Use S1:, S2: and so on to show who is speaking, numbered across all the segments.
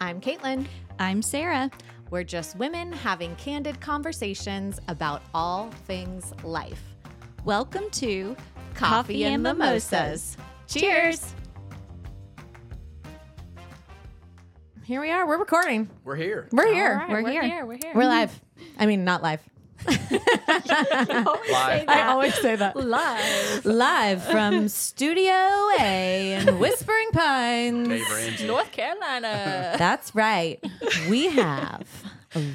S1: I'm Caitlin.
S2: I'm Sarah.
S1: We're just women having candid conversations about all things life.
S2: Welcome to
S1: Coffee, and Mimosas. Cheers. Here we are. We're recording.
S3: We're here.
S1: We're
S2: All
S1: here.
S2: right,
S1: we're,
S2: we're
S1: here.
S2: here, we're here.
S1: We're live. I mean, not live.
S3: Live.
S1: I always say that.
S2: Live.
S1: live from Studio A in Whispering Pines.
S3: Dave Ramsey.
S2: North Carolina.
S1: That's right. We have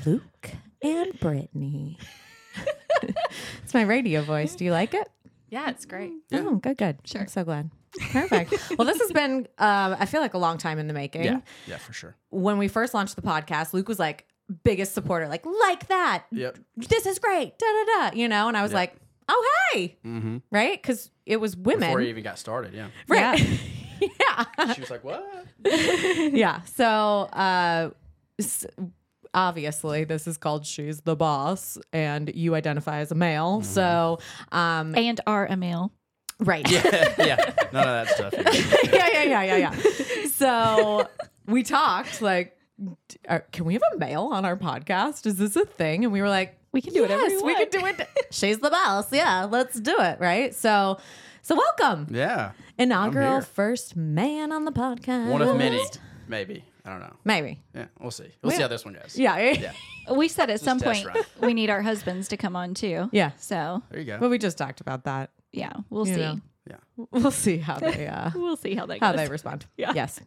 S1: Luke and Brittany. it's my radio voice. Do you like it?
S2: yeah, it's great.
S3: Yeah.
S1: Oh, good, good. Sure. I'm so glad. Perfect. well, this has been, um, I feel like, a long time in the making.
S3: Yeah. Yeah, for sure.
S1: When we first launched the podcast, Luke was like, biggest supporter, like, like that.
S3: Yep.
S1: This is great. Da da da. You know, and I was
S3: Yeah.
S1: like, oh, hey.
S3: Mm-hmm.
S1: Right? Because it was women.
S3: Before he even got started, yeah.
S1: right. yeah.
S4: Uh,
S3: She was like, "What?"
S1: yeah. So, uh, s- obviously, this is called She's the Boss, and you identify as a male.
S3: Mm-hmm.
S1: So, um,
S2: And are a male.
S1: right.
S3: yeah, yeah. None of that stuff. Yeah.
S1: yeah, yeah, yeah, yeah, yeah. So we talked like, d- are, can we have a male on our podcast? Is this a thing? And we were like,
S2: We can do whatever we
S1: yes, we
S2: want."
S1: can do it. She's the boss. Yeah, let's do it. Right. So, so welcome,
S3: yeah.
S1: inaugural
S3: here.
S1: first man on the podcast.
S3: One of many, maybe. I don't know.
S1: Maybe.
S3: Yeah, we'll see. We'll see how this one goes.
S1: Yeah.
S3: Yeah.
S2: We said at some
S3: test
S2: point
S3: run.
S2: we need our husbands to come on too.
S1: Yeah.
S2: So
S3: There you go.
S1: But we just talked about that.
S2: yeah, we'll
S1: You
S2: see.
S1: know.
S3: yeah.
S1: We'll see how they uh,
S2: We'll see how that
S1: how
S2: goes.
S1: they respond.
S2: Yeah.
S1: Yes.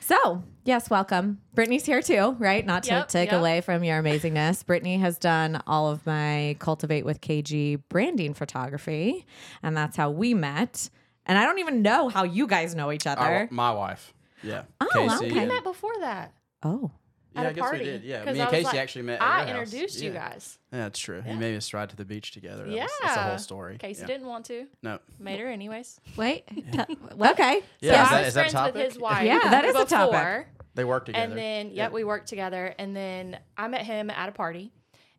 S1: So, yes, welcome. Brittany's here too, right? Not to
S2: Yep,
S1: take
S2: yep.
S1: away from your amazingness. Brittany has done all of my Cultivate with KG branding photography, and that's how we met. And I don't even know how you guys know each
S3: Our,
S1: other.
S3: my wife. Yeah.
S1: Oh, okay.
S3: and-
S4: met before that
S1: oh.
S3: yeah,
S4: at a
S3: I guess
S4: party.
S3: we did. Yeah.
S4: 'Cause
S3: Me
S4: I
S3: and
S4: was
S3: Casey
S4: like,
S3: actually met. At your
S4: I
S3: house.
S4: introduced you
S3: Yeah.
S4: guys.
S3: Yeah, that's true. We made us ride to the beach together. That
S4: yeah,
S3: was- that's a whole story.
S4: Casey
S3: yeah.
S4: didn't want to.
S3: No.
S4: Made her anyways.
S2: Wait.
S1: Okay.
S3: Yeah. is
S4: so I
S3: that-
S4: was
S3: is that
S4: friends with
S3: topic?
S4: his wife.
S1: Yeah, that is a
S4: before,
S1: topic.
S3: They worked together.
S4: And then, yep, we worked together. And then I met him at a party,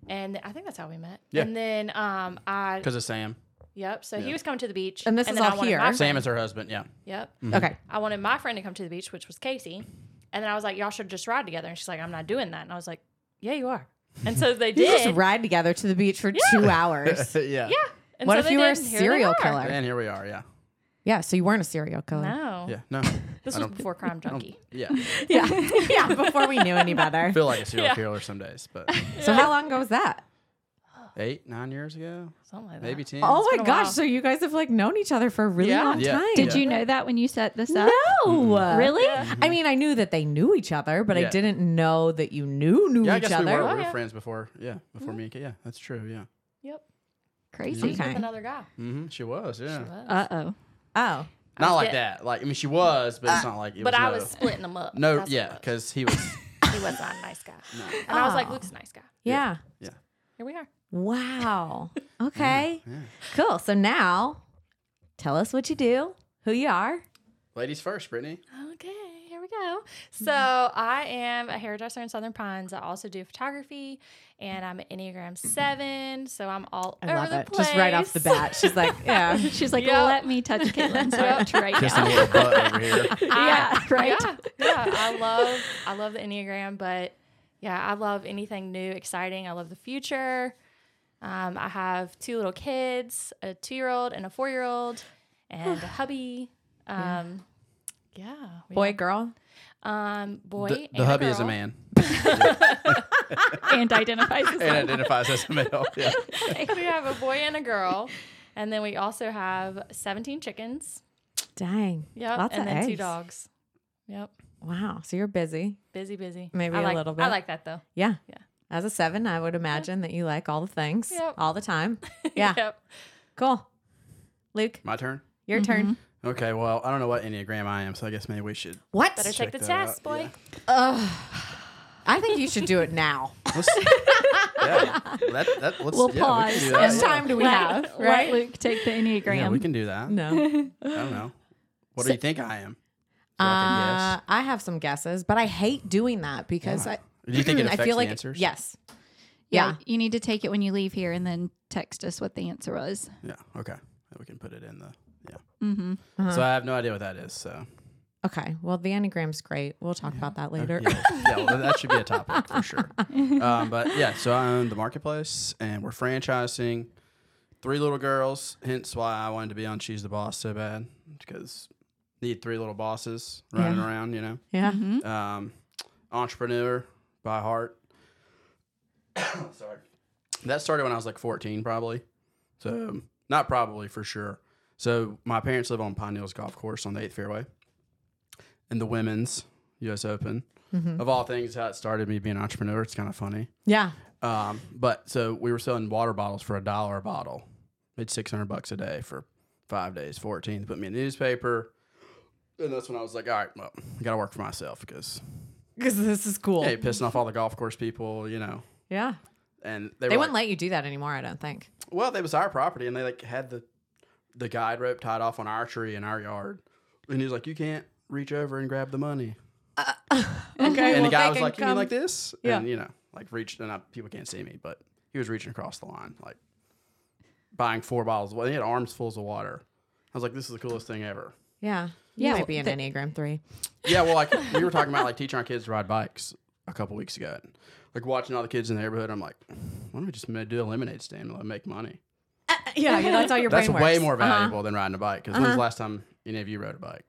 S4: and I think that's how we met.
S3: Yeah.
S4: And then, um, I
S3: Because of Sam.
S4: yep. So
S3: Yeah.
S4: he was coming to the beach,
S1: And this is
S4: then
S1: all
S4: I wanted
S1: here.
S4: my friend-
S3: Sam is Mm. her husband. Yeah.
S4: Yep.
S1: Okay.
S4: I wanted my friend to come to the beach, which was Casey. And then I was like, y'all should just ride together. And she's like, I'm not doing that. And I was like, Yeah, you are. And so they
S1: You
S4: did.
S1: just ride together to the beach for two hours.
S3: yeah.
S4: yeah. And
S1: what
S4: so
S1: if
S4: they
S1: you were a
S4: did, and here they
S1: serial
S4: are.
S1: killer?
S3: And here we are. Yeah.
S1: Yeah. So you weren't a serial killer.
S4: No.
S3: Yeah. No.
S4: This
S3: I
S4: was
S3: don't-
S4: before Crime Junkie.
S3: Yeah.
S1: Yeah. yeah. Before we knew any better.
S3: feel like a serial
S4: Yeah.
S3: killer some days, but
S1: So how long ago was that?
S3: eight, nine years ago,
S4: Something like that.
S3: maybe ten.
S1: Oh
S4: been
S1: my
S4: a
S1: gosh.
S4: while.
S1: So you guys have like known each other for a really
S4: Yeah.
S1: long
S3: Yeah.
S1: time.
S2: Did
S3: Yeah.
S2: you know that when you set this up?
S1: No.
S2: Really?
S1: I mean, I knew that they knew each other, but I
S3: Yeah.
S1: didn't know that you knew knew
S3: yeah, I
S1: each
S3: guess we
S1: other.
S3: were.
S4: Oh,
S3: we were
S4: yeah. Mm-hmm.
S3: friends before. Yeah, before me. and Ka- Yeah, that's true. Yeah.
S4: Yep.
S2: Crazy.
S1: Okay.
S4: With another guy.
S3: hmm She was. Yeah.
S4: She was.
S2: Uh oh.
S1: Oh.
S3: Not like
S4: dead.
S3: that. Like I mean, she was, but it's not like. It
S4: Uh, but
S3: was
S4: I
S3: no,
S4: was splitting them up.
S3: No,
S4: That's
S3: yeah,
S4: what it
S3: because he was.
S4: was. he was not a nice guy. And I was like,
S1: Oh.
S4: Luke's a nice guy.
S1: Yeah.
S3: yeah.
S4: Here we are.
S1: Wow. Okay.
S3: Yeah.
S1: Cool. So now tell us what you do, who you are.
S3: Ladies first, Brittany.
S4: Okay, here we go. So I am a hairdresser in Southern Pines. I also do photography, and I'm an Enneagram Seven. So I'm all
S1: I
S4: over
S1: love
S4: the
S1: it.
S4: place.
S1: Just right off the bat. She's like, yeah.
S2: She's like,
S4: Yep.
S2: let me touch Caitlin's heart right
S3: Kissing a
S2: now.
S3: little butt over here.
S2: Yeah, right.
S4: Yeah, yeah. I love, I love the Enneagram, but yeah, I love anything new, exciting. I love the future. Um, I have two little kids, a two-year-old and a four-year-old, and a hubby. Um, yeah, we
S1: Boy, girl.
S4: have, um, boy.
S3: The,
S4: and
S3: the
S4: a
S3: hubby is a
S4: girl.
S3: man
S2: and identifies as
S3: and
S2: one.
S3: identifies as a male. Yeah.
S4: we have a boy and a girl, and then we also have 17 chickens.
S1: Dang.
S4: Yep,
S1: Lots
S4: and
S1: of
S4: then two
S1: eggs.
S4: dogs. Yep,
S1: Wow. So you're busy.
S4: busy, busy.
S1: Maybe
S4: I
S1: a
S4: like,
S1: little
S4: I
S1: bit.
S4: like that though.
S1: Yeah.
S4: Yeah.
S1: As a seven, I would imagine that you like all the things
S4: Yep.
S1: all the time. Yeah.
S4: Yep.
S1: Cool. Luke,
S3: My turn.
S1: your turn.
S3: Okay. Well, I don't know what enneagram I am, so I guess maybe we should.
S1: What?
S4: Better
S3: Check
S4: take the
S3: that
S4: test,
S3: out,
S4: boy.
S3: yeah.
S1: I think you should do it now.
S3: Let's, yeah. That, that, let's,
S2: We'll
S3: yeah, we can
S2: pause.
S3: do
S1: How much
S3: that, yeah.
S1: time do we
S2: Let-
S1: have?
S2: let Luke take the enneagram.
S3: Yeah, we can do that.
S1: No.
S3: I don't know. What do you think I am? Is that
S1: Uh,
S3: like
S1: I have some guesses, but I hate doing that because
S3: Why?
S1: I,
S3: Do you think it
S1: I
S3: affects
S1: feel
S3: the
S1: like
S3: answers?
S1: yes,
S2: Yeah,
S1: yeah.
S2: you need to take it when you leave here and then text us what the answer was.
S1: Uh,
S3: yeah. Okay. We can put it in the. Yeah.
S1: Mm-hmm.
S2: hmm
S1: Uh-huh.
S3: So I have no idea what that is. So
S1: Okay. Well, the Enneagram's great. We'll talk about that later.
S3: Yeah, yeah well, that should be a topic for sure. Um, but yeah, so I own the marketplace, and we're franchising three little girls. Hence why I wanted to be on She's the Boss so bad because need three little bosses running
S1: Yeah.
S3: around, you know.
S1: yeah.
S3: Um, entrepreneur by heart. Sorry, that started when I was like 14, probably. So not probably for sure. So my parents live on Pine Hills Golf Course on the Eighth Fairway, and the Women's U.S. Open. Of all things, how it started me being an entrepreneur. It's kind of funny.
S1: Yeah.
S3: Um, but so we were selling water bottles for a dollar a bottle. Made six hundred bucks a day for five days, fourteen. Put me in the newspaper, and that's when I was like, all right, well, I gotta work for myself because
S1: Because this is cool.
S3: hey, pissing off all the golf course people, you know.
S1: Yeah.
S3: And they,
S1: They
S3: were
S1: wouldn't
S3: like,
S1: let you do that anymore, I don't think.
S3: well, they was our property, and they like had the the guide rope tied off on our tree in our yard, and he was like, you can't reach over and grab the money.
S1: Okay.
S3: and the guy was like, "You mean like this?"
S1: Yeah.
S3: And you know, like reached, and I, people can't see me, but he was reaching across the line, like buying four bottles. Well, he had arms fulls of water. I was like, "This is the coolest thing ever."
S1: Yeah. You
S2: Yeah,
S1: might
S2: well,
S1: be an
S2: the-
S1: Enneagram 3.
S3: Yeah, well, like we were talking about, like teaching our kids to ride bikes a couple weeks ago. Like watching all the kids in the neighborhood, I'm like, "Why don't we just ma- do a lemonade stand and let- make money?"
S1: yeah, yeah, that's how your
S3: That's
S1: brain works. Uh-huh.
S3: way more valuable than riding a bike. Because when's the last time any of you rode a bike?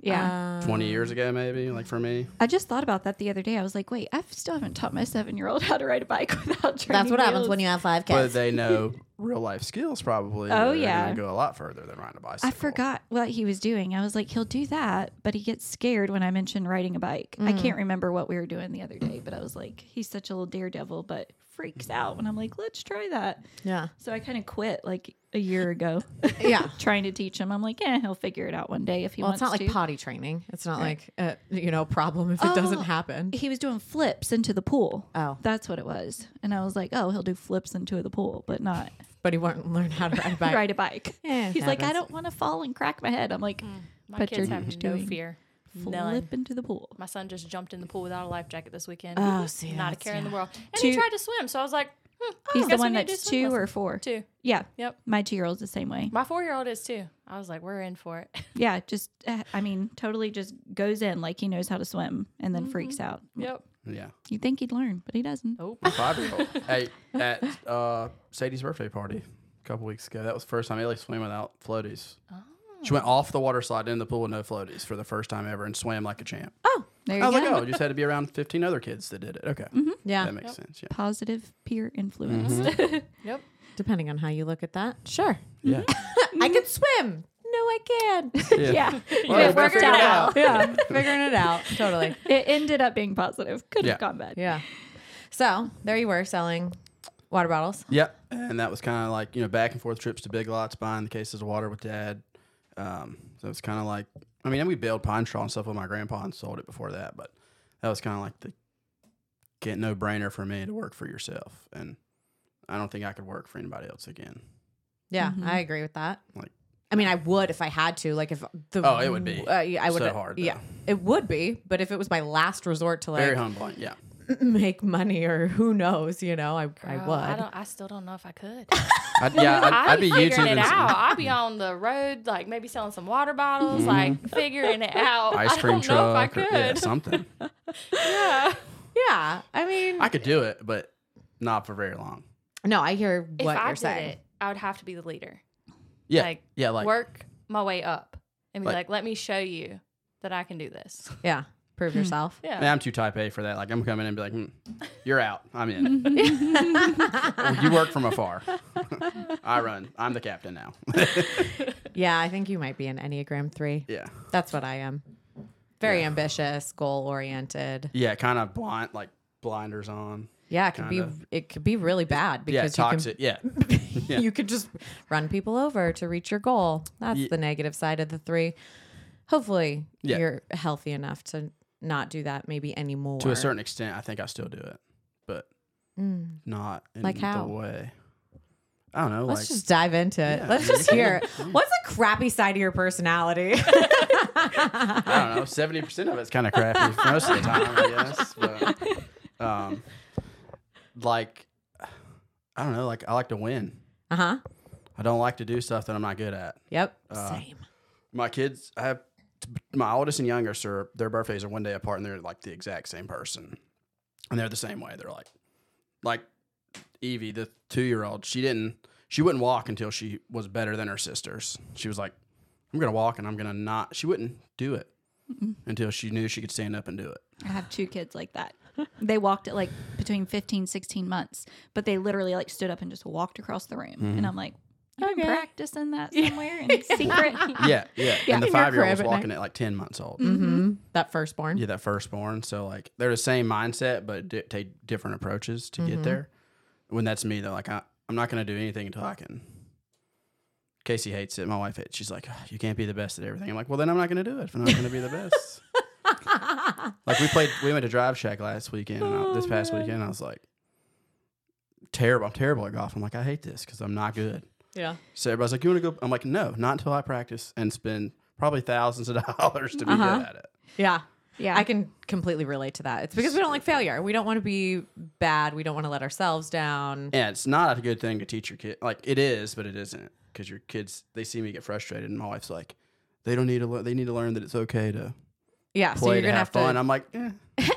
S2: Yeah.
S1: Uh,
S3: Twenty years ago, maybe. Like for me,
S2: I just thought about that the other day. I was like, wait, I still haven't taught my seven year old how to ride a bike without training.
S1: That's what happens
S2: wheels.
S1: when you have five
S3: but
S1: kids.
S3: they know real life skills probably.
S2: Oh,
S3: They're
S2: yeah.
S3: gonna go a lot further than riding a bicycle.
S2: I forgot what he was doing. I was like, he'll do that, but he gets scared when I mention riding a bike. I
S1: Mm.
S2: can't remember what we were doing the other day, but I was like, he's such a little daredevil, but freaks out when I'm like, let's try that.
S1: yeah.
S2: So I kind of quit like a year ago
S1: Yeah.
S2: trying to teach him. I'm like, yeah, he'll figure it out one day if he
S1: Well, it's
S2: wants
S1: not like
S2: to.
S1: potty training. It's not like, a, you know, a problem if it doesn't
S2: Oh.
S1: happen.
S2: he was doing flips into the pool.
S1: Oh.
S2: That's what it was. And I was like, oh, he'll do flips into the pool, but not
S1: But he won't learn how to ride a bike.
S2: ride a bike.
S1: Yeah, it
S2: He's like, I
S1: happens.
S2: don't want to fall and crack my head. I'm like,
S4: My
S2: But
S4: kids
S2: you're
S4: have no
S2: doing
S4: fear. Mm. None.
S2: flip into the pool.
S4: My son just jumped in the pool without a life jacket this weekend.
S1: Oh, see,
S4: not a
S1: that's-
S4: care in the world. And he
S2: Two-
S4: tried to swim, so I was like, hmm, I
S2: He's the
S4: guess we
S2: one
S4: need to
S2: that's
S4: do
S2: two or
S4: swim lessons.
S2: four.
S4: two.
S2: Yeah.
S4: Yep.
S2: My two year old's the same way.
S4: My four year old is too. I was like, we're in for it.
S2: Yeah. Just, uh, I mean, totally just goes in like he knows how to swim and then freaks out.
S4: Mm-hmm. yep.
S3: Yeah.
S2: You'd think he'd learn, but he doesn't.
S4: Oh,
S3: My five year old. at, at uh, Sadie's birthday party a couple weeks ago. That was the first time Ellie swam without floaties. She went off the water slide in the pool with no floaties for the first time ever and swam like a champ.
S2: There you
S3: I was
S2: go.
S3: like, oh, you just had to be around 15 other kids that did it. Okay.
S1: Yeah.
S3: That makes sense. Yeah.
S2: Positive peer influence.
S4: yep.
S1: Depending on how you look at that. Sure.
S3: Yeah.
S1: I can swim. No, I can't.
S2: yeah.
S3: Well,
S2: It
S3: we'll
S2: worked
S3: figure it
S2: out.
S1: yeah. Figuring it out. Totally.
S2: It ended up being positive. Could
S3: Yeah.
S2: have gone bad.
S1: Yeah. So there you were selling water bottles.
S3: Yep. And that was kind of like, you know, back and forth trips to Big Lots, buying the cases of water with dad. Um, so it's kind of like, I mean, and we bailed pine straw and stuff with my grandpa and sold it before that, but that was kind of like the get no brainer for me to work for yourself. And I don't think I could work for anybody else again.
S1: Yeah, I agree with that.
S3: Like-
S1: I mean, I would if I had to. Like, if the
S3: Oh, it would be
S1: Uh, yeah, I would
S3: so hard,
S1: Yeah,
S3: though.
S1: it would be. But if it was my last resort to
S3: Very
S1: like
S3: humbling. Yeah.
S1: make money or who knows, you know, I I
S4: Girl,
S1: would.
S4: I, don't, I still don't know if I could.
S3: I'd, yeah. I'd,
S4: I'd,
S3: I'd be
S4: figuring
S3: YouTubing
S4: it
S3: some
S4: out. I'd be on the road, like maybe selling some water bottles, like figuring it out.
S3: Mm-hmm. ice cream
S4: I don't know if I
S3: truck
S4: could.
S3: or yeah, something.
S4: Yeah.
S1: yeah, I mean,
S3: I could do it, but not for very long.
S1: no, I hear
S4: If
S1: what
S4: I
S1: you're
S4: did
S1: saying.
S4: it, I would have to be the leader.
S3: Yeah.
S4: Like,
S3: yeah. Like,
S4: Work my way up and be
S3: Like-
S4: like, let me show you that I can do this.
S1: Yeah, prove yourself.
S4: Yeah.
S3: Man, I'm too type A for that. Like, I'm coming in and be like, "Hmm, you're out. I'm in. Well, you work from afar. I run. I'm the captain now.
S1: Yeah, I think you might be an Enneagram three.
S3: yeah.
S1: That's what I am. Very ambitious, goal oriented.
S3: Yeah. Kind of blind, like blinders on.
S1: Yeah, it could
S3: Kinda.
S1: be it could be really bad
S3: Yeah.
S1: because you can
S3: Toxic. yeah. Yeah.
S1: you could just run people over to reach your goal. That's
S3: Ye-
S1: the negative side of the three. Hopefully,
S3: Yeah.
S1: you're healthy enough to not do that maybe anymore.
S3: To a certain extent, I think I still do it, but not in
S1: Mm. Like how?
S3: the way. I don't know.
S1: Let's
S3: like,
S1: just dive into it.
S3: Yeah,
S1: Let's
S3: I mean,
S1: just
S3: you
S1: hear it. what's the crappy side of your personality.
S3: I don't know. Seventy percent of it's kind of crappy most of the time, I guess. But, um, like, I don't know. Like, I like to win.
S1: uh huh.
S3: I don't like to do stuff that I'm not good at.
S1: Yep.
S3: Uh,
S1: Same.
S3: My kids, I have my oldest and youngest are their birthdays are one day apart and they're like the exact same person and they're the same way they're like like evie the two-year-old she didn't she wouldn't walk until she was better than her sisters she was like i'm gonna walk and i'm gonna not she wouldn't do it until she knew she could stand up and do it
S2: I have two kids like that. They walked at like between 15, 16 months, but they literally like stood up and just walked across the room.
S3: Mm-hmm.
S2: And I'm like, you been
S1: Okay.
S2: practicing that somewhere in secret.
S3: yeah yeah, and the
S1: Ah. in your
S3: five-year-old was
S1: crib at
S3: walking at like 10 months old
S1: Mm-hmm. That firstborn.
S3: yeah that firstborn so like they're the same mindset but di- take different approaches to get there when that's me though like I, i'm not going to do anything until i can casey hates it my wife hates she's like "Ugh, you can't be the best at everything i'm like well then i'm not going to do it if i'm not going to be the best like we played we went to drive shack last weekend and I, this past weekend i was like terrible i'm terrible at golf i'm like i hate this because i'm not good
S1: Yeah.
S3: so everybody's like you want to go i'm like no not until i practice and spend probably thousands of dollars to be
S1: Uh-huh.
S3: good at it
S1: Yeah.
S2: Yeah.
S1: I can completely relate to that. It's because we don't like failure. We don't want to be bad. We don't want to let ourselves down.
S3: Yeah, it's not a good thing to teach your kid. Like it is, but it isn't because your kids they see me get frustrated, and my wife's like, they don't need to. lear- they need to learn that it's okay to
S1: Yeah. so
S3: play
S1: you're
S3: to
S1: gonna
S3: have
S1: have,
S3: fun.
S1: to.
S3: I'm like, eh.
S1: but is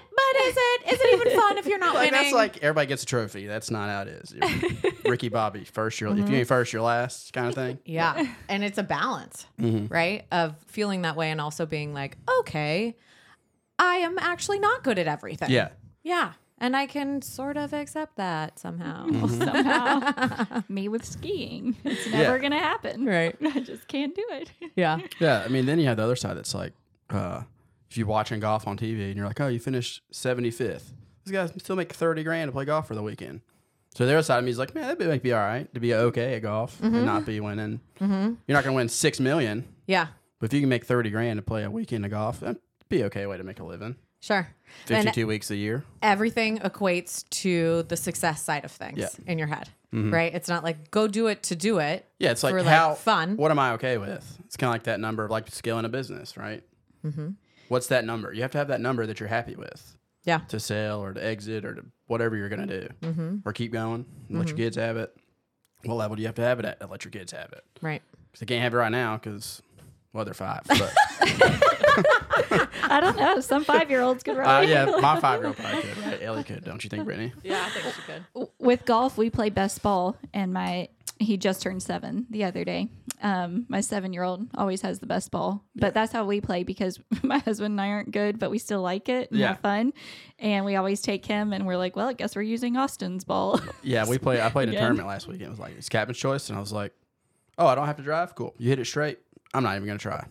S1: it is it even fun if you're not
S3: like
S1: winning?
S3: that's like everybody gets a trophy. That's not how it is. You're- Ricky Bobby, first you're
S1: Mm-hmm.
S3: if you ain't first, you're last, kind of thing.
S1: yeah. And it's a balance,
S3: Mm-hmm.
S1: right? Of feeling that way and also being like, okay, I am actually not good at everything.
S3: Yeah,
S1: Yeah. And I can sort of accept that somehow.
S3: Mm-hmm.
S2: Somehow, me with skiing. It's
S3: Yeah.
S2: never going to happen.
S1: Right.
S2: I just can't do it.
S1: Yeah.
S3: yeah. I mean, then you have the other side that's like, uh, if you're watching golf on TV and you're like, oh, you finished 75th. These guys still make 30 grand to play golf for the weekend. So the other side of me is like, man, that might be all right to be okay at golf and not be winning. You're not going to win six million,
S1: Yeah.
S3: but if you can make 30 grand to play a weekend of golf, that'd be okay way to make a living.
S1: Sure. And
S3: 52 weeks a year.
S1: everything equates to the success side of things
S3: Yeah. Mm-hmm.
S1: in your head, right? It's not like go do it to do it.
S3: Yeah, it's like
S1: for, like,
S3: how
S1: fun.
S3: What am I okay with? It's kind of like that number of like scaling a business, right?
S1: Mm-hmm.
S3: What's that number? You have to have that number that you're happy with.
S1: Yeah. Mm-hmm.
S3: to sell or to exit or to whatever you're going to do or keep going and let your kids have it. What level do you have to have it at to let your kids have it?
S1: Right.
S3: 'Cause they can't have it right now because, well, they're five. But,
S2: I don't know. Some five year olds could
S3: uh,
S2: ride.
S3: yeah, my five year old probably could, right? Ellie could, don't you think, Brittany?
S4: Yeah, I think she could.
S2: with golf we play best ball and my he just turned seven the other day um, my seven year old always has the best ball but that's how we play because my husband and i aren't good but we still like it and
S3: Yeah.
S2: have fun and we always take him and we're like well i guess we're using austin's ball
S3: Yeah, we played. I played a
S2: Again.
S3: tournament last weekend. It was like it's captain's choice, and I was like, "Oh, I don't have to drive. Cool. You hit it straight. I'm not even gonna try.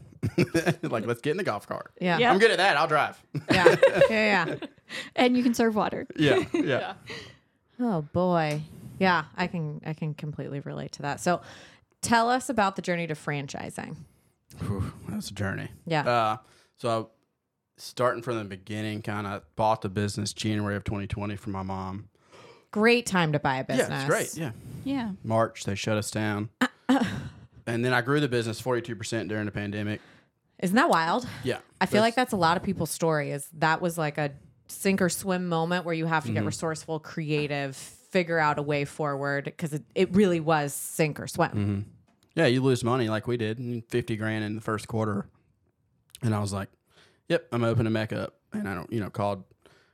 S3: like, let's get in the golf cart.
S1: Yeah.
S2: Yeah.
S1: Yeah.
S3: I'm good at that. I'll drive.
S1: Yeah. Yeah. yeah.
S2: and you can serve water
S3: yeah, yeah,
S1: Oh boy. Yeah, I can I can completely relate to that. So tell us about the journey to franchising.
S3: Whew, that's a journey.
S1: Yeah.
S3: Uh, so starting from the beginning, kind of bought the business January of 2020 from my mom.
S1: Great time to buy a business.
S3: Yeah, it's great. Yeah.
S2: yeah
S3: March they shut us down, and then I grew the business 42 percent during the pandemic.
S1: Isn't that wild?
S3: Yeah,
S1: I feel like that's a lot of people's story is that was like a sink or swim moment where you have to get
S3: Mm-hmm.
S1: resourceful, creative, figure out a way forward because it, it really was sink or swim.
S3: Mm-hmm. Yeah, you lose money like we did, and fifty grand in the first quarter. And I was like, "Yep, I'm opening back up." And I don't, you know, called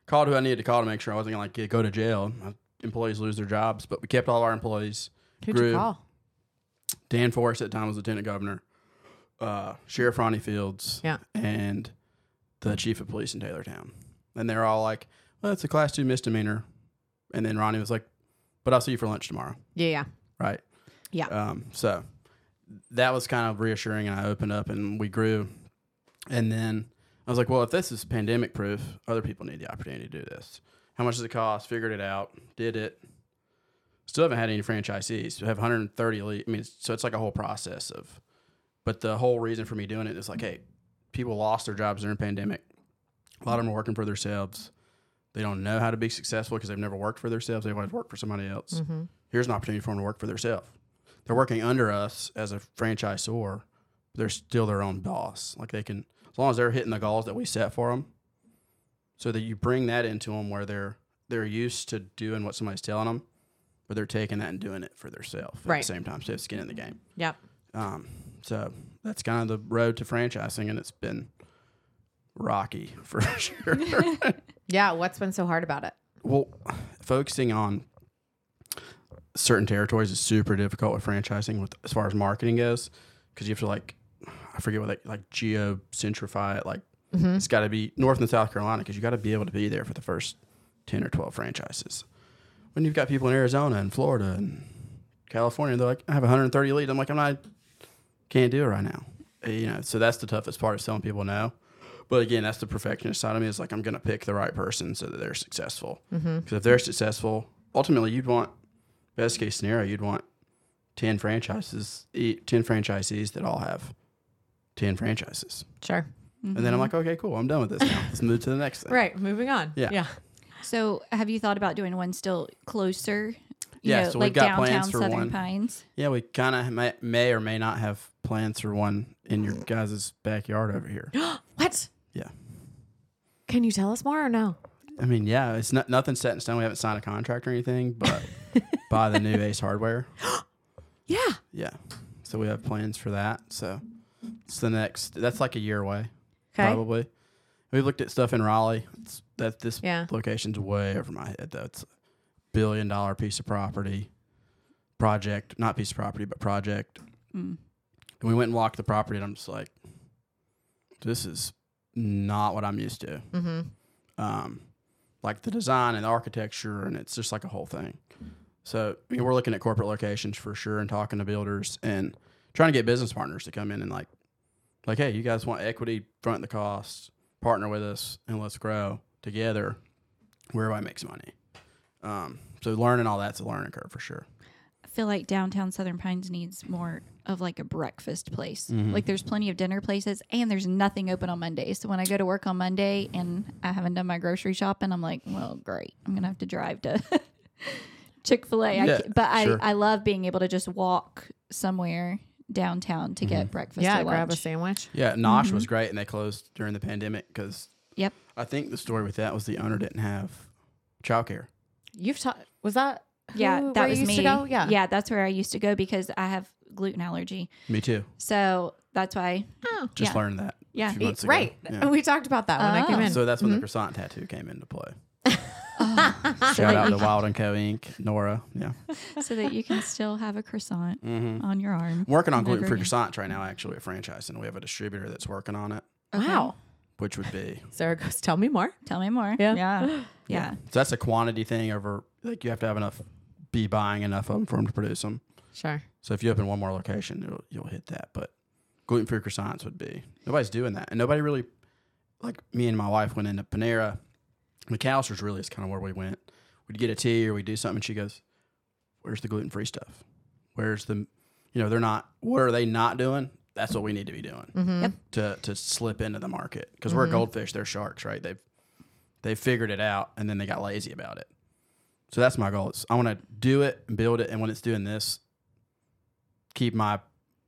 S3: called who I needed to call to make sure I wasn't gonna like get, go to jail. My employees lose their jobs, but we kept all our employees.
S1: Who'd
S3: Grew.
S1: you call?
S3: Dan Forrest at the time was lieutenant governor, uh, Sheriff Ronnie Fields,
S1: Yeah.
S3: and the chief of police in Taylortown. And they're all like, "Well, it's a class two misdemeanor." And then Ronnie was like, "But I'll see you for lunch tomorrow."
S1: Yeah, yeah.
S3: right?
S1: Yeah.
S3: Um, so that was kind of reassuring, and I opened up, and we grew. And then I was like, well, if this is pandemic proof, other people need the opportunity to do this. How much does it cost? Figured it out, did it. Still haven't had any franchisees. We have 130 leads. I mean, it's- so it's like a whole process of. But the whole reason for me doing it is like, hey, people lost their jobs during pandemic. A lot of them are working for themselves. They don't know how to be successful because they've never worked for themselves. They've always worked for somebody else here's an opportunity for them to work for themselves. They're working under us as a franchisor. They're still their own boss. Like they can, as long as they're hitting the goals that we set for them, so that you bring that into them where they're they're used to doing what somebody's telling them, but they're taking that and doing it for themselves at
S1: Right.
S3: the same time. So they have skin in the game.
S1: Yep.
S3: Um, so that's kind of the road to franchising, and it's been rocky for sure.
S1: Yeah, what's been so hard about it?
S3: well, focusing on certain territories is super difficult with franchising, with as far as marketing goes, because you have to like, I forget what they like geo centrify it. Like, it's got to be North and South Carolina because you got to be able to be there for the first ten or twelve franchises. When you've got people in Arizona and Florida and California, they're like, I have 130 leads. I'm like, I'm not, can't do it right now. Uh, You know, so that's the toughest part is telling people no. But again, that's the perfectionist side of me. Is like I'm gonna pick the right person so that they're successful. Because if they're successful, ultimately you'd want best case scenario you'd want ten franchises, e- ten franchisees that all have ten franchises.
S1: Sure.
S3: And then I'm like, okay, cool, I'm done with this now. Let's move to the next thing.
S1: Right. Moving on.
S3: Yeah.
S1: Yeah.
S2: So, have you thought about doing one still closer? You
S3: Yeah,
S2: know,
S3: so we've
S2: like
S3: got
S2: downtown
S3: plans for
S2: Southern
S3: one.
S2: Pines.
S3: Yeah, we kind of may, may or may not have plans for one in your guys' backyard over here.
S1: What?
S3: Yeah.
S1: Can you tell us more or no?
S3: I mean, yeah, it's not nothing set in stone. We haven't signed a contract or anything, but buy the new Ace Hardware.
S1: Yeah.
S3: Yeah. So we have plans for that. So it's the next. That's like a year away, probably. We looked at stuff in Raleigh. It's, that this
S1: Yeah.
S3: location's way over my head. Though it's a billion dollar piece of property, project, not piece of property, but project.
S2: Mm.
S3: And we went and walked the property, and I'm just like, this is not what I'm used to.
S1: Mm-hmm.
S3: Um, like the design and the architecture, and it's just like a whole thing. So I mean, we're looking at corporate locations for sure, and talking to builders and trying to get business partners to come in and like, like, hey, you guys want equity, front the costs, partner with us, and let's grow together. Where everybody makes money. Um, so learning all that's a learning curve for sure.
S2: I feel like downtown Southern Pines needs more of like a breakfast place.
S3: Mm-hmm.
S2: Like there's plenty of dinner places and there's nothing open on Mondays. So when I go to work on Monday and I haven't done my grocery shopping, I'm like, well, great. I'm going to have to drive to Chick-fil-A. I
S3: Yeah,
S2: ca- but
S3: sure.
S2: I, I love being able to just walk somewhere downtown to
S3: Mm-hmm.
S2: get breakfast
S1: Yeah.
S2: or
S1: Grab a
S2: lunch.
S1: sandwich.
S3: Yeah, Nosh was great, and they closed during the pandemic because
S2: Mm-hmm. Yep.
S3: I think the story with that was the owner didn't have childcare.
S1: You've taught. Was that?
S2: Yeah,
S1: who-
S2: that
S1: where
S2: was
S1: you used
S2: me.
S1: to go? Yeah.
S2: yeah, that's where I used to go because I have gluten allergy.
S3: Me too.
S2: So that's why.
S1: Oh.
S3: Just
S2: Yeah.
S3: learned that. a
S2: Yeah.
S3: few
S1: E-
S3: months ago.
S1: Right.
S3: Yeah.
S1: We talked about that when I came
S2: Oh.
S1: in.
S3: So that's when the croissant tattoo came into play.
S2: so,
S3: Shout
S2: that
S3: out
S2: you,
S3: to Wild and Co. Inc. Nora. Yeah.
S2: so that you can still have a croissant on your arm.
S3: I'm working on gluten free
S2: Never-
S3: croissants right now, actually, at franchise, and we have a distributor that's working on it,
S1: Wow.
S3: which would be
S1: Sarah goes, tell me more.
S2: Tell me more.
S1: Yeah.
S2: Yeah. Yeah.
S3: so that's a quantity thing over like you have to have enough, be buying enough of them for them to produce them.
S1: Sure.
S3: So if you open one more location, it'll, you'll hit that. But gluten free croissants would be nobody's doing that, and nobody really like me and my wife went into Panera. McAllister's really is kind of where we went. We'd get a tea or we'd do something. And she goes, "Where's the gluten free stuff? Where's the, you know, they're not. What are they not doing? That's what we need to be doing
S1: Mm-hmm,
S2: Yep.
S3: to to slip into the market because we're goldfish. They're sharks, right? They've they figured it out and then they got lazy about it. So that's my goal. It's, I want to do it and build it, and when it's doing this, keep my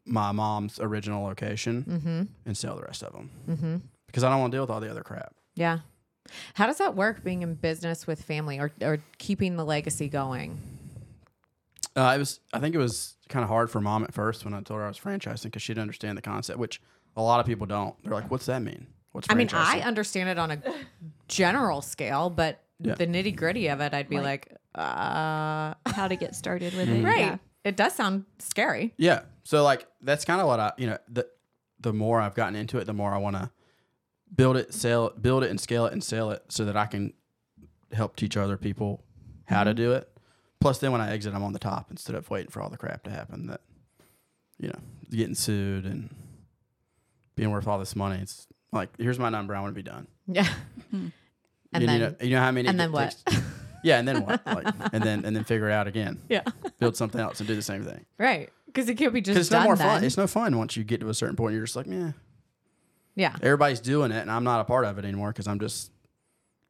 S3: my mom's original location
S1: Mm-hmm.
S3: and sell the rest of them
S1: Mm-hmm.
S3: because I don't want to deal with all the other crap.
S1: Yeah. How does that work being in business with family or, or keeping the legacy going?
S3: Uh, it was I think it was kind of hard for mom at first when I told her I was franchising because she didn't understand the concept, which a lot of people don't. They're like, "What's that mean? What's franchising?"
S1: I mean, I understand it on a general scale, but
S3: Yeah.
S1: the nitty gritty of it, I'd be like,
S2: Like-
S1: uh,
S2: How to get started with it.
S1: right.
S2: Yeah.
S1: It does sound scary.
S3: Yeah. So like that's kind of what I you know the the more I've gotten into it, the more I want to build it, sell it, build it and scale it and sell it so that I can help teach other people how
S1: Mm-hmm.
S3: to do it. Plus, then when I exit, I'm on the top instead of waiting for all the crap to happen that you know getting sued and being worth all this money. It's like here's my number. I want to be done.
S1: Yeah. Hmm. And
S3: you,
S1: then-
S3: know, you know how many
S1: and
S3: it
S1: then what?
S3: takes- yeah, and then what? Like, and then and then figure it out again.
S1: Yeah.
S3: Build something else and do the same thing.
S1: Right. Because it can't be just
S3: Because it's
S1: done
S3: no more
S1: then.
S3: fun. It's no fun once you get to a certain point. You're just like, yeah,
S1: yeah.
S3: everybody's doing it, and I'm not a part of it anymore because I'm just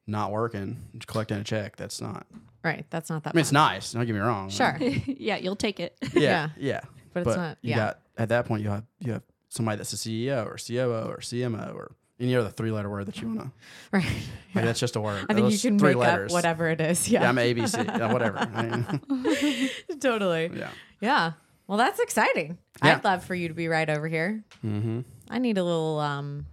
S3: not working, just collecting a check. That's not. I
S1: Right. That's not that
S3: mean, it's nice. Don't get me wrong.
S1: Sure.
S2: yeah. You'll take it.
S3: Yeah.
S1: Yeah.
S3: Yeah.
S1: But it's not-
S3: You
S1: yeah.
S3: got at that point you have you have somebody that's a CEO or COO or CMO or any other three letter word that you want to.
S1: Right.
S3: Like that's just a word.
S1: I think you
S3: Those
S1: can
S3: three
S1: make
S3: letters.
S1: up whatever it is.
S3: Yeah,
S1: Yeah.
S3: I'm ABC. yeah, whatever. I mean,
S1: totally.
S3: yeah.
S1: Yeah. Well, that's exciting.
S3: Yeah.
S1: I'd love for you to be right over here.
S3: Mm-hmm.
S1: I need a little um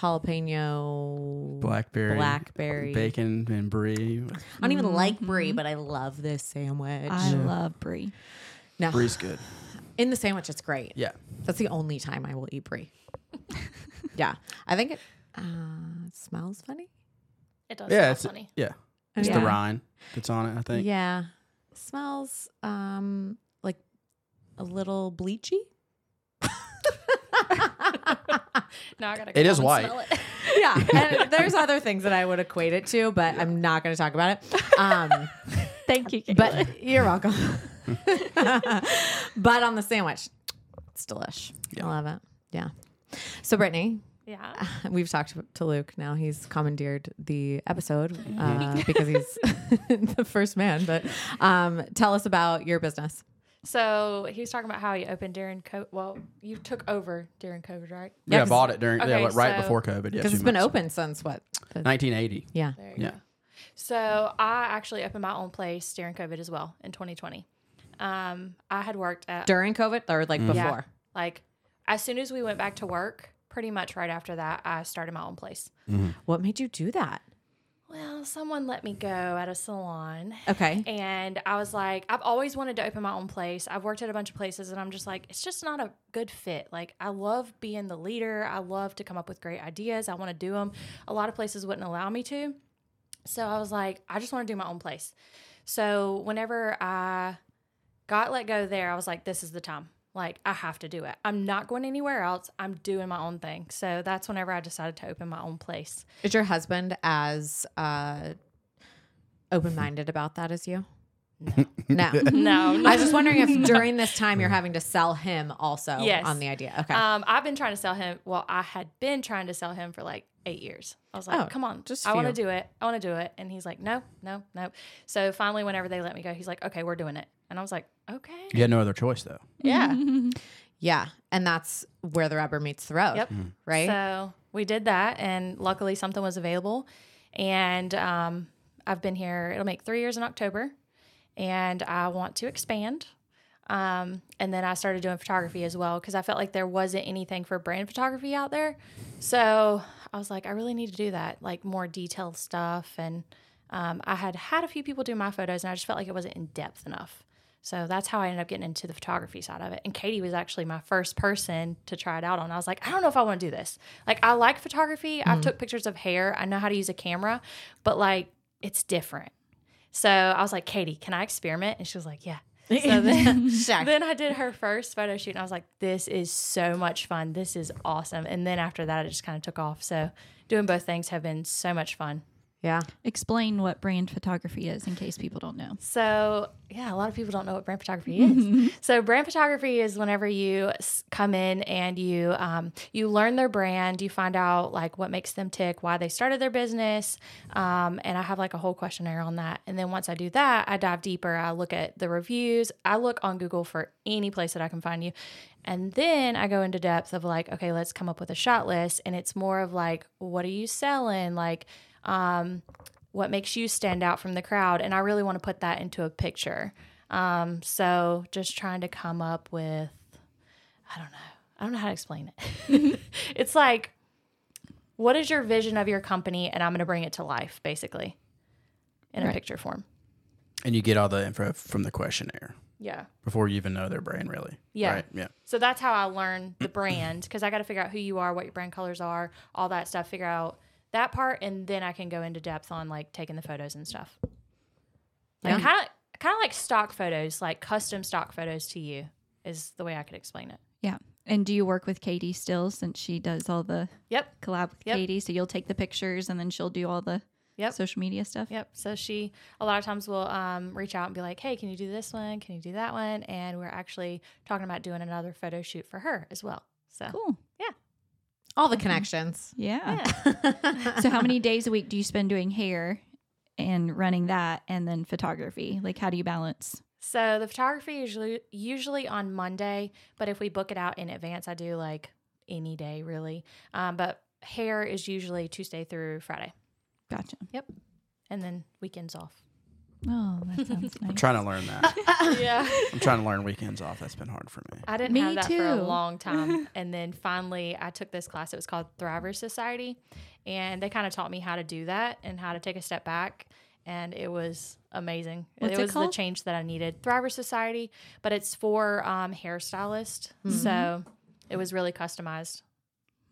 S1: jalapeno
S3: Blackberry,
S1: blackberry.
S3: bacon and brie.
S1: I don't even like brie, but I love this sandwich.
S2: I love brie.
S1: no,
S3: Brie's good.
S1: in the sandwich, it's great.
S3: Yeah.
S1: That's the only time I will eat brie. yeah, I think it uh, smells funny.
S4: It does
S3: Yeah.
S4: yeah,
S3: It's,
S4: funny.
S3: yeah.
S1: It's
S3: It's
S2: Yeah.
S3: the rind that's on it, I think.
S1: Yeah, smells um like a little bleachy.
S4: Now I gotta
S3: It
S4: go
S3: is
S4: and
S3: white.
S4: smell it.
S1: Yeah, and there's other things that I would equate it to, but I'm not going to talk about it. Um,
S2: Thank you, Kayla.
S1: but you're welcome. but on the sandwich, it's delish.
S3: Yeah.
S1: I love it. Yeah. So Brittany,
S4: Yeah.
S1: we've talked to Luke. Now he's commandeered the episode uh, because he's the first man. But um, tell us about your business.
S4: So he was talking about how you opened during COVID. Well, you took over during COVID, right?
S1: Yeah,
S3: Yeah,
S1: 'cause-
S3: bought it during yeah,
S4: okay,
S3: like right
S4: so-
S3: before COVID. Yeah,
S1: because
S3: two
S1: it's been
S3: months.
S1: open since what? The-
S3: 1980.
S1: yeah.
S4: There you
S3: Yeah.
S4: go. So I actually opened my own place during COVID as well in 2020. Um, I had worked at
S1: During COVID or like
S3: Mm.
S4: Yeah.
S1: before?
S4: like as soon as we went back to work, pretty much right after that, I started my own place.
S1: What made you do that?
S4: Well, someone let me go at a salon.
S1: Okay.
S4: And I was like, I've always wanted to open my own place. I've worked at a bunch of places and I'm just like, it's just not a good fit. Like, I love being the leader. I love to come up with great ideas. I want to do them. A lot of places wouldn't allow me to. So I was like, I just want to do my own place. So whenever I got let go there, I was like, this is the time. Like, I have to do it. I'm not going anywhere else. I'm doing my own thing. So that's whenever I decided to open my own place.
S1: Is your husband as uh, open minded about that as you? No. no.
S4: No,
S1: I was just wondering if during this time you're having to sell him also
S4: Yes.
S1: on the idea. Okay.
S4: Um, I've been trying to sell him. Well, I had been trying to sell him for like eight years. I was like,
S1: Oh,
S4: come on,
S1: just
S4: I want to
S1: few.
S4: do it. I want to do it. And he's like, no, no, no. So finally, whenever they let me go, he's like, okay, we're doing it. And I was like, okay,
S3: You had no other choice though.
S4: yeah.
S1: yeah. And that's where the rubber meets the road.
S4: Yep.
S1: Right?
S4: So we did that, and luckily something was available. And um, I've been here. It'll make three years in October, and I want to expand. Um, and then I started doing photography as well because I felt like there wasn't anything for brand photography out there. So I was like, I really need to do that, like more detailed stuff. And um, I had had a few people do my photos, and I just felt like it wasn't in depth enough. So that's how I ended up getting into the photography side of it. And Katie was actually my first person to try it out on. I was like, I don't know if I want to do this. Like, I like photography. I've took pictures of hair. I know how to use a camera, but like, it's different. So I was like, Katie, can I experiment? And she was like, Yeah. So then,
S1: Sure.
S4: then I did her first photo shoot, and I was like, This is so much fun. This is awesome. And then after that, it just kind of took off. So doing both things have been so much fun.
S1: Yeah.
S2: Explain what brand photography is in case people don't know.
S4: So, yeah, a lot of people don't know what brand photography is. so, brand photography is whenever you s- come in and you um, you learn their brand, you find out like what makes them tick, why they started their business, um, and I have like a whole questionnaire on that. And then once I do that, I dive deeper. I look at the reviews. I look on Google for any place that I can find you. And then I go into depth of like, okay, let's come up with a shot list. And it's more of like, what are you selling? Like, um, what makes you stand out from the crowd and i really want to put that into a picture um, so just trying to come up with i don't know i don't know how to explain it it's like what is your vision of your company and i'm going to bring it to life basically in a picture form
S3: And you get all the info from the questionnaire
S4: yeah
S3: before you even know their brand really.
S4: Yeah.
S3: Right? Yeah.
S4: So that's how I learned the brand because I got to figure out who you are, what your brand colors are, all that stuff. Figure out that part, and then I can go into depth on like taking the photos and stuff. Like
S1: Yeah.
S4: kind of, kind of like stock photos, like custom stock photos to you is the way I could explain it.
S2: Yeah. And do you work with Katie still since she does all the
S4: Yep.
S2: collab with
S4: Yep.
S2: Katie? So you'll take the pictures and then she'll do all the
S4: Yep.
S2: social media stuff?
S4: Yep. So she a lot of times will um, reach out and be like, "Hey, can you do this one? Can you do that one?" And we're actually talking about doing another photo shoot for her as well. So
S2: Cool.
S1: All the connections.
S2: Yeah.
S4: yeah.
S2: so how many days a week do you spend doing hair and running that and then photography? Like how do you balance?
S4: So the photography usually usually on Monday, but if we book it out in advance, I do like any day really. Um, but hair is usually Tuesday through Friday,
S2: Gotcha.
S4: and then weekends off.
S2: Oh, that sounds
S3: I'm
S2: nice.
S3: trying to learn that.
S4: yeah.
S3: I'm trying to learn weekends off. That's been hard for me.
S4: I didn't
S2: Me
S4: have that for a
S2: too.
S4: long time. and then finally, I took this class. It was called Thrivers Society. And they kind of taught me how to do that and how to take a step back. And it was amazing.
S2: What's
S4: it
S2: it
S4: was the
S2: called?
S4: change that I needed. Thrivers Society, but it's for um, hairstylists.
S2: Mm-hmm.
S4: So it was really customized.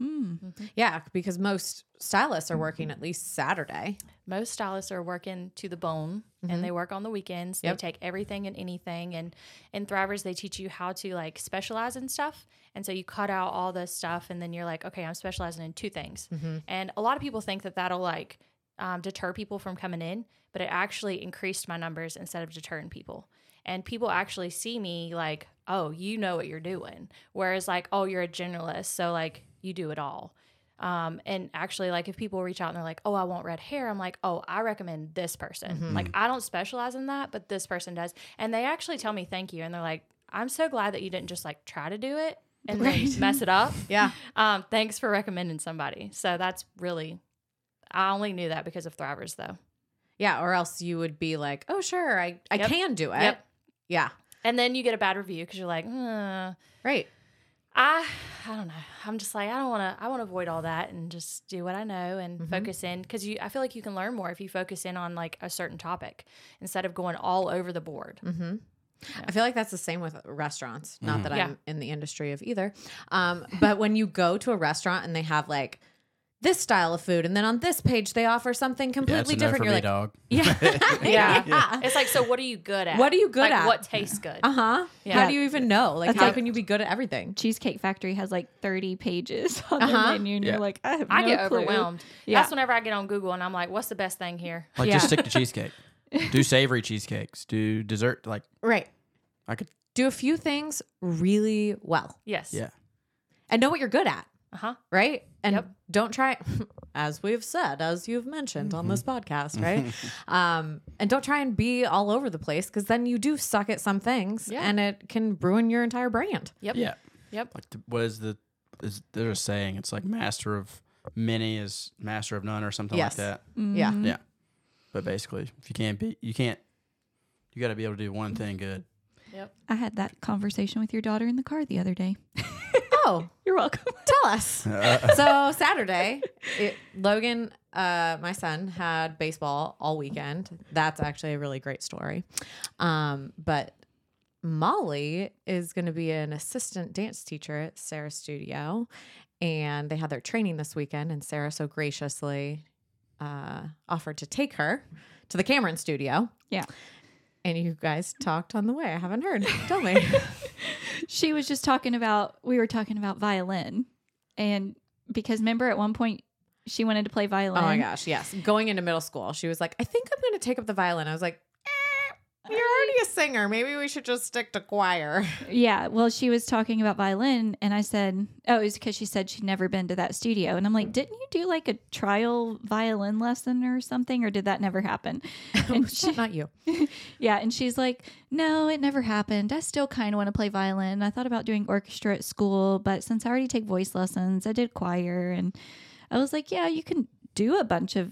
S2: Hmm.
S1: Yeah, because most stylists are working at least Saturday.
S4: most stylists are working to the bone and they work on the weekends
S1: Yep.
S4: they take everything and anything and in thrivers they teach you how to like specialize in stuff and so you cut out all this stuff and then you're like okay i'm specializing in two things and a lot of people think that that'll like um, deter people from coming in but it actually increased my numbers instead of deterring people and people actually see me like oh you know what you're doing whereas like oh you're a generalist so like you do it all um, and actually, like if people reach out and they're like, "Oh, I want red hair," I'm like, "Oh, I recommend this person." Like I don't specialize in that, but this person does, and they actually tell me thank you, and they're like, "I'm so glad that you didn't just like try to do it and then mess it up."
S1: Yeah.
S4: Um, thanks for recommending somebody. So that's really, I only knew that because of Thrivers, though.
S1: Yeah, or else you would be like, "Oh, sure, I I
S4: Yep.
S1: can do it."
S4: Yep.
S1: Yeah.
S4: And then you get a bad review because you're like, "Uh,
S1: Right.
S4: I I don't know. I'm just like I don't want to. I want to avoid all that and just do what I know and
S1: Mm-hmm.
S4: focus in because you. I feel like you can learn more if you focus in on like a certain topic instead of going all over the board.
S1: Mm-hmm. I feel like that's the same with restaurants. Not that
S4: Yeah.
S1: I'm in the industry of either. Um, but when you go to a restaurant and they have like this style of food, and then on this page they offer something completely different, you're like,
S3: dog.
S1: yeah,
S4: Yeah. It's like so. What are you good at?
S1: What are you good
S4: Like,
S1: at?
S4: What tastes good?
S1: Uh huh. How
S4: Yeah.
S1: do you even know? Like, how
S2: like-
S1: can you be good at everything?
S2: Cheesecake Factory has like 30 pages on
S1: Uh-huh.
S2: the menu, and
S3: Yeah.
S2: you're like, I have
S4: I
S2: no
S4: get
S2: clue.
S4: overwhelmed.
S2: Yeah.
S4: That's whenever I get on Google and I'm like, what's the best thing here?
S3: Like
S1: Yeah.
S3: just stick to cheesecake. Do savory cheesecakes. Do dessert. Like
S1: Right.
S3: I could.
S1: Do a few things really well
S4: Yes.
S3: Yeah.
S1: and know what you're good at.
S4: Uh huh.
S1: right? And
S4: Yep.
S1: don't try, as we've said, as you've mentioned on this podcast, right? um, and don't try and be all over the place because then you do suck at some things
S4: Yeah.
S1: and it can ruin your entire brand.
S4: Yep.
S3: Yeah.
S4: Yep.
S3: Like the, what is the? Is there's a saying? It's like master of many is master of none or something
S1: Yes.
S3: like that.
S1: Yeah.
S3: Yeah. But basically, if you can't be, you can't. You got to be able to do one thing good.
S4: Yep.
S2: I had that conversation with your daughter in the car the other day.
S1: Oh,
S2: You're welcome.
S1: tell us. so, Saturday, it, Logan, uh, my son, had baseball all weekend. That's actually a really great story. Um, but Molly is going to be an assistant dance teacher at Sarah's studio, and they had their training this weekend, and Sarah so graciously uh, offered to take her to the Cameron studio.
S2: Yeah.
S1: And you guys talked on the way. I haven't heard. Tell me.
S2: She was just talking about, we were talking about violin. And because remember at one point she wanted to play
S1: oh
S2: violin.
S1: my gosh, yes. Going into middle school, she was like, "I think I'm going to take up the violin." I was like, eh, "You're already a singer. Maybe we should just stick to choir."
S2: Yeah. Well, she was talking about violin, and I said, "Oh, it was because she said she'd never been to that studio." And I'm like, "Didn't you do like a trial violin lesson or something, or did that never happen?" And she,
S1: Not you.
S2: yeah, and she's like, "No, it never happened. I still kind of want to play violin. I thought about doing orchestra at school, but since I already take voice lessons, I did choir, and I was like, yeah, you can do a bunch of."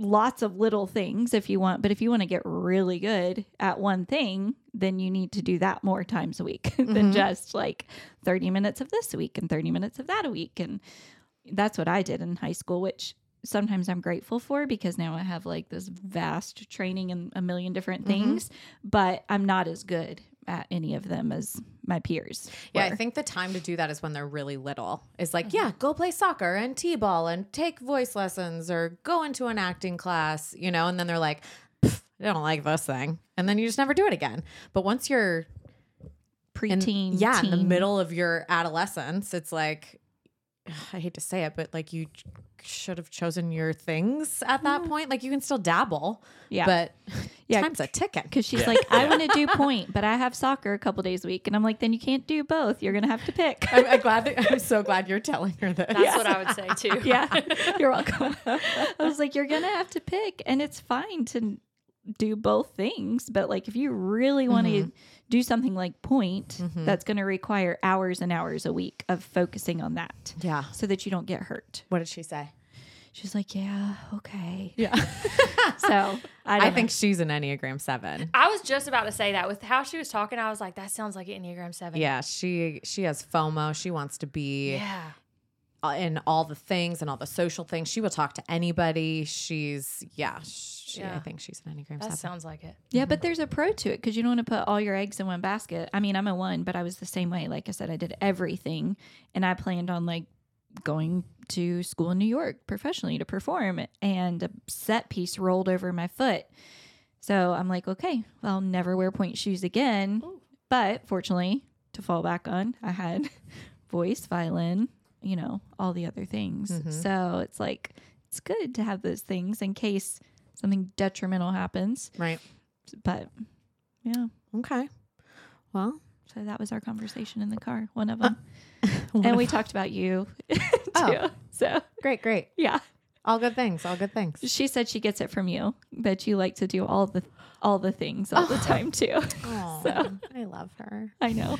S2: Lots of little things if you want, but if you want to get really good at one thing, then you need to do that more times a week than
S1: Mhm.
S2: just like 30 minutes of this a week and 30 minutes of that a week. And that's what I did in high school, which sometimes I'm grateful for because now I have like this vast training in a million different
S1: Mm-hmm.
S2: things, but I'm not as good at any of them as my peers.
S1: Yeah, I
S2: were.
S1: think the time to do that is when they're really little. It's like, yeah, go play soccer and t-ball and take voice lessons or go into an acting class, you know, and then they're like, "Pff, I don't like this thing. And then you just never do it again. But once you're in,
S2: preteen.
S1: yeah, in the
S2: teen.
S1: middle of your adolescence, it's like I hate to say it, but like you ch- should have chosen your things at that point. Like you can still dabble,
S2: Yeah.
S1: but
S2: Yeah.
S1: time's a ticket.
S2: Cause she's like, I want to do point, but I have soccer a couple days a week, and I'm like, then you can't do both. You're gonna have to pick.
S1: I'm, I'm glad. That, I'm so glad you're telling her this.
S4: That's what I would say too.
S2: yeah, you're welcome. I was like, you're gonna have to pick, and it's fine to do both things, but like if you really want
S1: Mm-hmm.
S2: to do something like point, that's gonna require hours and hours a week of focusing on that,
S1: Yeah.
S2: so that you don't get hurt.
S1: What did she say?
S2: She's like, yeah, okay.
S1: Yeah.
S2: So I,
S1: I,
S2: don't
S1: think she's an Enneagram 7.
S4: I was just about to say that with how she was talking. I was like, that sounds like an Enneagram Seven.
S1: Yeah, she she has FOMO. She wants to be
S4: Yeah.
S1: uh, in all the things and all the social things. She will talk to anybody. She's yeah, she, I
S4: Yeah.
S1: think she's an Enneagram
S4: That
S1: 7.
S4: sounds like it.
S2: Yeah, but there's a pro to it because you don't want to put all your eggs in one basket. I mean, I'm a one, but I was the same way. Like I said, I did everything and I planned on like going to school in New York professionally to perform and a set piece rolled over my foot. So I'm like, okay, well, I'll never wear point shoes again. But fortunately, to fall back on, I had voice, violin, you know, all the other things. So it's like, it's good to have those things in case something detrimental happens
S1: right.
S2: but yeah
S1: Okay. Well,
S2: so that was our conversation in the car one of them and we talked about you too
S1: Oh.
S2: so
S1: great, great.
S2: yeah
S1: All good things. All good things.
S2: she said she gets it from you that you like to do all the all the things all the time too
S1: Aw,
S2: So-
S1: I love her.
S2: i know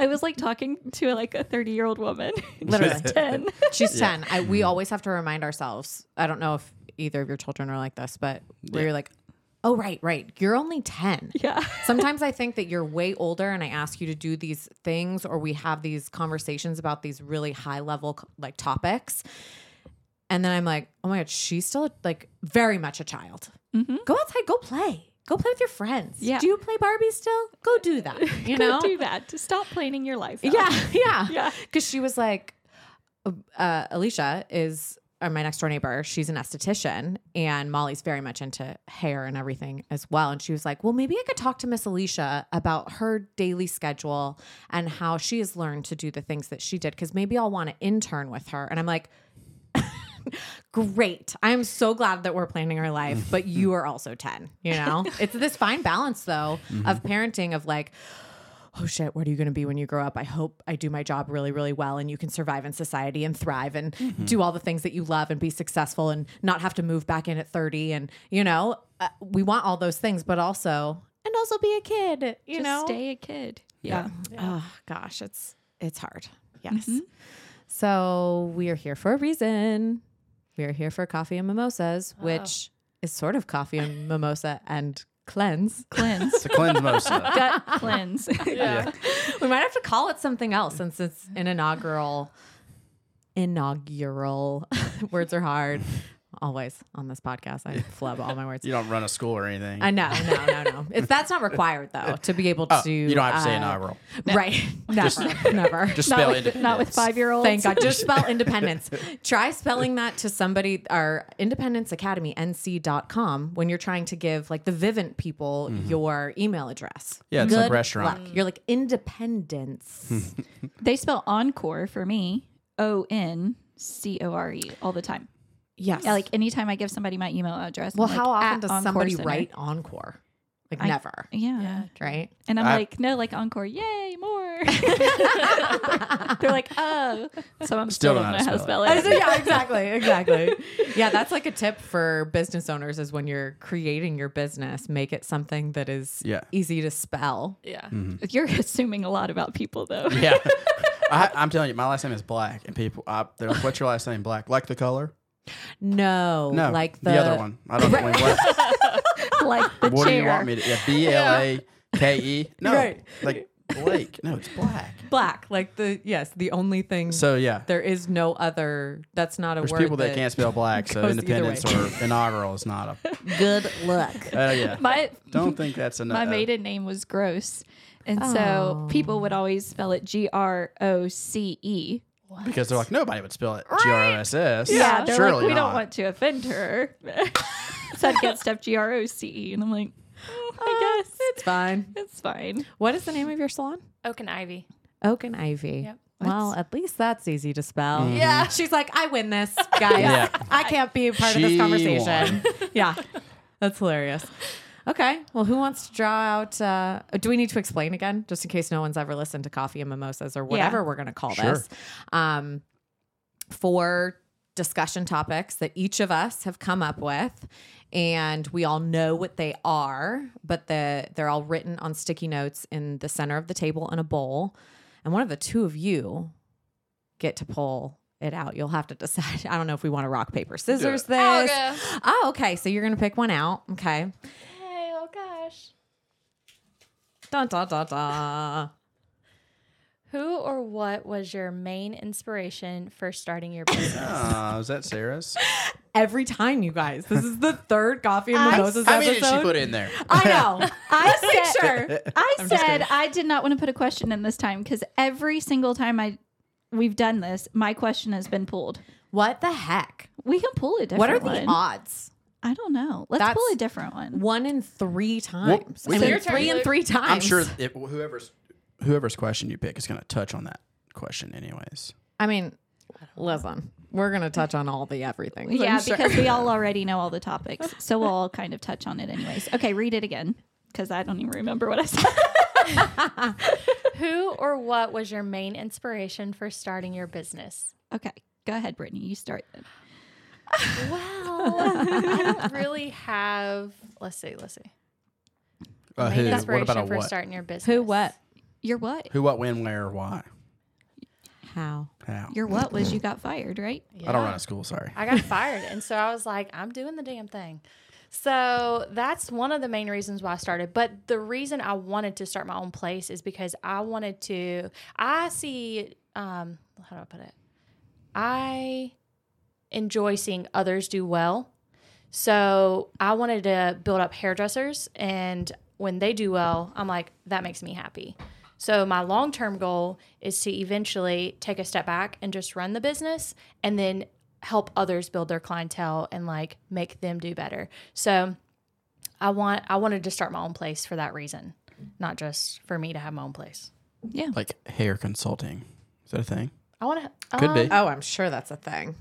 S2: i was like talking to like a 30 year old woman
S1: Literally.
S2: she's 10
S1: She's 10. I, we always have to remind ourselves. I don't know if either of your children are like this, but where you're like, oh, right, right. You're only 10.
S2: yeah
S1: Sometimes I think that you're way older and I ask you to do these things or we have these conversations about these really high level like topics. And then I'm like, oh my God, she's still like very much a child. Go outside, go play. Go play with your friends.
S2: Mm-hmm. Yeah.
S1: Do you play Barbie still? Go do that. You
S2: Go
S1: know?
S2: do that to stop planning your life out.
S1: Yeah, yeah,
S2: Yeah.
S1: Because she was like, uh, Alicia is or my next door neighbor. She's an esthetician, and Molly's very much into hair and everything as well. And she was like, "Well, maybe I could talk to Miss Alicia about her daily schedule and how she has learned to do the things that she did. Because maybe I'll want to intern with her." And I'm like. Great. I'm so glad that we're planning our life, but you are also 10, you know? it's this fine balance though of parenting of like oh shit, what are you going to be when you grow up? I hope I do my job really, really well and you can survive in society and thrive and do all the things that you love and be successful and not have to move back in at 30. And, you know, uh, we want all those things, but also, and also be a kid, you
S2: just
S1: know?
S2: stay a kid yeah,
S1: Oh gosh, it's, it's hard. Yes. Mm-hmm. So we are here for a reason. We are here for coffee and mimosas, which is sort of coffee and mimosa and cleanse.
S2: cleanse
S3: It's a cleanse mosa.
S2: gut cleanse
S3: Yeah.
S1: we might have to call it something else since it's an inaugural inaugural words are hard always on this podcast i flub all my words
S3: You don't run a school or anything.
S1: i know no no no it's, that's not required though to be able to
S3: Oh, you don't have to say
S1: uh,
S3: inaugural.
S1: right never never
S3: Just
S2: not
S3: spell
S2: with,
S3: it.
S2: not with five year olds
S1: Oh, Thank God. Just spell independence. Try spelling that to somebody, our Independence Academy, nc.com, when you're trying to give like the Vivint people your email address.
S3: Mm-hmm. Yeah, it's like restaurant. Hmm.
S1: luck. You're like, independence.
S2: They spell encore for me O N C O R E all the time.
S1: yes.
S2: Yeah, like anytime I give somebody my email address. I'm
S1: Well,
S2: like,
S1: how often
S2: "At
S1: does
S2: Encore
S1: somebody
S2: Center."
S1: write encore? Like
S2: I-
S1: never,
S2: Yeah.
S1: right?
S2: And I'm
S3: I-
S2: like, no, like encore, yay, more. They're like, oh. So I'm still,
S3: Still don't
S2: don't know
S3: know
S2: how to spell
S1: I
S2: it.
S1: said, yeah, exactly, exactly. yeah, that's like a tip for business owners is when you're creating your business, make it something that is
S3: Yeah.
S1: easy to spell.
S4: Yeah.
S3: Mm-hmm.
S2: You're assuming a lot about people, though.
S3: Yeah. I, I'm telling you, my last name is Black, and people, I, they're like, "What's your last name, Black? Like the color?
S1: No,
S3: No,
S1: like the,
S3: the, other one. I don't know what,
S2: like the
S3: what do
S2: chair.
S3: you want me to? Yeah, B L A K E. No,
S1: Right.
S3: like Blake. No, it's Black.
S1: black, like the yes, the only thing.
S3: So yeah,
S1: there is no other. That's not a
S3: there's
S1: word.
S3: people that, can't spell Black, so
S1: goes either
S3: independence
S1: way.
S3: or inaugural is not a.
S1: Good luck.
S3: Oh yeah,
S2: My,
S3: don't think that's enough.
S2: my maiden name was Gross. And so people would always spell it G R O C E.
S3: because they're like nobody would spell it G R O S S.
S2: Yeah, they're
S3: surely
S2: like, we
S3: not.
S2: don't want to offend her. so I'd get stuff G R O C E, and I'm like, "Oh, I guess
S1: It's fine.
S2: it's fine.
S1: What is the name of your salon?
S4: Oak and Oh, Ivy.
S1: Oak and Ivy.
S4: Yep.
S1: Well, at least that's easy to spell.
S4: Yeah.
S1: She's like, I win this, guys.
S3: Mm-hmm. Yeah.
S1: I can't be a part of this
S3: She
S1: conversation. yeah. That's hilarious. Okay. Well, who wants to draw out? Uh, do we need to explain again, just in case no one's ever listened to Coffee and Mimosas or whatever we're going to call
S3: Sure.
S1: this? Um, four discussion topics that each of us have come up with and we all know what they are but the, they're all written on sticky notes in the center of the table in a bowl and one of the two of you get to pull it out. You'll have to decide. I don't know if we want to rock paper scissors this.
S4: I'll go.
S1: Oh, okay. So you're gonna pick one out. Okay.
S4: Hey, oh gosh.
S1: Dun dun dun dun.
S4: Who or what was your main inspiration for starting your business?
S3: Ah, is that Sarah's?
S1: Every time, you guys. This is the third coffee and
S2: I-
S1: mimosas
S3: I mean, did
S1: episode.
S3: she put it in there?
S1: I know.
S2: I
S1: Make sure.
S2: I said I did not want to put a question in this time because every single time I we've done this, my question has been pulled.
S1: What the heck?
S2: We can pull a different
S1: What are
S2: one.
S1: the odds?
S2: I don't know. Let's
S1: That's-
S2: pull a different one.
S1: One in three times.
S3: we
S1: I
S3: can-
S1: mean,
S3: Your
S4: turn,
S1: three and
S4: Luke.
S1: three times.
S3: I'm sure if, whoever's whoever's question you pick is going to touch on that question, anyways.
S1: I mean, listen, we're gonna touch on all the everything.
S2: yeah, because we all already know all the topics, so we'll all kind of touch on it anyways. Okay, read it again because I don't even remember what I said.
S4: Who or what was your main inspiration for starting your business?
S2: okay, go ahead, Brittany. You start then.
S4: Well, I don't really have. Let's see. Let's see.
S3: Uh,
S4: Main
S3: who? What
S4: inspiration
S3: about a
S4: for
S3: what?
S4: starting your business?
S1: who, what,
S2: Your what?
S3: Who? What? When? Where? Why?
S1: how?
S3: How?
S2: Your what was you got fired, right?
S3: I don't
S4: Yeah.
S3: run a school. Sorry.
S4: I got fired. And so I was like, I'm doing the damn thing. So that's one of the main reasons why I started. But the reason I wanted to start my own place is because I wanted to, I see, um, how do I put it? I enjoy seeing others do well. So I wanted to build up hairdressers. And when they do well, I'm like, that makes me happy. So my long term goal is to eventually take a step back and just run the business and then help others build their clientele and like make them do better. So I want I wanted to start my own place for that reason, not just for me to have my own place.
S2: Yeah.
S3: Like hair consulting. Is that a thing?
S4: I want to
S3: Could
S2: Um,
S3: be.
S1: Oh, I'm sure that's a thing.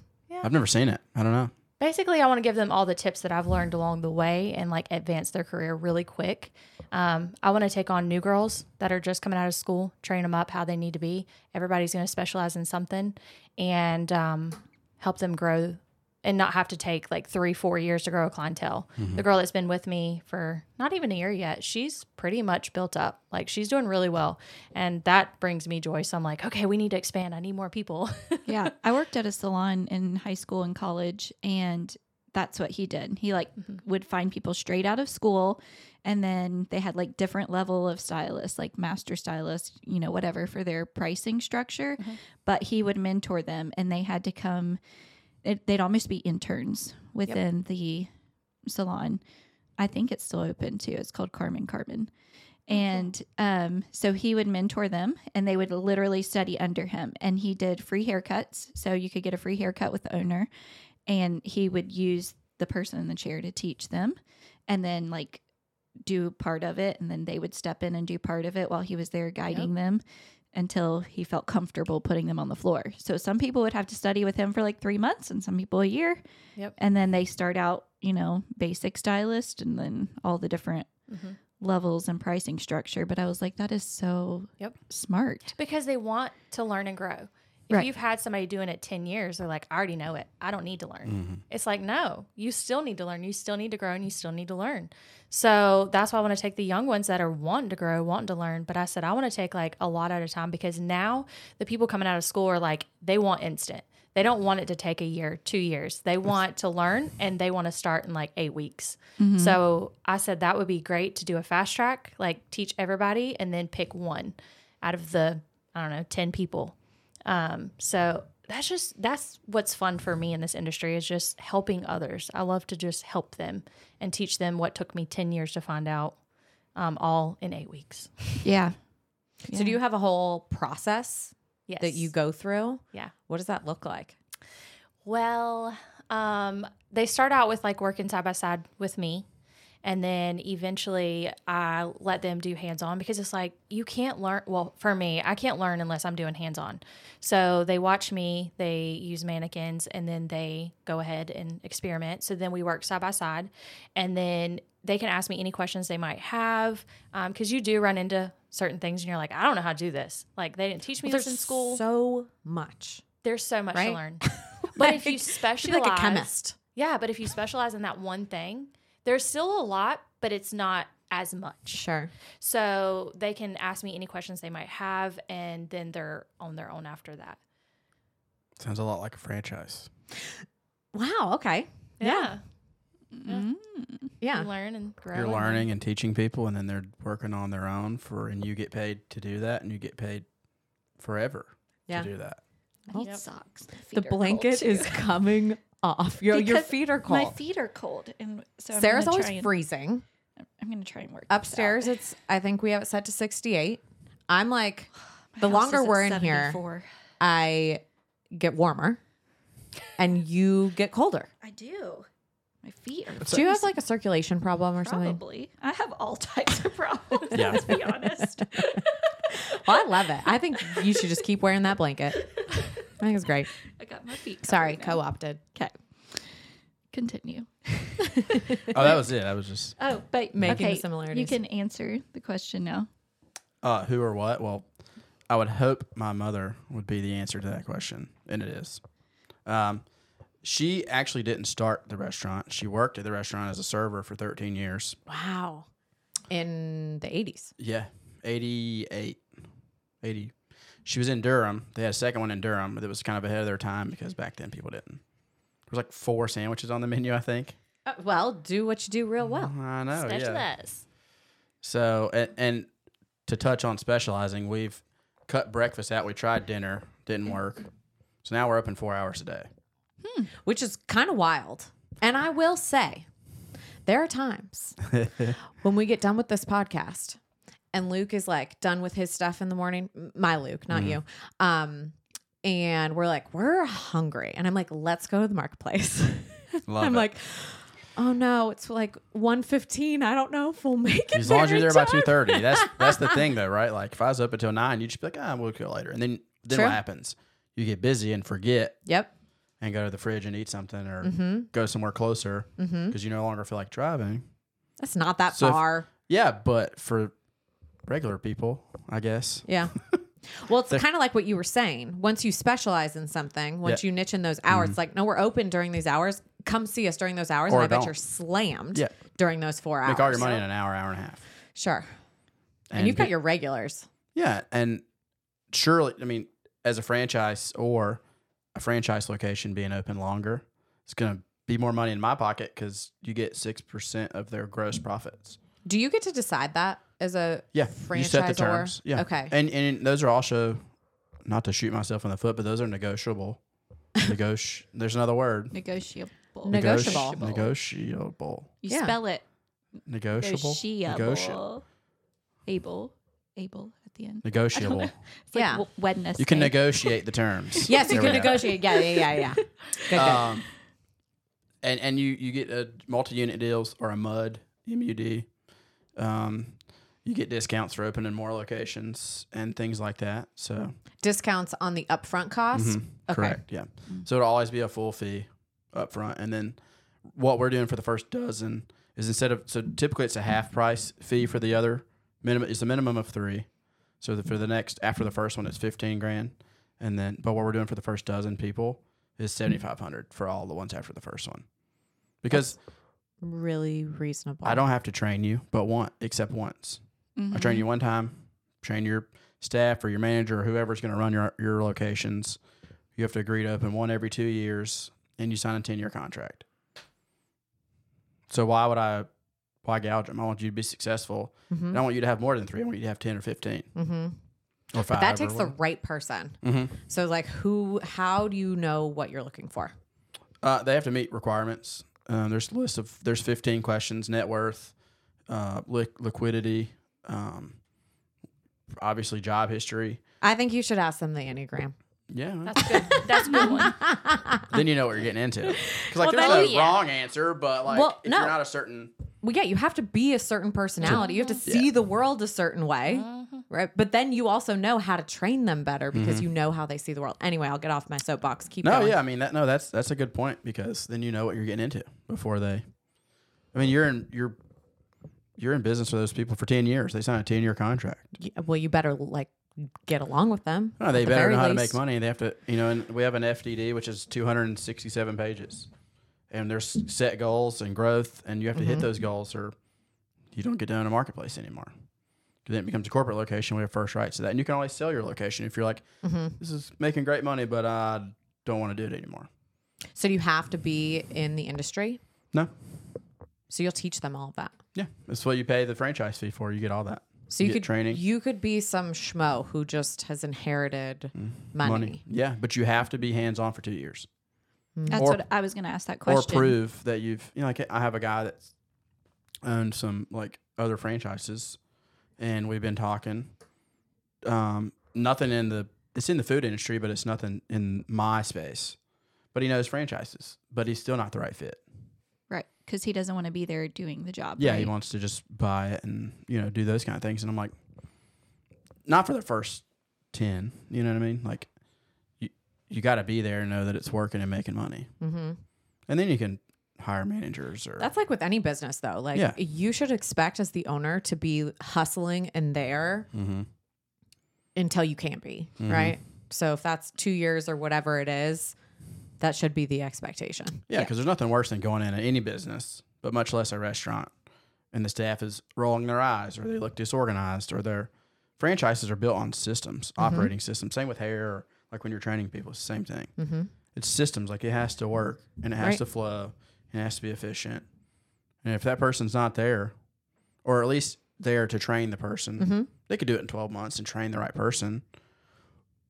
S3: I've never seen it. I don't know.
S4: basically i want to give them all the tips that i've learned along the way and like advance their career really quick um, i want to take on new girls that are just coming out of school train them up how they need to be everybody's going to specialize in something and um, help them grow and not have to take like three four years to grow a clientele the girl that's been with me for not even a year yet she's pretty much built up like she's doing really well and that brings me joy so i'm like okay we need to expand i need more people
S2: yeah i worked at a salon in high school and college and that's what he did he like would find people straight out of school and then they had like different level of stylists like master stylists you know whatever for their pricing structure but he would mentor them and they had to come it, they'd almost be interns within the salon i think it's still open too it's called carmen carmen and um, so he would mentor them and they would literally study under him. And he did free haircuts. So you could get a free haircut with the owner. And he would use the person in the chair to teach them and then like do part of it. And then they would step in and do part of it while he was there guiding them until he felt comfortable putting them on the floor. So some people would have to study with him for like three months and some people a year.
S4: Yep.
S2: And then they start out, you know, basic stylist and then all the different levels and pricing structure, but I was like, that is so
S4: Yep.
S2: smart.
S4: because they want to learn and grow. If
S2: Right.
S4: you've had somebody doing it 10 years, they're like, I already know it. I don't need to learn. It's like, no, you still need to learn. You still need to grow and you still need to learn. So that's why I want to take the young ones that are wanting to grow, wanting to learn. But I said, I want to take like a lot at a time because now the people coming out of school are like, they want instant. They don't want it to take a year, two years. They want to learn and they want to start in like eight weeks. So I said that would be great to do a fast track, like teach everybody and then pick one out of the, I don't know, 10 people. Um, so that's just, that's what's fun for me in this industry is just helping others. I love to just help them and teach them what took me 10 years to find out um, all in eight weeks.
S2: Yeah.
S1: So do you have a whole process
S4: Yes.
S1: that you go through?
S4: Yeah.
S1: What does that look like?
S4: Well, um, they start out with like working side by side with me. And then eventually I let them do hands on because it's like you can't learn. Well, for me, I can't learn unless I'm doing hands on. So they watch me, they use mannequins, and then they go ahead and experiment. So then we work side by side. And then they can ask me any questions they might have because you do run into certain things and you're like, I don't know how to do this. Like they didn't teach me this in school
S1: so much.
S4: there's so much
S1: right?
S4: to learn. But if you
S1: She's
S4: specialize,
S1: like a chemist.
S4: yeah, but if you specialize in that one thing, there's still a lot, but it's not as much.
S1: Sure.
S4: So they can ask me any questions they might have, and then they're on their own after that.
S3: Sounds a lot like a franchise.
S1: Wow. Okay.
S4: Yeah. You
S2: Mm-hmm.
S1: Yeah.
S4: learn and grow.
S3: You're
S4: and
S3: learning and teaching people, and then they're working on their own for, and you get paid to do that, and you get paid forever
S1: Yeah.
S3: to do that.
S2: I need
S4: Yep.
S2: socks. My feet
S1: The
S2: are cold,
S1: blanket
S2: too.
S1: is coming off. Your your
S2: Because
S1: feet are cold.
S2: My feet are cold, and so I'm
S1: Sarah's
S2: gonna
S1: always
S2: try and,
S1: freezing.
S2: I'm gonna try and work this out.
S1: Upstairs, it's I think we have it set to sixty eight. I'm like,
S2: My
S1: the
S2: house
S1: longer
S2: is at
S1: we're in here,
S2: 74.
S1: I get warmer, and you get colder.
S2: I do. My feet are
S1: Do you have like a circulation problem or something?
S2: probably. I have all types of problems.
S3: Yeah.
S2: Let's be honest.
S1: Well, I love it. I think you should just keep wearing that blanket. I think it's great.
S2: I got my feet.
S1: Sorry, co-opted.
S2: Okay. Continue.
S3: Oh, that was it. That was just
S2: Oh, but
S1: Making the
S2: okay, You
S1: similarities.
S2: can answer the question now.
S3: uh, who or what. Well, I would hope my mother would be the answer to that question, and it is. Um, she actually didn't start the restaurant. She worked at the restaurant as a server for 13 years.
S1: Wow. In the eighties.
S3: Yeah, 88, 80. She was in Durham. They had a second one in Durham that was kind of ahead of their time because back then people didn't. There was like four sandwiches on the menu, I think.
S1: Uh, well, do what you do real well.
S3: I know. Oh,
S4: learning.
S3: yeah.
S4: Specialize.
S3: So, and, and to touch on specializing, we've cut breakfast out. We tried dinner, didn't work. So now we're open four hours a day.
S1: which is kind of wild. And I will say, there are times when we get done with this podcast and Luke is like done with his stuff in the morning. M- My Luke,
S3: Mm-hmm.
S1: not you. Um, and we're like, we're hungry. And I'm like, let's go to the marketplace.
S3: Love
S1: I'm
S3: it.
S1: like, oh no, it's like 1.15. I don't know if we'll make it.
S3: as long as you're
S1: in
S3: there by
S1: time."
S3: two thirty, that's that's the thing though, right? Like if I was up until nine, you'd just be like, ah, we'll go later. And then then
S1: True.
S3: what happens? You get busy and forget
S1: Yep.
S3: and go to the fridge and eat something or
S1: Mm-hmm.
S3: go somewhere closer because you no longer feel like driving.
S1: That's not that
S3: So if-
S1: far.
S3: Yeah, but for regular people, I guess.
S1: Yeah. Well, it's kind of like what you were saying. Once you specialize in something, once
S3: Yeah. Mm-hmm.
S1: you niche in those hours, it's like, no, we're open during these hours. Come see us during those hours.
S3: Or
S1: and I bet
S3: don't.
S1: you're slammed
S3: Yeah.
S1: during those four hours.
S3: Make all your money in an hour, hour and a half.
S1: Sure. And, you've
S3: get-
S1: got your regulars.
S3: Yeah, and surely, I mean, as a franchise or a franchise location being open longer, it's going to be more money in my pocket because you get six percent of their gross profits.
S1: Do you get to decide that as a
S3: Yeah,
S1: franchisor?
S3: you set the terms. Yeah,
S1: Okay.
S3: and and those are also not to shoot myself in the foot, but those are negotiable. Negoti. There's another word.
S2: Negotiable.
S1: Negotiable.
S3: Negoti- Negotiable.
S2: You
S1: Yeah.
S2: spell it.
S3: Negotiable. Negoti-
S2: Negotiable. Able. Able at the end.
S3: Negotiable.
S2: It's like
S1: Yeah.
S2: w- Wednesday.
S3: You can negotiate the terms.
S1: yes, you
S3: There
S1: can
S3: we go.
S1: negotiate. Yeah, yeah, yeah, yeah. Good, good.
S3: um, and and you you get a multi-unit deals or a mud MUD. Um, you get discounts for opening more locations and things like that. So
S1: Discounts on the upfront cost. Mm-hmm.
S3: mm-hmm.
S1: Okay.
S3: correct, yeah. So it'll always be a full fee up front, and then what we're doing for the first dozen is instead of so typically it's a half price fee for the other minimum. It's a minimum of three. So the, for the next after the first one, it's fifteen grand, and then but what we're doing for the first dozen people is seventy five hundred for all the ones after the first one, because
S1: Really reasonable.
S3: I don't have to train you, but one except once. I
S1: Mm-hmm.
S3: train you one time, train your staff or your manager or whoever's going to run your your locations. You have to agree to open one every two years, and you sign a ten year contract. So why would I? Why gouge them? I want you to be successful.
S1: Mm-hmm.
S3: And I want you to have more than three. I want you to have ten or 15
S1: Mhm.
S3: or five.
S1: That takes the right person.
S3: hmm
S1: So, like, who? How do you know what you're looking for?
S3: Uh, they have to meet requirements. Um, there's a list of there's 15 questions: net worth, uh, li- liquidity, um, obviously job history.
S1: I think you should ask them the enneagram.
S3: Yeah.
S4: That's good. That's a good one.
S3: then you know what you're getting into. Because
S1: Well,
S3: like there's
S1: that-
S3: no
S1: oh, yeah.
S3: wrong answer, but like
S1: Well,
S3: if
S1: no.
S3: you're not a certain
S1: well, yeah, you have to be a certain personality. You have to see the world a certain way, right? But then you also know how to train them better because you know how they see the world. Anyway, I'll get off my soapbox. Keep
S3: Mm-hmm. No,
S1: going.
S3: yeah, I mean that no, that's that's a good point because then you know what you're getting into before they I mean you're in you're you're in business with those people for ten years. They sign a ten year contract.
S1: Y- Well, you better like get along with them.
S3: No, Oh, they
S1: at the
S3: better
S1: very
S3: know how to make
S1: least.
S3: money. They have to, you know, and we have an FDD which is 267 pages, and there's set goals and growth, and you have to
S1: Mm-hmm.
S3: hit those goals or you don't get down a marketplace anymore. 'Cause Then it becomes a corporate
S1: Mm-hmm.
S3: location. We have first rights to that, and you can always sell your location if you're like, "This is making great money, but I don't want to do it anymore.
S1: So do you have to be in the industry?
S3: No.
S1: So you'll teach them all of that.
S3: Yeah. That's what you pay the franchise fee for. You get all that.
S1: So you
S3: get
S1: could
S3: training.
S1: You could be some schmo who just has inherited
S3: Mm,
S1: money.
S3: Yeah, but you have to be hands on for two years
S2: Mm-hmm. That's
S3: Or-
S2: what I was going to ask that question.
S3: or prove that you've. You know, like I have a guy that's owned some like other franchises, and we've been talking. Um, nothing in the it's in the food industry, but it's nothing in my space. But he knows franchises, but he's still not the right fit.
S2: Right. Because he doesn't want to be there doing the job.
S3: Yeah,
S2: right?
S3: he wants to just buy it and you know do those kind of things. And I'm like, not for the first ten. You know what I mean? Like, you you got to be there and know that it's working and making money,
S1: Mm-hmm.
S3: and then you can hire managers or
S1: That's like with any business though. Like
S3: Yeah.
S1: you should expect as the owner to be hustling and there
S3: Mhm.
S1: until you can't be, right? So if that's 2 years or whatever it is, that should be the expectation.
S3: yeah, because there's nothing worse than going in any business, but much less a restaurant, and the staff is rolling their eyes or they look disorganized or their franchises are built on systems,
S1: Mm-hmm.
S3: operating systems. Same with hair, or like when you're training people, it's the same thing.
S1: Mm-hmm.
S3: it's systems like it has to work and it has
S1: Right.
S3: to flow and it has to be efficient and if that person's not there or at least there to train the person
S1: Mm-hmm.
S3: they could do it in 12 months and train the right person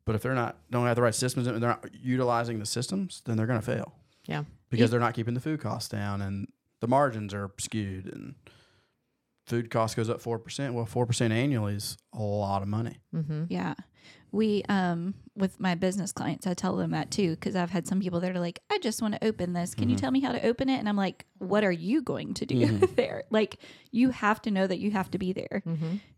S3: but if they're not don't have the right systems and they're not utilizing the systems then they're going to fail
S1: Yeah.
S3: because they're not keeping the food costs down and the margins are skewed and food cost goes up 4% well 4% annually is a lot of money
S1: Mm-hmm.
S2: Yeah. We, um, with my business clients, I tell them that too, because I've had some people that are like, I just want to open this. Can you tell me how to open it? And I'm like, what are you going to do there? Like, you have to know that you have to be there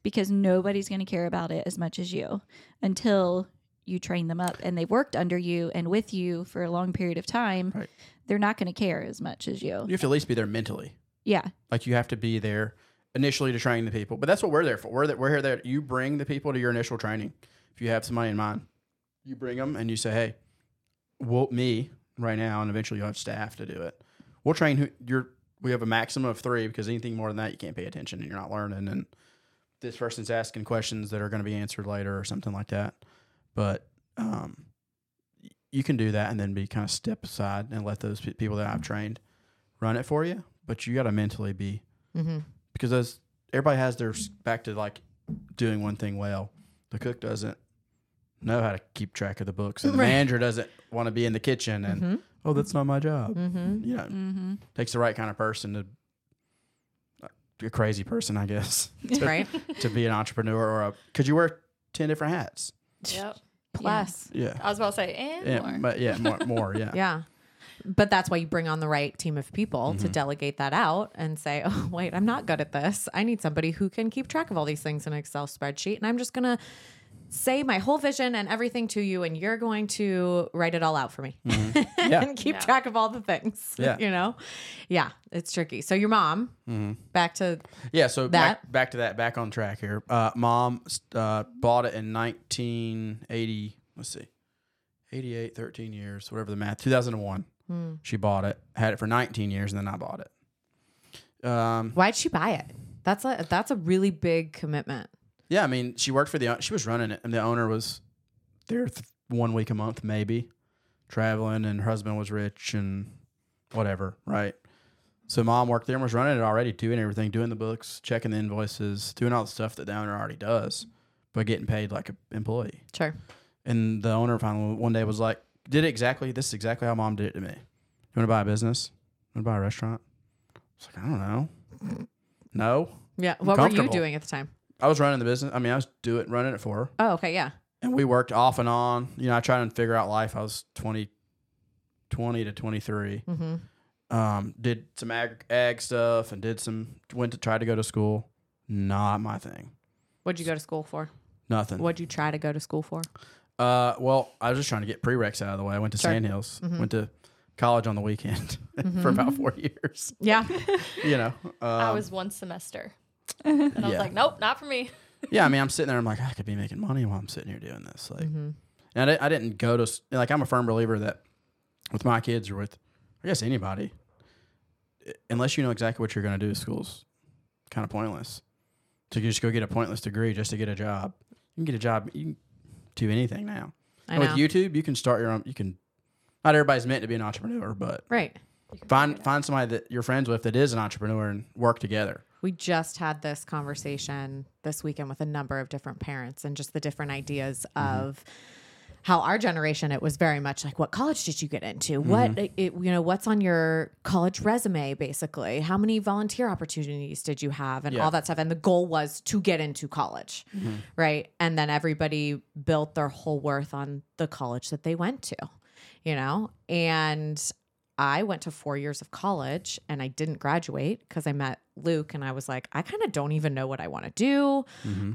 S2: because nobody's going to care about it as much as you until you train them up and they've worked under you and with you for a long period of time.
S3: Right.
S2: They're not going to care as much as you.
S3: you have to at least be there mentally
S2: Yeah.
S3: Like you have to be there initially to train the people, but that's what we're there for. We're that we're here that you bring the people to your initial training. If you have somebody in mind, you bring them and you say, "Hey, we'll me right now, and eventually you'll have staff to do it. We'll train who you're. We have a maximum of three because anything more than that, you can't pay attention and you're not learning. And this person's asking questions that are going to be answered later or something like that. But um, y- you can do that and then be kind of step aside and let those pe- people that I've trained run it for you. But you got to mentally be
S1: Mm-hmm.
S3: because those everybody has their s- back to like doing one thing well. The cook doesn't know how to keep track of the books, and the
S1: Right.
S3: manager doesn't want to be in the kitchen. And oh, that's not my job.
S1: Mm-hmm.
S3: You know,
S2: Mm-hmm.
S3: takes the right kind of person to a crazy person, I guess, to,
S1: Right?
S3: to be an entrepreneur or a because you wear ten different hats.
S4: Yep.
S1: Plus.
S3: Yeah,
S4: I was about to say, and
S3: Yeah,
S4: more.
S3: but yeah, more, more yeah.
S1: Yeah. But that's why you bring on the right team of people to delegate that out and say, oh, wait, I'm not good at this. I need somebody who can keep track of all these things in an Excel spreadsheet. And I'm just going to say my whole vision and everything to you, and you're going to write it all out for me
S3: yeah.
S1: and keep
S4: Yeah.
S1: track of all the things.
S3: Yeah.
S1: You know? Yeah, it's tricky. So, your mom, back to,
S3: Yeah, so back,
S1: That.
S3: back to that, back on track here. Uh, mom uh, bought it in 1980, let's see, 88, 13 years, whatever the math, 2001. She bought it, had it for 19 years, and then I bought it. Um,
S1: why'd she buy it? That's a, that's a really big commitment.
S3: yeah, I mean, she worked for the, she was running it, and the owner was there th- one week a month, maybe, traveling, and her husband was rich and whatever, right? So mom worked there and was running it already, doing everything, doing the books, checking the invoices, doing all the stuff that the owner already does, but getting paid like an employee.
S1: Sure.
S3: And the owner finally one day was like, "Did it exactly? This is exactly how mom did it to me. You want to buy a business? You want to buy a restaurant?" I was like, "I don't know. No,
S1: Yeah. What were you
S3: comfortable.
S1: doing at the time?
S3: I was running the business. I mean, I was doing running it for her,
S1: Oh, okay. Yeah.
S3: and we worked off and on. You know, I tried and figure out life. I was 20, 20 to twenty three.
S1: Mm-hmm.
S3: Um, did some ag, ag stuff and did some went to try to go to school. Not my thing.
S1: What'd you go to school for?
S3: Nothing.
S1: What'd you try to go to school for?
S3: Uh, well, I was just trying to get prereqs out of the way. I went to
S1: Sure.
S3: Sandhills, went to college on the weekend for about four years.
S1: Yeah.
S3: You know, um,
S4: I was one semester. And I was
S3: yeah.
S4: like, nope, not for me.
S3: yeah. I mean, I'm sitting there. I'm like, I could be making money while I'm sitting here doing this.
S1: Mm-hmm.
S3: Like, and I, di- I didn't go to s- like. I'm a firm believer that with my kids or with, I guess anybody, i- unless you know exactly what you're going to do, school's kind of pointless. To just go get a pointless degree just to get a job. You can get a job. You can do anything now.
S1: I
S3: And
S1: know.
S3: with YouTube, you can start your own. You can not everybody's meant to be an entrepreneur, but
S1: Right.
S3: find find somebody that you're friends with that is an entrepreneur and work together.
S1: We just had this conversation this weekend with a number of different parents and just the different ideas
S3: Mm-hmm.
S1: of how our generation it was very much like what college did you get into?
S3: Mm-hmm.
S1: What it, you know, what's on your college resume basically? How many volunteer opportunities did you have and
S3: Yeah.
S1: all that stuff and the goal was to get into college. Right? And then everybody built their whole worth on the college that they went to. You know? And I went to four years of college and I didn't graduate because I met Luke and I was like, I kind of don't even know what I want to do.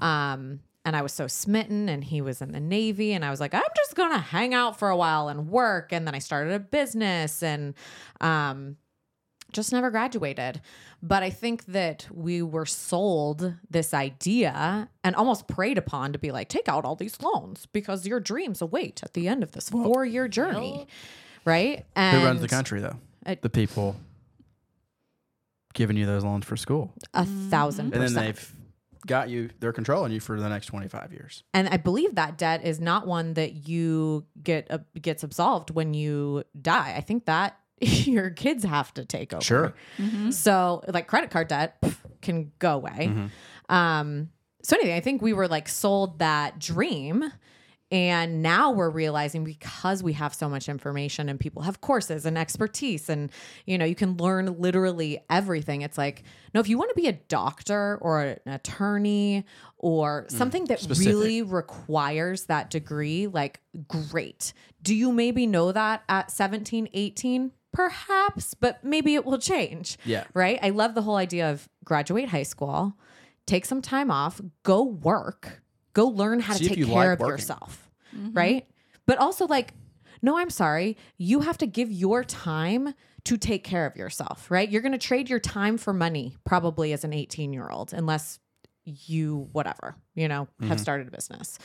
S1: Um, and I was so smitten and he was in the Navy and I was like, I'm just going to hang out for a while and work. And then I started a business and, um, just never graduated. But I think that we were sold this idea and almost preyed upon to be like, take out all these loans because your dreams await at the end of this four year journey. Right. And
S3: Who runs the country though?
S1: I-
S3: the people giving you those loans for school,
S1: A thousand
S3: and then
S1: percent. And,
S3: they've got you. They're controlling you for the next twenty five years.
S1: I believe that debt is not one that you get uh, gets absolved when you die. I think that your kids have to take over. So like credit card debt pff, can go away.
S3: Mm-hmm.
S1: Um, so anyway, I think we were like sold that dream. And now we're realizing because we have so much information and people have courses and expertise and you know you can learn literally everything. It's like no, if you want to be a doctor or an attorney or something that
S3: specific.
S1: really requires that degree, like great. Do you maybe know that at 17, 18? Perhaps, but maybe it will change
S3: Yeah.
S1: right? I love the whole idea of graduate high school, take some time off, go work, go learn how
S3: See
S1: to
S3: if
S1: take
S3: you
S1: care
S3: like
S1: of
S3: working.
S1: yourself, right? But also, like, no, I'm sorry, you have to give your time to take care of yourself, right? You're going to trade your time for money probably as an 18 year old, unless you, whatever, you know, have
S3: Mm-hmm.
S1: started a business.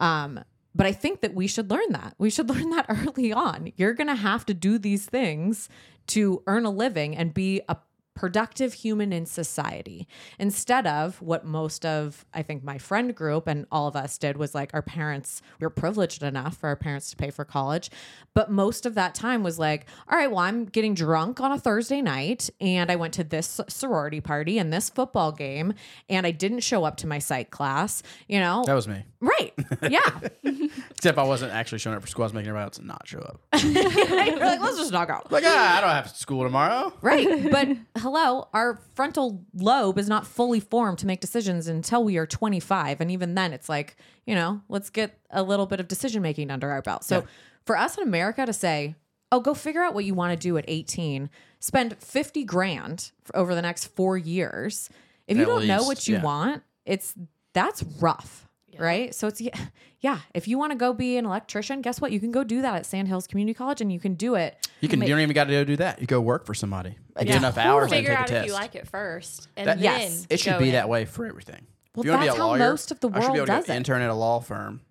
S1: Um, but I think that we should learn that. We should learn that early on. You're going to have to do these things to earn a living and be a productive human in society instead of what most of I think my friend group and all of us did was like our parents we were privileged enough for our parents to pay for college but most of that time was like all right well I'm getting drunk on a Thursday night and I went to this sorority party and this football game and I didn't show up to my psych class you know
S3: That was me.
S1: right yeah
S3: Except I wasn't actually showing up for school. I was making everybody else not show up.
S1: You're like, let's just knock out.
S3: like, ah, I don't have school tomorrow.
S1: Right. But hello, our frontal lobe is not fully formed to make decisions until we are 25. And even then, it's like, you know, let's get a little bit of decision making under our belt. So for us in America to say, oh, go figure out what you want to do at 18, spend 50 grand f- over the next four years. If you
S3: At
S1: don't know
S3: least,
S1: what you
S3: yeah.
S1: want, it's that's rough. Right. So it's, yeah, yeah. If you want to go be an electrician, guess what? You can go do that at Sand Hills Community College and you can do it
S3: You can. You don't even got to go do that. You go work for somebody. You get
S1: Yeah.
S3: enough hours and
S4: Figure
S3: take a
S4: out if
S3: test.
S4: you like it first, and
S3: That-
S4: then
S1: Yes.
S3: It should
S4: go
S3: be
S4: in.
S3: that way for everything.
S1: Well,
S3: you wanna
S1: that's how most of the
S3: I should
S1: world
S3: be able to go
S1: does it.
S3: intern at a law firm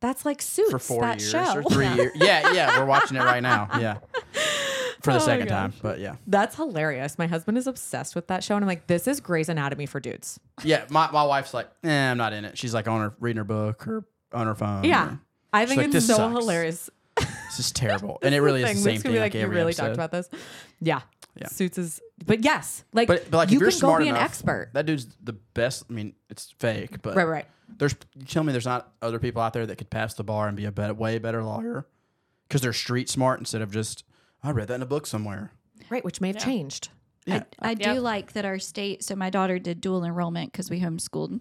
S1: That's like suits.
S3: for four
S1: that
S3: years
S1: show.
S3: or three years. Yeah, yeah, we're watching it right now. Yeah, for the
S1: Oh my
S3: second
S1: gosh.
S3: time. But yeah,
S1: That's hilarious. My husband is obsessed with that show, and I'm like, this is Grey's Anatomy for dudes.
S3: yeah. My, my wife's like, eh, I'm not in it. She's like on her reading her book or on her phone.
S1: Yeah, I think
S3: Oh, like,
S1: it's
S3: "This
S1: so
S3: sucks."
S1: hilarious.
S3: it's just terrible. and it really is the same
S1: Luke's
S3: thing.
S1: gonna be like,
S3: like,
S1: you
S3: every
S1: really
S3: episode.
S1: talked about this. Yeah.
S3: Yeah.
S1: suits is, but yes, like,
S3: But, but like,
S1: you
S3: if you're
S1: can
S3: smart
S1: go be
S3: enough,
S1: an expert.
S3: That dude's the best. I mean, it's fake, but
S1: right, right.
S3: There's you tell me there's not other people out there that could pass the bar and be a better, way better lawyer because they're street smart instead of just I read that in a book somewhere.
S1: Right, which may have changed.
S3: Yeah.
S2: I, I do
S4: Yep.
S2: like that our state. So my daughter did dual enrollment because we homeschooled,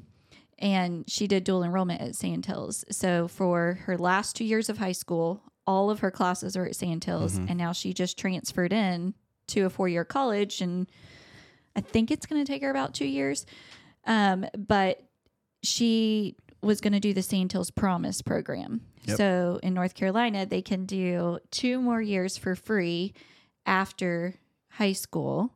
S2: and she did dual enrollment at Sand Hills. So for her last two years of high school, all of her classes are at Sand Hills, and now she just transferred in to a four-year college, and I think it's going to take her about two years. Um, but she was going to do the Sand Hills Promise program.
S3: Yep.
S2: So in North Carolina, they can do two more years for free after high school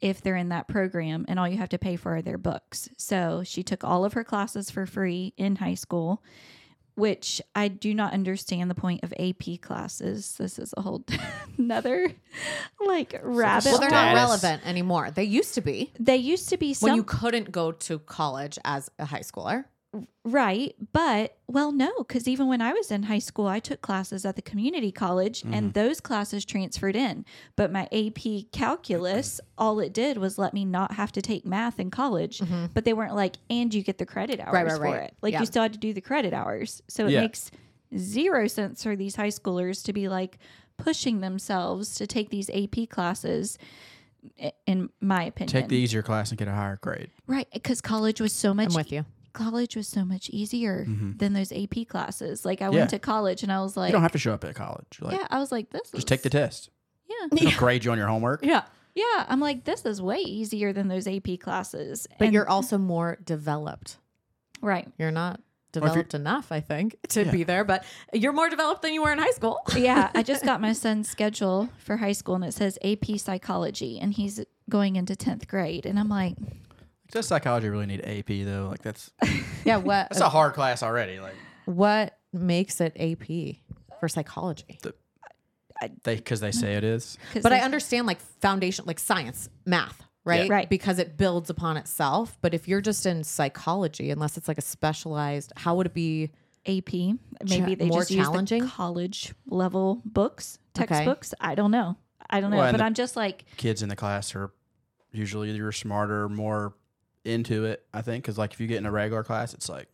S2: if they're in that program, and all you have to pay for are their books. So she took all of her classes for free in high school, which I do not understand the point of AP classes. This is a whole another like rabbit.
S1: Well, they're
S2: hole.
S1: not
S3: Status.
S1: relevant anymore. They used to be
S2: They used to be some
S1: when you couldn't go to college as a high schooler.
S2: Right. But, well, no, because even when I was in high school, I took classes at the community college
S3: Mm-hmm.
S2: and those classes transferred in. But my AP calculus, all it did was let me not have to take math in college. But they weren't like, and you get the credit hours
S1: right,
S2: for
S1: right.
S2: it. Like,
S1: Yeah.
S2: you still had to do the credit hours. So it
S3: Yeah.
S2: makes zero sense for these high schoolers to be like pushing themselves to take these AP classes, i- in my opinion.
S3: Take the easier class and get a higher grade.
S2: Right. Because college was so much
S1: I'm with you.
S2: college was so much easier than those AP classes. Like I
S3: Mm-hmm. Yeah.
S2: went to college and I was
S3: You
S2: like,
S3: don't have to show up at college. Like,
S2: yeah, I was like, this is
S3: Just take the test.
S2: yeah,
S3: It'll grade you on your homework.
S1: Yeah.
S2: yeah. I'm like, this is way easier than those AP classes.
S1: But
S2: And-
S1: you're also more developed.
S2: right.
S1: You're not
S3: if you're-
S1: developed enough, I think, to be there, but you're more developed than you were in high school.
S2: Yeah, I just got my son's schedule for high school and it says AP psychology and he's going into 10th grade and I'm like,
S3: Does psychology really need AP though? Like that's
S1: yeah. What
S3: that's a hard class already. Like
S1: what makes it AP for psychology?
S3: they because they say it is.
S2: 'cause
S1: But I
S2: there's-
S1: understand like foundation, like science, math, right?
S2: Right.
S1: Because it builds upon itself. But if you're just in psychology, unless it's like a specialized, how would it be?
S2: AP maybe they
S1: more
S2: just use
S1: challenging?
S2: the college level books,
S1: Okay.
S2: textbooks. I don't know. I don't know,
S3: Well, and
S2: but
S3: the-
S2: I'm just like,
S3: Kids in the class are usually either smarter, more into it. I think because like if you get in a regular class, it's like,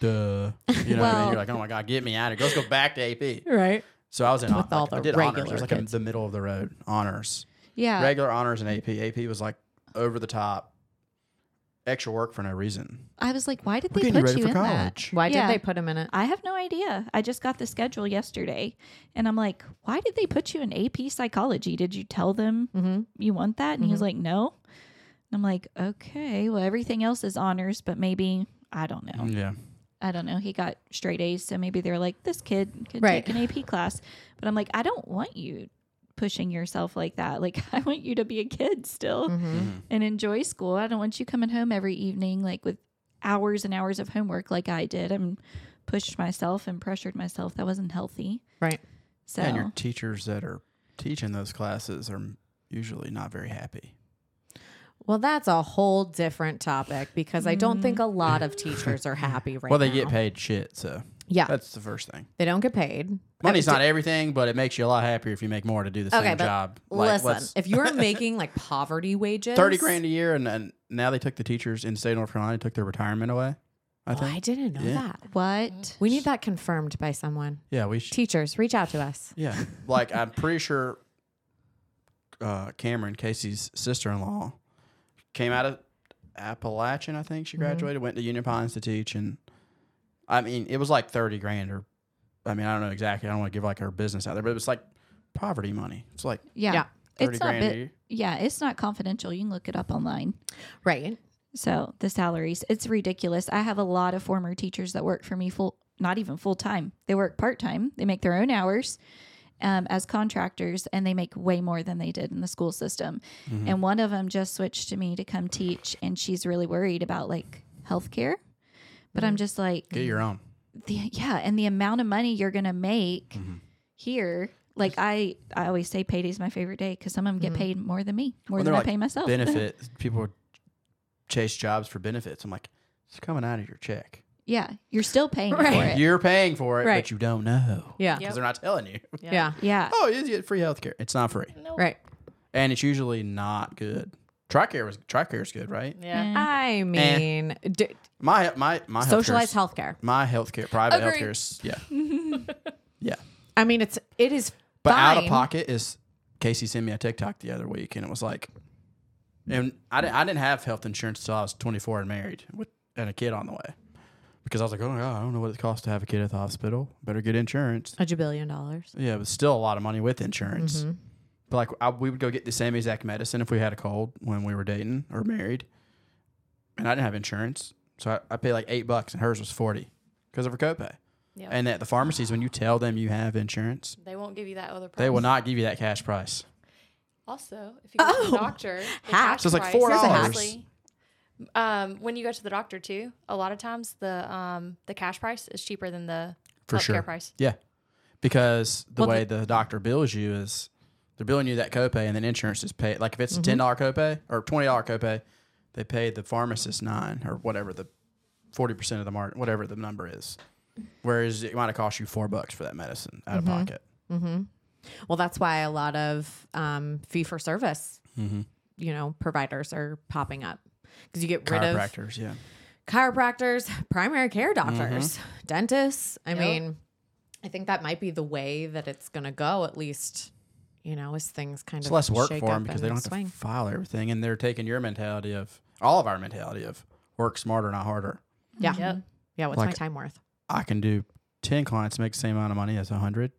S3: duh. You know, what I mean?
S2: Well-
S3: you're like, oh my god, get me out of here. Let's go back to AP.
S1: Right.
S3: So I was in
S1: With all
S3: like, I
S1: the
S3: did honors. It
S1: regular
S3: was like a,
S1: kids.
S3: the middle of the road honors.
S2: yeah,
S3: regular honors and AP. AP was like over the top, extra work for no reason.
S2: I was like, why did
S3: We're
S2: they
S3: getting
S2: put
S3: ready
S2: you
S3: for
S2: in that?
S3: college.
S1: Why
S2: Yeah.
S1: did they put him in it?
S2: I have no idea. I just got the schedule yesterday and I'm like, why did they put you in AP psychology? Did you tell them
S3: Mm-hmm.
S1: Mhm.
S2: you want that? And he was like, no. And I'm like, okay, well, everything else is honors, but maybe, I don't know.
S3: Yeah.
S2: I don't know. He got straight A's. So maybe they're like, this kid could
S1: Right.
S2: take an AP class. But I'm like, I don't want you pushing yourself like that. Like, I want you to be a kid still
S1: Mm-hmm.
S3: Mm-hmm.
S2: and enjoy school. I don't want you coming home every evening like with hours and hours of homework like I did and pushed myself and pressured myself. That wasn't healthy.
S1: Right.
S2: So
S3: And your teachers that are teaching those classes are usually not very happy.
S1: Well, that's a whole different topic because I don't think a lot of teachers are happy right
S3: well, they
S1: now.
S3: get paid shit, so
S1: Yeah.
S3: that's the first thing.
S1: They don't get paid.
S3: Money's not everything, but it makes you a lot happier if you make more to do the
S1: Okay,
S3: same
S1: but
S3: job.
S1: Listen,
S3: what's
S1: if you're making like poverty wages,
S3: thirty grand a year, and, and now they took the teachers in the state of North Carolina took their retirement away. I
S1: Oh,
S3: think.
S1: I didn't know
S3: Yeah.
S1: that.
S2: what?
S1: We need that confirmed by someone.
S3: yeah, we. Should,
S1: Teachers, reach out to us.
S3: yeah, like I'm pretty sure uh, Cameron Casey's sister-in-law came out of Appalachian. I think she
S1: Mm-hmm.
S3: graduated, went to Union Pines to teach, and I mean, it was like thirty grand, or I mean, I don't know exactly. I don't want to give like her business out there, but it was like poverty money. It's like
S2: Yeah.
S1: Yeah.
S3: thirty
S2: It's not
S3: grand a
S2: bit-
S3: year.
S2: Yeah, it's not confidential. You can look it up online.
S1: Right.
S2: So the salaries, it's ridiculous. I have a lot of former teachers that work for me full, not even full time. They work part time. They make their own hours um, as contractors, and they make way more than they did in the school system.
S3: Mm-hmm.
S2: And one of them just switched to me to come teach, and she's really worried about like healthcare. But
S3: Mm-hmm.
S2: I'm just like,
S1: Mm-hmm.
S3: Get your own.
S2: the, yeah, and the amount of money you're gonna make
S3: Mm-hmm.
S2: here. Like I, I always say, payday's my favorite day because some of them get paid more than me, more
S3: Well,
S2: than
S3: they're
S2: I pay myself.
S3: Benefit people chase jobs for benefits. I'm like, it's coming out of your check.
S2: yeah, you're still paying for
S1: Right.
S2: it.
S3: You're paying for it,
S1: Right.
S3: but you don't know
S1: Yeah.
S4: Yep.
S3: because they're not telling you.
S1: Yeah.
S2: Yeah.
S3: Oh, you get free healthcare. It's not free,
S4: Nope.
S1: Right.
S3: and it's usually not good. Tricare was Tricare's good, right?
S1: Mm.
S4: Yeah.
S1: I mean, d-
S3: My my my
S1: socialized
S3: healthcare's-
S1: healthcare.
S3: My healthcare, private
S4: Agree.
S3: healthcare is yeah, yeah.
S1: I mean, it's it is
S3: But
S1: fine.
S3: out of pocket is Casey sent me a TikTok the other week, and it was like, and I didn't I didn't have health insurance until I was 24 and married with and a kid on the way, because I was like, oh my god, I don't know what it costs to have a kid at the hospital. Better get insurance.
S1: a jabillion dollars.
S3: Yeah, but still a lot of money with insurance. But like, I, we would go get the same exact medicine if we had a cold when we were dating or married, and I didn't have insurance, so I, I paid like eight bucks, and hers was forty because of her copay.
S4: Yeah.
S3: And at the pharmacies, when you tell them you have insurance,
S4: They won't give you that other price.
S3: they will not give you that cash price.
S4: Also, if you go to the
S1: Oh.
S4: doctor, the
S1: Hack.
S4: cash
S3: So it's like
S4: price
S3: four
S4: is
S1: dollars.
S4: honestly- Um, when you go to the doctor too, a lot of times the um the cash price is cheaper than the
S3: For
S4: healthcare
S3: sure.
S4: price.
S3: Yeah, because the
S1: Well,
S3: way the, doctor bills you is they're billing you that copay, and then insurance is paid. Like if it's
S1: Mm-hmm.
S3: a ten dollar copay or twenty dollar copay, they pay the pharmacist nine or whatever the forty percent of the margin, whatever the number is. Whereas it might have cost you four bucks for that medicine out of
S1: Mm-hmm.
S3: pocket.
S1: Well, that's why a lot of um, fee for service,
S3: Mm-hmm.
S1: you know, providers are popping up because you get rid of
S3: Chiropractors, yeah.
S1: chiropractors, primary care
S3: Mm-hmm.
S1: doctors, dentists. I
S4: Yep.
S1: mean, I think that might be the way that it's going to go. At least, you know, as things kind
S3: It's
S1: of
S3: less work
S1: shake
S3: for
S1: up
S3: them because they
S1: and
S3: don't have
S1: swing.
S3: to file everything, and they're taking your mentality of all of our mentality of work smarter, not harder.
S1: yeah, Mm-hmm.
S4: Yep.
S1: yeah. What's my
S3: Like-
S1: time worth?
S3: I can do ten clients to make the same amount of money as a hundred.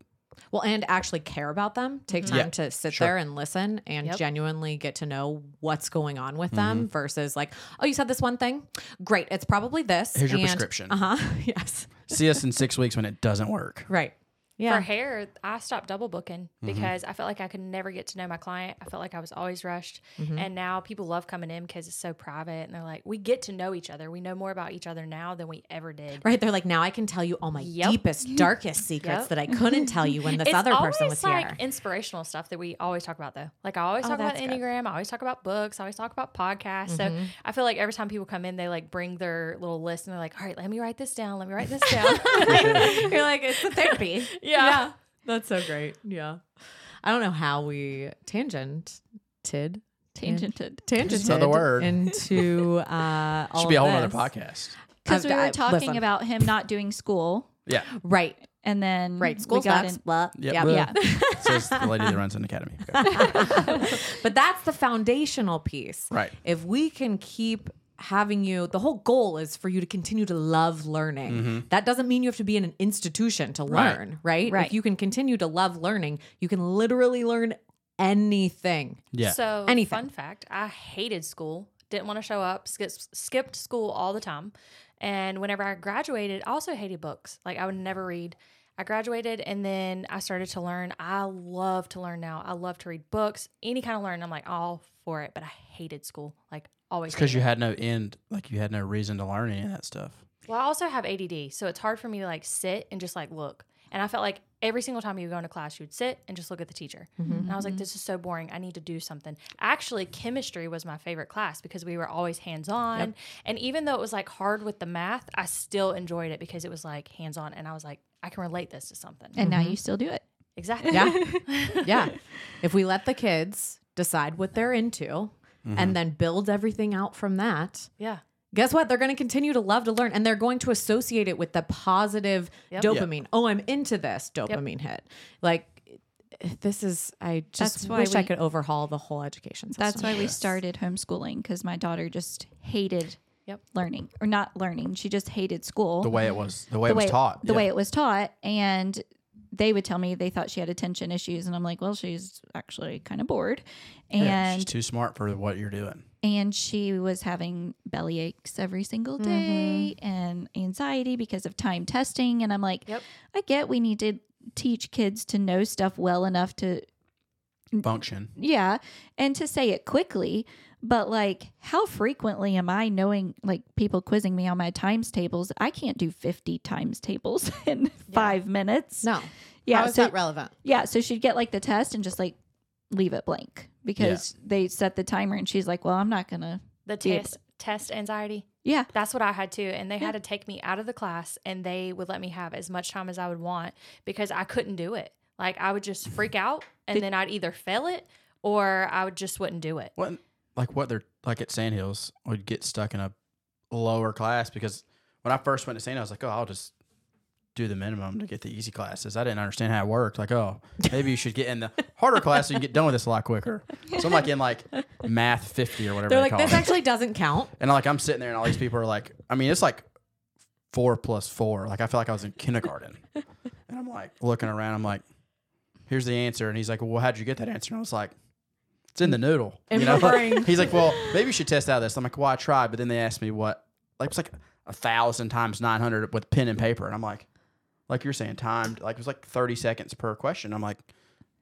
S1: Well, and actually care about them. Take time
S3: Mm-hmm. Yeah,
S1: to sit
S3: sure.
S1: there and listen and
S4: Yep.
S1: genuinely get to know what's going on with
S3: Mm-hmm.
S1: them versus like, oh, you said this one thing. Great. It's probably this.
S3: Here's your prescription.
S1: Uh huh. yes.
S3: See us in six weeks when it doesn't work.
S1: Right.
S4: For
S1: Yeah.
S4: hair, I stopped double booking
S3: Mm-hmm.
S4: because I felt like I could never get to know my client. I felt like I was always rushed.
S1: Mm-hmm.
S4: And now people love coming in because it's so private and they're like, we get to know each other. We know more about each other now than we ever did.
S1: Right. They're like, now I can tell you all my
S4: Yep.
S1: deepest, darkest secrets
S4: Yep.
S1: that I couldn't tell you when this
S4: it's
S1: other
S4: always
S1: person was
S4: like
S1: here.
S4: inspirational stuff that we always talk about though. Like I always
S1: Oh,
S4: talk about
S1: that's good. Mm-hmm.
S4: Enneagram, I always talk about books, I always talk about podcasts. So I feel like every time people come in, they like bring their little list and they're like, All right, let me write this down, let me write this down.
S1: You're like, it's a therapy.
S4: yeah.
S1: That's so great. Yeah. I don't know how we tangented.
S2: Tangented.
S1: Tangented
S3: Another word.
S1: into uh, all
S3: Should be a
S1: of
S3: whole other
S1: this.
S3: podcast.
S2: Because
S1: I've
S2: we were
S1: got-
S2: talking
S1: listen.
S2: about him not doing school,
S3: Yeah,
S1: Right,
S2: and then
S1: right.
S2: we
S1: School
S2: got
S1: sucks.
S2: in-
S1: Blah.
S3: Yep.
S1: Yep.
S3: Blah.
S2: yeah,
S3: says the lady that runs an academy. Okay.
S1: But that's the foundational piece.
S3: Right.
S1: If we can keep having you, the whole goal is for you to continue to love learning. That doesn't mean you have to be in an institution to
S3: Mm-hmm. Right.
S1: learn, right?
S2: Right.
S1: If you can continue to love learning, you can literally learn anything.
S3: Yeah,
S4: So
S1: Anything.
S4: fun fact, I hated school. Didn't want to show up. Skip, skipped school all the time. And whenever I graduated, I also hated books. Like I would never read. I graduated and then I started to learn. I love to learn now. I love to read books, any kind of learn. I'm like all for it, but I hated school. Like always.
S3: it's because you
S4: hated
S3: had no end, like you had no reason to learn any of that stuff.
S4: it. Well, I also have ADD, so it's hard for me to like sit and just like look. And I felt like every single time you would go into class, you would sit and just look at the teacher. And I was like, this is so boring. I need to do something. Actually, chemistry was my favorite class because we were always hands on. And even though it was like hard with the math, I still enjoyed it because it was like hands on. And I was like, I can relate this to something.
S2: and
S3: Mm-hmm.
S2: now you still do it.
S4: exactly.
S1: Yeah. yeah. If we let the kids decide what they're into
S3: Mm-hmm.
S1: and then build everything out from that,
S4: Yeah.
S1: guess what? They're going to continue to love to learn and they're going to associate it with the positive
S4: Yep.
S1: dopamine. Oh, I'm into this dopamine hit. Like, this is, I just
S2: That's why
S1: wish I
S2: we-
S1: could overhaul the whole education system.
S2: That's why we started homeschooling because my daughter just hated
S4: Yep.
S2: learning or not learning. She just hated school.
S3: The way it was, the way
S2: the
S3: it was taught,
S2: the
S3: Yeah.
S2: way it was taught, and they would tell me they thought she had attention issues, and I'm like, well, she's actually kind of bored,
S3: Yeah,
S2: and
S3: she's too smart for what you're doing.
S2: and she was having belly aches every single
S1: Mm-hmm.
S2: day and anxiety because of time testing, and I'm like,
S4: Yep.
S2: I get we need to teach kids to know stuff well enough to
S3: Function.
S2: yeah, and to say it quickly, but like how frequently am I knowing like people quizzing me on my times tables? I can't do 50 times tables in 5 minutes.
S1: No.
S2: Yeah,
S1: How is
S2: so-
S1: that relevant?
S2: Yeah, so she'd get like the test and just like leave it blank because they set the timer and she's like, "Well, I'm not going to."
S4: The
S2: Dude.
S4: test, test anxiety.
S2: Yeah.
S4: That's what I had too. And they had to take me out of the class and they would let me have as much time as I would want because I couldn't do it. Like I would just freak out and then I'd either fail it or I would just wouldn't do it.
S3: What, like what they're like at Sandhills would get stuck in a lower class because when I first went to Sandhills, I was like, oh, I'll just do the minimum to get the easy classes. I didn't understand how it worked. Like, oh, maybe you should get in the harder class so you can get done with this a lot quicker. So I'm like in like math 50 or whatever
S1: They're
S3: they
S1: like,
S3: call
S1: this
S3: it.
S1: actually doesn't count.
S3: And like I'm sitting there, and all these people are like, I mean, it's like four plus four. Like I feel like I was in kindergarten, and I'm like looking around. I'm like, here's the answer, and he's like, well, how'd you get that answer? And I was like, it's in the noodle.
S1: In my brain.
S3: he's like, well, maybe you should test out this. I'm like, well, I tried, but then they asked me what, like it's like a thousand times nine hundred with pen and paper, and I'm like, like you're saying, timed, like it was like thirty seconds per question. I'm like.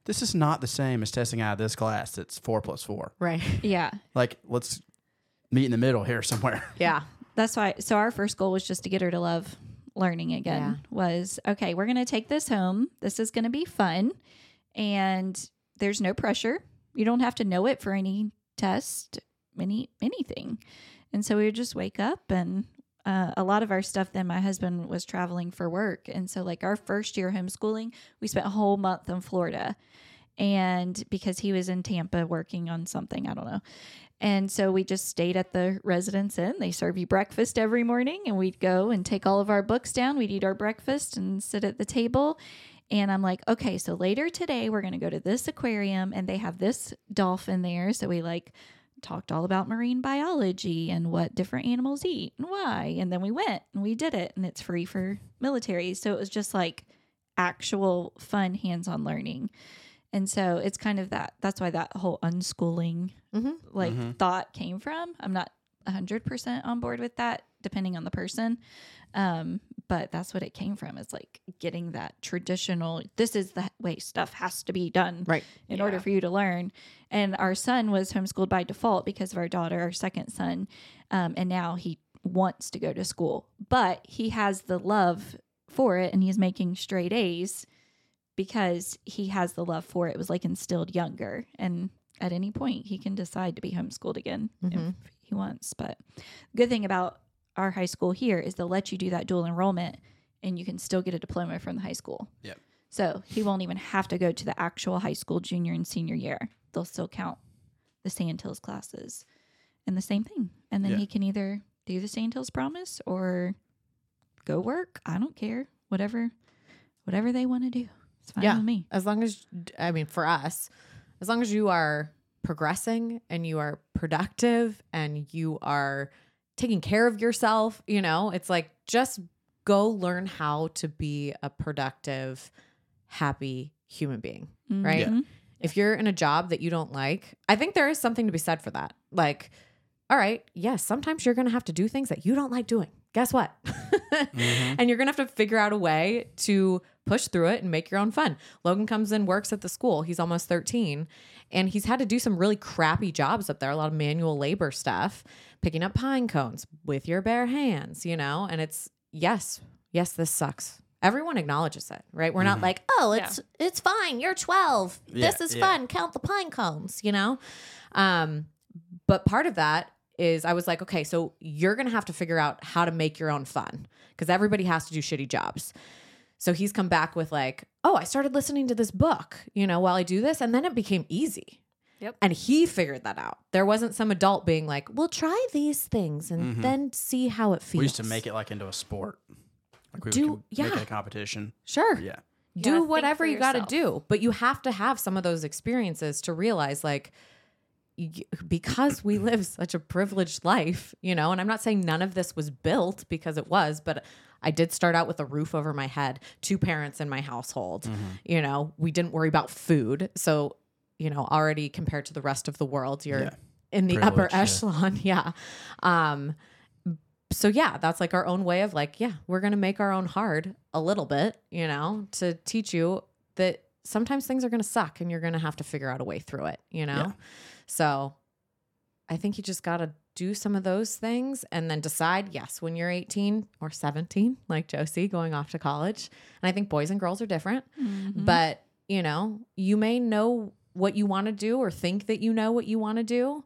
S3: This is not the same as testing out of this class. That's four plus four.
S1: Right.
S2: Yeah.
S3: Like, let's meet in the middle here somewhere.
S1: Yeah.
S2: That's why so our first goal was just to get her to love learning again. Was okay, we're going to take this home. This is going to be fun and there's no pressure. You don't have to know it for any test, any anything. And so we would just wake up and uh, a lot of our stuff then my husband was traveling for work and so like our first year homeschooling we spent a whole month in florida and because he was in tampa working on something i don't know and so we just stayed at the residence inn they serve you breakfast every morning and we'd go and take all of our books down we'd eat our breakfast and sit at the table and I'm like, okay, so later today we're going to go to this aquarium and they have this dolphin there. So we like talked all about marine biology and what different animals eat and why. And then we went and we did it and it's free for military. So it was just like actual fun hands on learning. And so it's kind of that. That's why that whole unschooling
S1: Mhm.
S2: like
S3: Mhm.
S2: thought came from. I'm not 100% on board with that depending on the person. Um, but that's what it came from. It's like getting that traditional, this is the way stuff has to be done
S1: Right.
S2: in order
S4: Yeah.
S2: for you to learn. And our son was homeschooled by default because of our daughter, our second son. Um, and now he wants to go to school, but he has the love for it and he's making straight A's because he has the love for it. It was like instilled younger. And at any point, he can decide to be homeschooled again if
S1: Mhm.
S2: he wants. But good thing about our high school here is they'll let you do that dual enrollment and you can still get a diploma from the high school.
S3: Yep.
S2: So he won't even have to go to the actual high school junior and senior year. They'll still count the Sand Hills classes and the same thing. And then
S3: Yeah.
S2: he can either do the Sand Hills promise or go work. I don't care. Whatever whatever they want to do. It's fine
S1: Yeah.
S2: with me.
S1: As long as, I mean, for us, as long as you are progressing and you are productive and you are taking care of yourself, you know, it's like just go learn how to be a productive, happy human being. Right.
S3: Yeah.
S2: Mhm.
S1: If you're in a job that you don't like, I think there is something to be said for that. Like, all right, yes, sometimes you're going to have to do things that you don't like doing. Guess what? And you're going to have to figure out a way to push through it and make your own fun. Logan comes in, works at the school. He's almost 13, and he's had to do some really crappy jobs up there, a lot of manual labor stuff, picking up pine cones with your bare hands, you know? And it's, yes, yes, this sucks. Everyone acknowledges it, right? We're not like, oh, it's it's fine. You're 12.
S3: Yeah,
S1: this is
S3: yeah.
S1: fun. Count the pine cones, you know? Um, but part of that is I was like, okay, so you're gonna have to figure out how to make your own fun because everybody has to do shitty jobs. So he's come back with like, oh, I started listening to this book, you know, while I do this, and then it became easy.
S4: Yep.
S1: And he figured that out. There wasn't some adult being like, "Well, try these things and
S3: Mhm.
S1: then see how it feels."
S3: We used to make it like into a sport. Like we
S1: Do-
S3: would com- make
S1: yeah.
S3: it a competition.
S1: sure.
S3: Yeah.
S4: You gotta
S1: do
S4: think
S1: whatever
S4: for
S1: you got to
S4: yourself.
S1: do but you have to have some of those experiences to realize like y- because we live such a privileged life you know and i'm not saying none of this was built because it was but i did start out with a roof over my head two parents in my household
S4: Mm.
S1: you know we didn't worry about food so you know already compared to the rest of the world you're
S3: Yeah.
S1: in the upper
S3: Privileged, yeah.
S1: echelon yeah um so yeah, that's like our own way of like, yeah, we're gonna make our own hard a little bit, you know, to teach you that sometimes things are gonna suck and you're gonna have to figure out a way through it, you know?
S3: Yeah.
S1: So I think you just gotta do some of those things and then decide, yes, when you're 18 or 17, like Josie going off to college. And I think boys and girls are different,
S2: Mhm.
S1: but you know, you may know what you wanna do or think that you know what you wanna do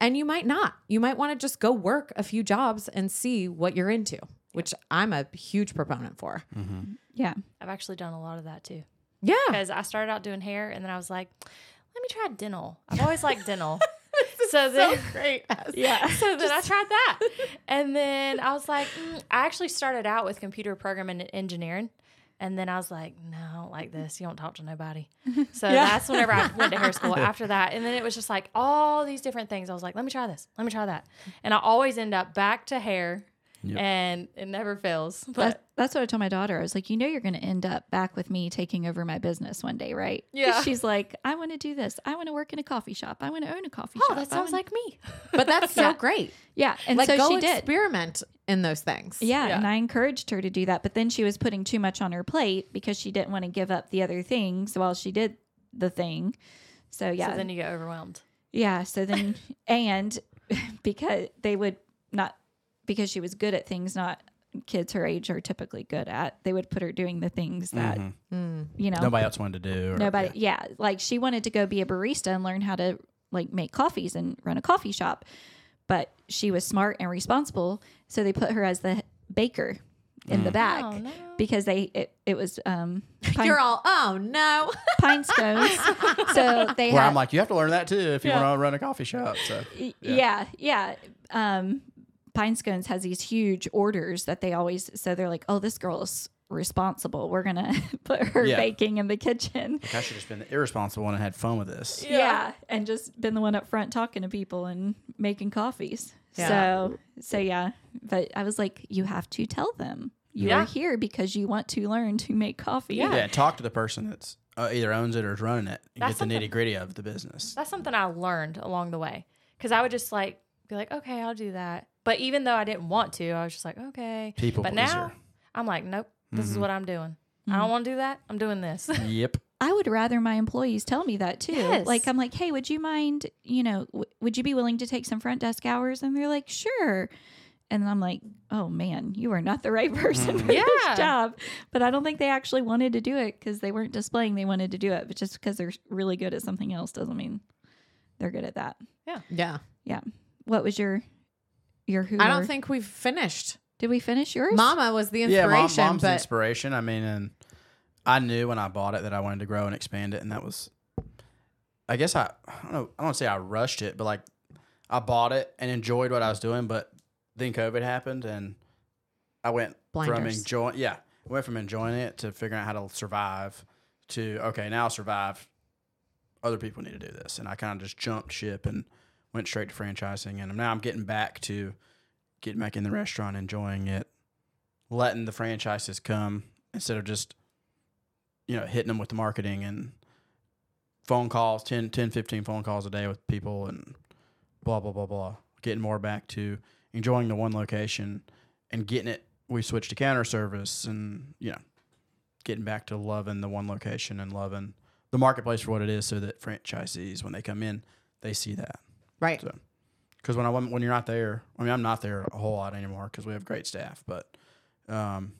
S1: and you might not. You might want to just go work a few jobs and see what you're into, which I'm a huge proponent for.
S3: Mm-hmm.
S2: yeah.
S4: I've actually done a lot of that too.
S1: Yeah.
S4: because I started out doing hair and then I was like, let me try dental. I've always liked dental. so then, great. Yeah. So then I tried that. And then I was like, mm, I actually started out with computer programming and engineering. And then I was like, no, I don't like this. You don't talk to nobody. So that's whenever I went to hair school after that. And then it was just like all these different things. I was like, let me try this. Let me try that. And I always end up back to hair.
S3: Yep.
S4: And it never fails. But
S2: That's, that's what I told my daughter. I was like, you know, you're going to end up back with me taking over my business one day, right? 'Cause
S4: Yeah.
S2: She's like, I want to do this. I want to work in a coffee shop. I want to own a coffee
S4: oh,
S2: shop.
S4: that
S2: I
S4: sounds
S2: wanna-"
S4: like me.
S1: But that's so
S2: Yeah.
S1: great.
S2: yeah. And
S1: like
S2: so
S1: go
S2: she did.
S1: experiment in those things.
S2: Yeah,
S4: Yeah.
S2: and I encouraged her to do that, but then she was putting too much on her plate because she didn't want to give up the other things while she did the thing. So yeah,
S4: So then you get overwhelmed.
S2: yeah. So then, and because they would not because she was good at things not kids her age are typically good at, they would put her doing the things that
S1: Mm.
S2: you know
S3: Nobody else wanted to do. Or,
S2: Nobody, yeah. Like she wanted to go be a barista and learn how to like make coffees and run a coffee shop, but she was smart and responsible, so they put her as the baker in
S3: Mm.
S2: the back
S4: Oh, no.
S2: because they it, it was um pine,
S1: You're all, oh no.
S2: pine scones. so they
S3: Where
S2: had
S3: I'm like, you have to learn that too if you
S4: Yeah.
S3: want to run a coffee shop. So
S2: Y- yeah. yeah, Um, Pine Scones has these huge orders that they always so they're like, oh, this girl is responsible. We're gonna put her
S3: Yeah.
S2: baking in the kitchen.
S3: I should have just been the irresponsible one and had fun with this.
S2: Yeah. and just been the one up front talking to people and making coffees.
S1: Yeah.
S2: So, so yeah. But I was like, you have to tell them you are
S4: Yeah.
S2: here because you want to learn to make coffee.
S4: Yeah.
S3: Yeah, talk to the person that's uh, either owns it or is running it. You
S4: That's
S3: get the
S4: something-
S3: nitty gritty of the business.
S4: That's something I learned along the way because I would just like be like, okay, I'll do that. But even though I didn't want to, I was just like, okay.
S3: People
S4: but now
S3: pleaser. Mm-hmm.
S4: I'm like, nope, this is what I'm doing. I don't want to do that. I'm doing this.
S3: Yep.
S2: I would rather my employees tell me that too.
S4: Yes.
S2: Like I'm like, "Hey, would you mind, you know, w- would you be willing to take some front desk hours?" And they're like, "Sure." And I'm like, "Oh man, you are not the right person for
S4: Yeah.
S2: this job." But I don't think they actually wanted to do it cuz they weren't displaying they wanted to do it, but just because they're really good at something else doesn't mean they're good at that.
S1: Yeah.
S2: What was your your who?
S1: I don't
S2: or-
S1: think we've finished.
S2: Did we finish yours?
S1: Mama was the
S3: Yeah,
S1: inspiration,
S3: mom, mom's
S1: but
S3: inspiration. I mean, and I knew when I bought it that I wanted to grow and expand it, and that was, I guess I, I don't know, I don't say I rushed it, but like I bought it and enjoyed what I was doing, but then COVID happened, and I went from
S1: Blinders.
S3: enjoying, yeah, went from enjoying it to figuring out how to survive, to okay, now I survive. Other people need to do this, and I kind of just jumped ship and went straight to franchising, and now I'm getting back to getting back in the restaurant, enjoying it, letting the franchises come instead of just you know hitting them with the marketing and phone calls 10 10 15 phone calls a day with people and blah blah blah blah getting more back to enjoying the one location and getting it we switched to counter service and you know getting back to loving the one location and loving the marketplace for what it is so that franchisees when they come in they see that
S1: right.
S3: so, because when I went- when you're not there, I mean I'm not there a whole lot anymore because we have great staff. But um,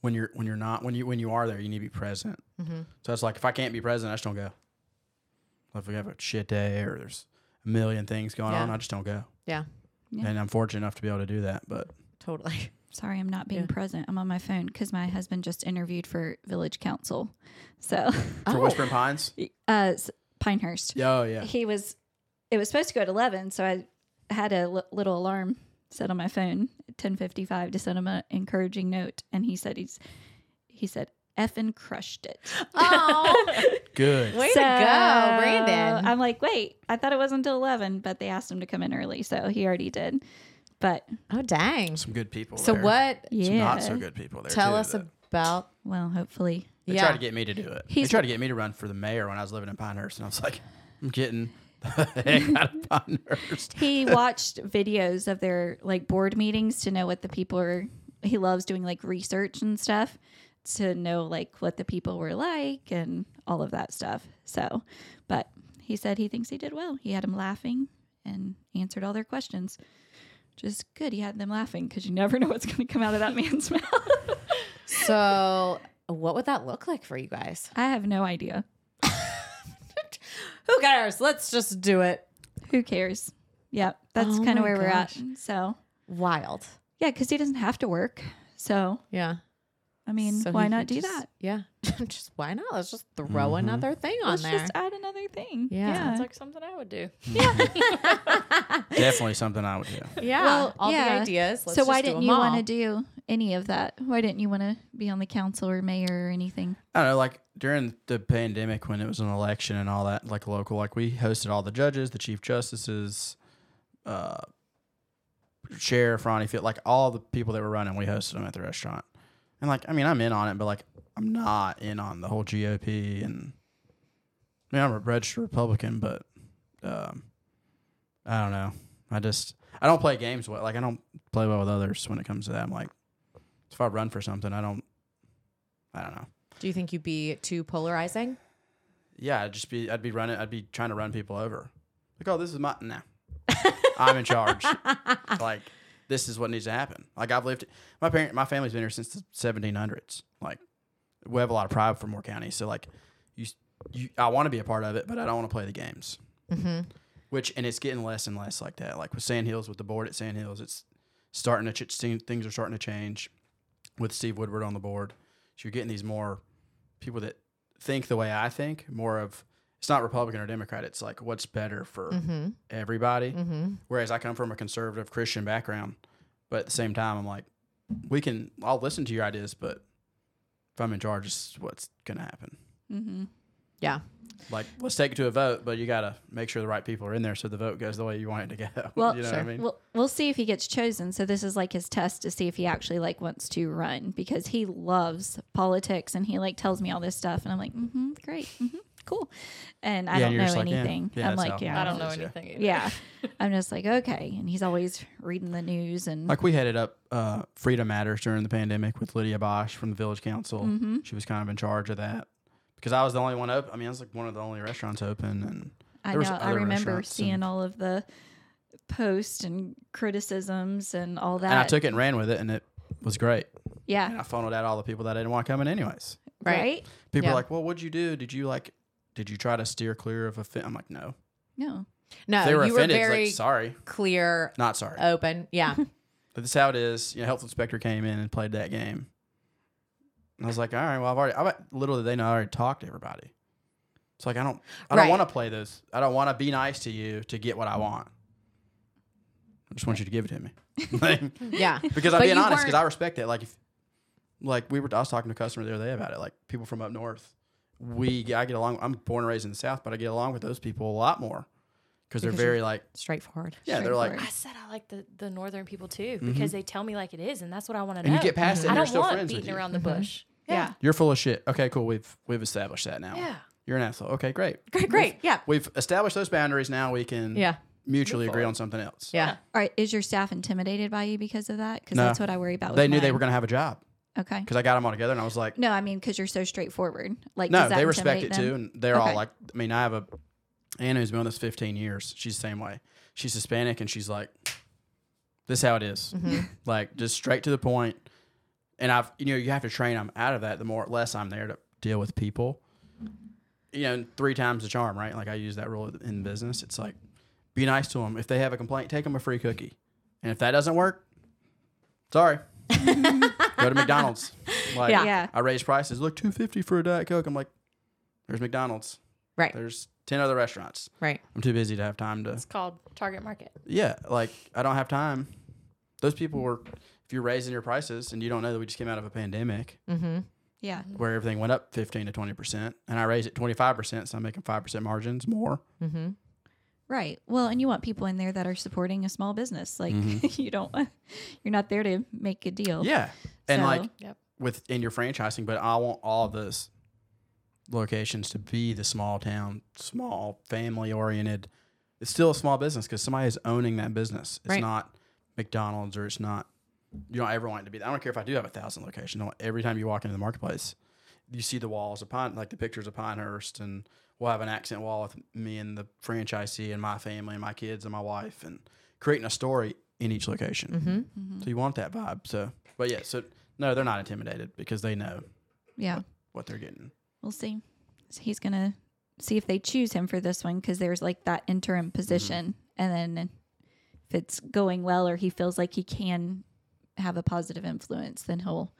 S3: when you're when you're not when you when you are there, you need to be present.
S2: Mm-hmm.
S3: So it's like if I can't be present, I just don't go. If we have a shit day or there's a million things going on,
S1: Yeah.
S3: I just don't go.
S1: Yeah.
S2: Yeah.
S3: And I'm fortunate enough to be able to do that. But
S1: Totally.
S2: Sorry, I'm not being
S1: Yeah.
S2: present. I'm on my phone cuz my husband just interviewed for village council. So,
S1: Oh.
S3: for Whispering Pines,
S2: uh s- Pinehurst.
S3: yeah, oh, yeah,
S2: he was it was supposed to go at 11 so i had a l- little alarm set on my phone at 10.55 to send him an encouraging note and he said he's he said effing crushed it
S1: Oh,
S3: good.
S1: way
S2: So,
S1: to go, Brandon.
S2: i'm like wait i thought it wasn't until 11 but they asked him to come in early so he already did but
S1: oh, dang.
S3: Some good people.
S1: So
S3: there.
S1: what?
S2: yeah
S3: Some not so good people there.
S1: Tell
S3: too,
S1: us
S3: that-
S1: about.
S2: well hopefully
S3: They
S1: yeah.
S3: tried to get me to do it.
S2: He's-
S3: they tried to get me to run for the mayor when I was living in Pinehurst, and I was like, I'm getting the heck out of Pinehurst.
S2: he watched videos of their like board meetings to know what the people are he loves doing like research and stuff to know like what the people were like and all of that stuff so but he said he thinks he did well he had them laughing and answered all their questions just good he had them laughing because you never know what's going to come out of that man's mouth
S1: So, what would that look like for you guys?
S2: i have no idea
S1: Who cares? Let's just do it.
S2: who cares yeah that's
S1: Oh
S2: kind of
S1: my
S2: where
S1: gosh.
S2: we're at so
S1: Wild.
S2: yeah because he doesn't have to work so
S1: Yeah.
S2: i mean
S1: So
S2: why
S1: he
S2: not
S1: could
S2: do
S1: just-
S2: that
S1: Yeah. just why not? Let's just throw
S3: Mm-hmm.
S1: another thing on
S2: Let's
S1: there.
S2: just add another thing.
S1: Yeah.
S4: Sounds like something I would do.
S3: Definitely something I would do.
S1: yeah.
S2: Well,
S1: all
S2: yeah.
S1: the ideas. Let's
S2: so why
S1: just do
S2: didn't
S1: them
S2: you
S1: all.
S2: want to do any of that? Why didn't you want to be on the council or mayor or anything?
S3: I don't know, like during the pandemic when it was an election and all that, like local, like we hosted all the judges, the chief justices, uh, sheriff Ronnie Field, like all the people that were running, we hosted them at the restaurant. And like, I mean, I'm in on it, but like, I'm not in on the whole GOP. And I mean, I'm a registered Republican, but um, I don't know. I just I don't play games well. Like, I don't play well with others when it comes to that. I'm like, if I run for something, I don't. I don't know.
S1: Do you think you'd be too polarizing?
S3: Yeah, I'd just be I'd be running I'd be trying to run people over. Like, oh, this is my nah. I'm in charge. like, this is what needs to happen. Like I've lived my parent my family's been here since the seventeen hundreds. Like we have a lot of pride for Moore County. So like you you I want to be a part of it, but I don't want to play the games. Which and it's getting less and less like that. Like with Sand Hills, with the board at Sand Hills, it's starting to ch- seem- things are starting to change. With Steve Woodward on the board, so you're getting these more people that think the way I think. More of it's not Republican or Democrat. It's like what's better for
S1: Mm-hmm.
S3: everybody. Whereas I come from a conservative Christian background, but at the same time, I'm like, we can. I'll listen to your ideas, but if I'm in charge, this is what's gonna happen.
S1: Yeah.
S3: Like, let's take it to a vote, but you gotta make sure the right people are in there so the vote goes the way you want it to go.
S2: Well,
S3: you know
S1: sure.
S3: what I mean?
S2: We'll, we'll see if he gets chosen. So this is like his test to see if he actually like wants to run because he loves politics and he like tells me all this stuff and I'm like, mm-hmm, great, hmm cool, and I
S3: Yeah,
S2: don't
S3: you're
S2: know
S3: just like, yeah,
S2: anything.
S3: yeah,
S2: I'm
S3: that's
S2: like,
S3: how-
S2: yeah,
S4: I don't know
S3: Yeah.
S4: anything. Either.
S2: Yeah, I'm just like, okay, and he's always reading the news and
S3: like we headed up uh, Freedom Matters during the pandemic with Lydia Bosch from the Village Council.
S2: Mm-hmm.
S3: She was kind of in charge of that because I was the only one open. I mean, I was like one of the only restaurants open, and
S2: I
S3: there was
S2: know I
S3: other
S2: remember
S3: restaurants
S2: seeing
S3: and-
S2: all of the posts and criticisms and all that.
S3: and I took it and ran with it, and it was great. And
S2: yeah,
S3: I funneled out all the people that didn't want coming anyways.
S1: Right.
S2: right?
S3: People
S1: Yeah.
S3: are like, "Well, what'd you do? Did you like? Did you try to steer clear of a?" Fi-? I'm like, "No."
S2: No,
S1: No,
S3: they were
S1: you were
S3: offended. It's
S1: very Oh.
S3: like, sorry,
S1: clear,
S3: not sorry.
S1: open. Yeah.
S3: but this is how it is. You know, health inspector came in and played that game. And I was like, all right, well, I've already, I literally, they know I already talked to everybody. It's like I don't, I
S1: Right.
S3: don't want to play this. I don't want to be nice to you to get what I want. I just want you to give it to me, Like,
S1: yeah.
S3: because I'm
S1: But
S3: being
S1: you
S3: honest. Because
S1: weren't-
S3: I respect that. Like, if, like we were, I was talking to a customer the other day about it. Like people from up north, we, I get along. I'm born and raised in the south, but I get along with those people a lot more because they're
S1: Because you're-
S3: very like,
S1: Straightforward.
S3: yeah, they're like,
S2: Straightforward.
S4: I said I like the, the northern people too because they tell me like it is, and that's what I want to know.
S3: Mm-hmm. and you get past it,
S4: I
S3: and they're
S4: don't
S3: still
S4: want
S3: friends with
S4: beating
S3: you.
S4: around the bush.
S2: yeah,
S3: You're full of shit. Okay, cool. We've we've established that now.
S4: Yeah.
S3: You're an asshole. Okay, great.
S1: Great. Great. Yeah.
S3: We've established those boundaries. Now we can
S1: Yeah.
S3: mutually agree on something else.
S1: Yeah.
S2: All right, is your staff intimidated by you because of that? Because
S3: No.
S2: that's what I worry about. With
S3: They knew they
S2: mine.
S3: were going to have a job
S2: Okay.
S3: because I got them all together and I was like,
S2: No, I mean because you're so straightforward. Like,
S3: no,
S2: does that
S3: they respect it
S2: intimidate
S3: too.
S2: them?
S3: And they're all
S2: Okay.
S3: like, I mean, I have a Anna who's been with us 15 years. She's the same way. She's Hispanic and she's like, this is how it is.
S2: Mm-hmm.
S3: like, just straight to the point. And I've, you know, you have to train them out of that the more, less I'm there to deal with people. You know, and three times the charm, right? Like, I use that rule in business. It's like, be nice to them. If they have a complaint, take them a free cookie. And if that doesn't work, sorry. Go to McDonald's. Like,
S1: Yeah.
S2: Yeah.
S3: I raised prices. Look, two fifty for a diet coke. I'm like, there's McDonald's.
S1: Right.
S3: There's ten other restaurants.
S1: Right.
S3: I'm too busy to have time to.
S4: It's called Target Market.
S3: Yeah, like I don't have time. Those people were. If you're raising your prices and you don't know that we just came out of a pandemic
S1: Mm-hmm.
S2: Yeah.
S3: where everything went up 15 to 20 percent, and I raised it 25 percent, so I'm making five percent margins more.
S1: Mm-hmm.
S2: Right. Well, and you want people in there that are supporting a small business. Like, you don't. want- You're not there to make a deal.
S3: Mm-hmm. Yeah, and
S2: So-
S3: like
S4: Yep.
S3: with in your franchising, but I want all of those locations to be the small town, small family oriented. It's still a small business because somebody is owning that business. It's
S1: Right.
S3: not McDonald's or it's not. You don't ever want it to be. I don't care if I do have a thousand locations. I want every time you walk into the marketplace, you see the walls of Pine, like the pictures of Pinehurst, and we'll have an accent wall with me and the franchisee and my family and my kids and my wife, and creating a story in each location.
S1: Mm-hmm.
S3: So you want that vibe. So, but yeah, so no, they're not intimidated because they know
S2: Yeah.
S3: what they're getting.
S2: We'll see. So he's gonna see if they choose him for this one because there's like that interim position, and then if it's going well or he feels like he can have a positive influence, then he'll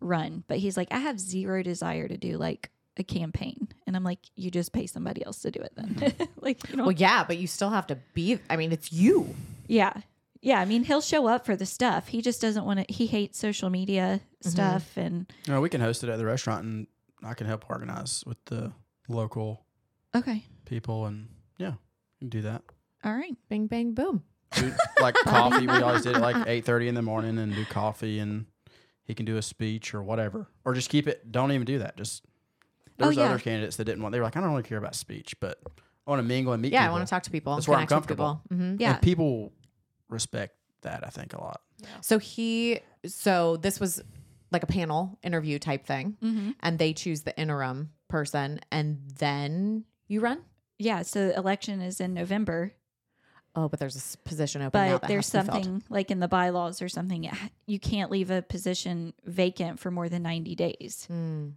S2: run. But he's like, I have zero desire to do like a campaign, and I'm like, you just pay somebody else to do it then. like, you know,
S1: Well, yeah, but you still have to be. I mean, it's you.
S2: yeah. Yeah, I mean, he'll show up for the stuff. He just doesn't want to. He hates social media stuff, and
S3: No, we can host it at the restaurant, and I can help organize with the local
S2: okay,
S3: people, and yeah, we can do that.
S2: all right,
S1: Bing, bang, boom.
S3: Do, like coffee, we always did it like eight thirty in the morning, and do coffee, and he can do a speech or whatever, or just keep it. Don't even do that. Just there
S2: Oh,
S3: was
S2: yeah.
S3: other candidates that didn't want. They were like, I don't really care about speech, but I want to mingle and meet.
S1: Yeah, I
S3: people.
S1: want to talk to people.
S3: That's
S1: and
S3: where I'm
S1: connect with
S3: comfortable.
S1: People. Mhm.
S2: yeah.
S3: And people respect that. I think a lot.
S1: So he, so this was like a panel interview type thing,
S2: Mm-hmm.
S1: and they choose the interim person, and then you run.
S2: yeah. So the election is in November,
S1: Oh, but there's a s- position open. now
S2: but
S1: that
S2: there's
S1: has to be filled.
S2: something like in the bylaws or something it ha- you can't leave
S1: Hmm.
S2: a position vacant for more than 90 days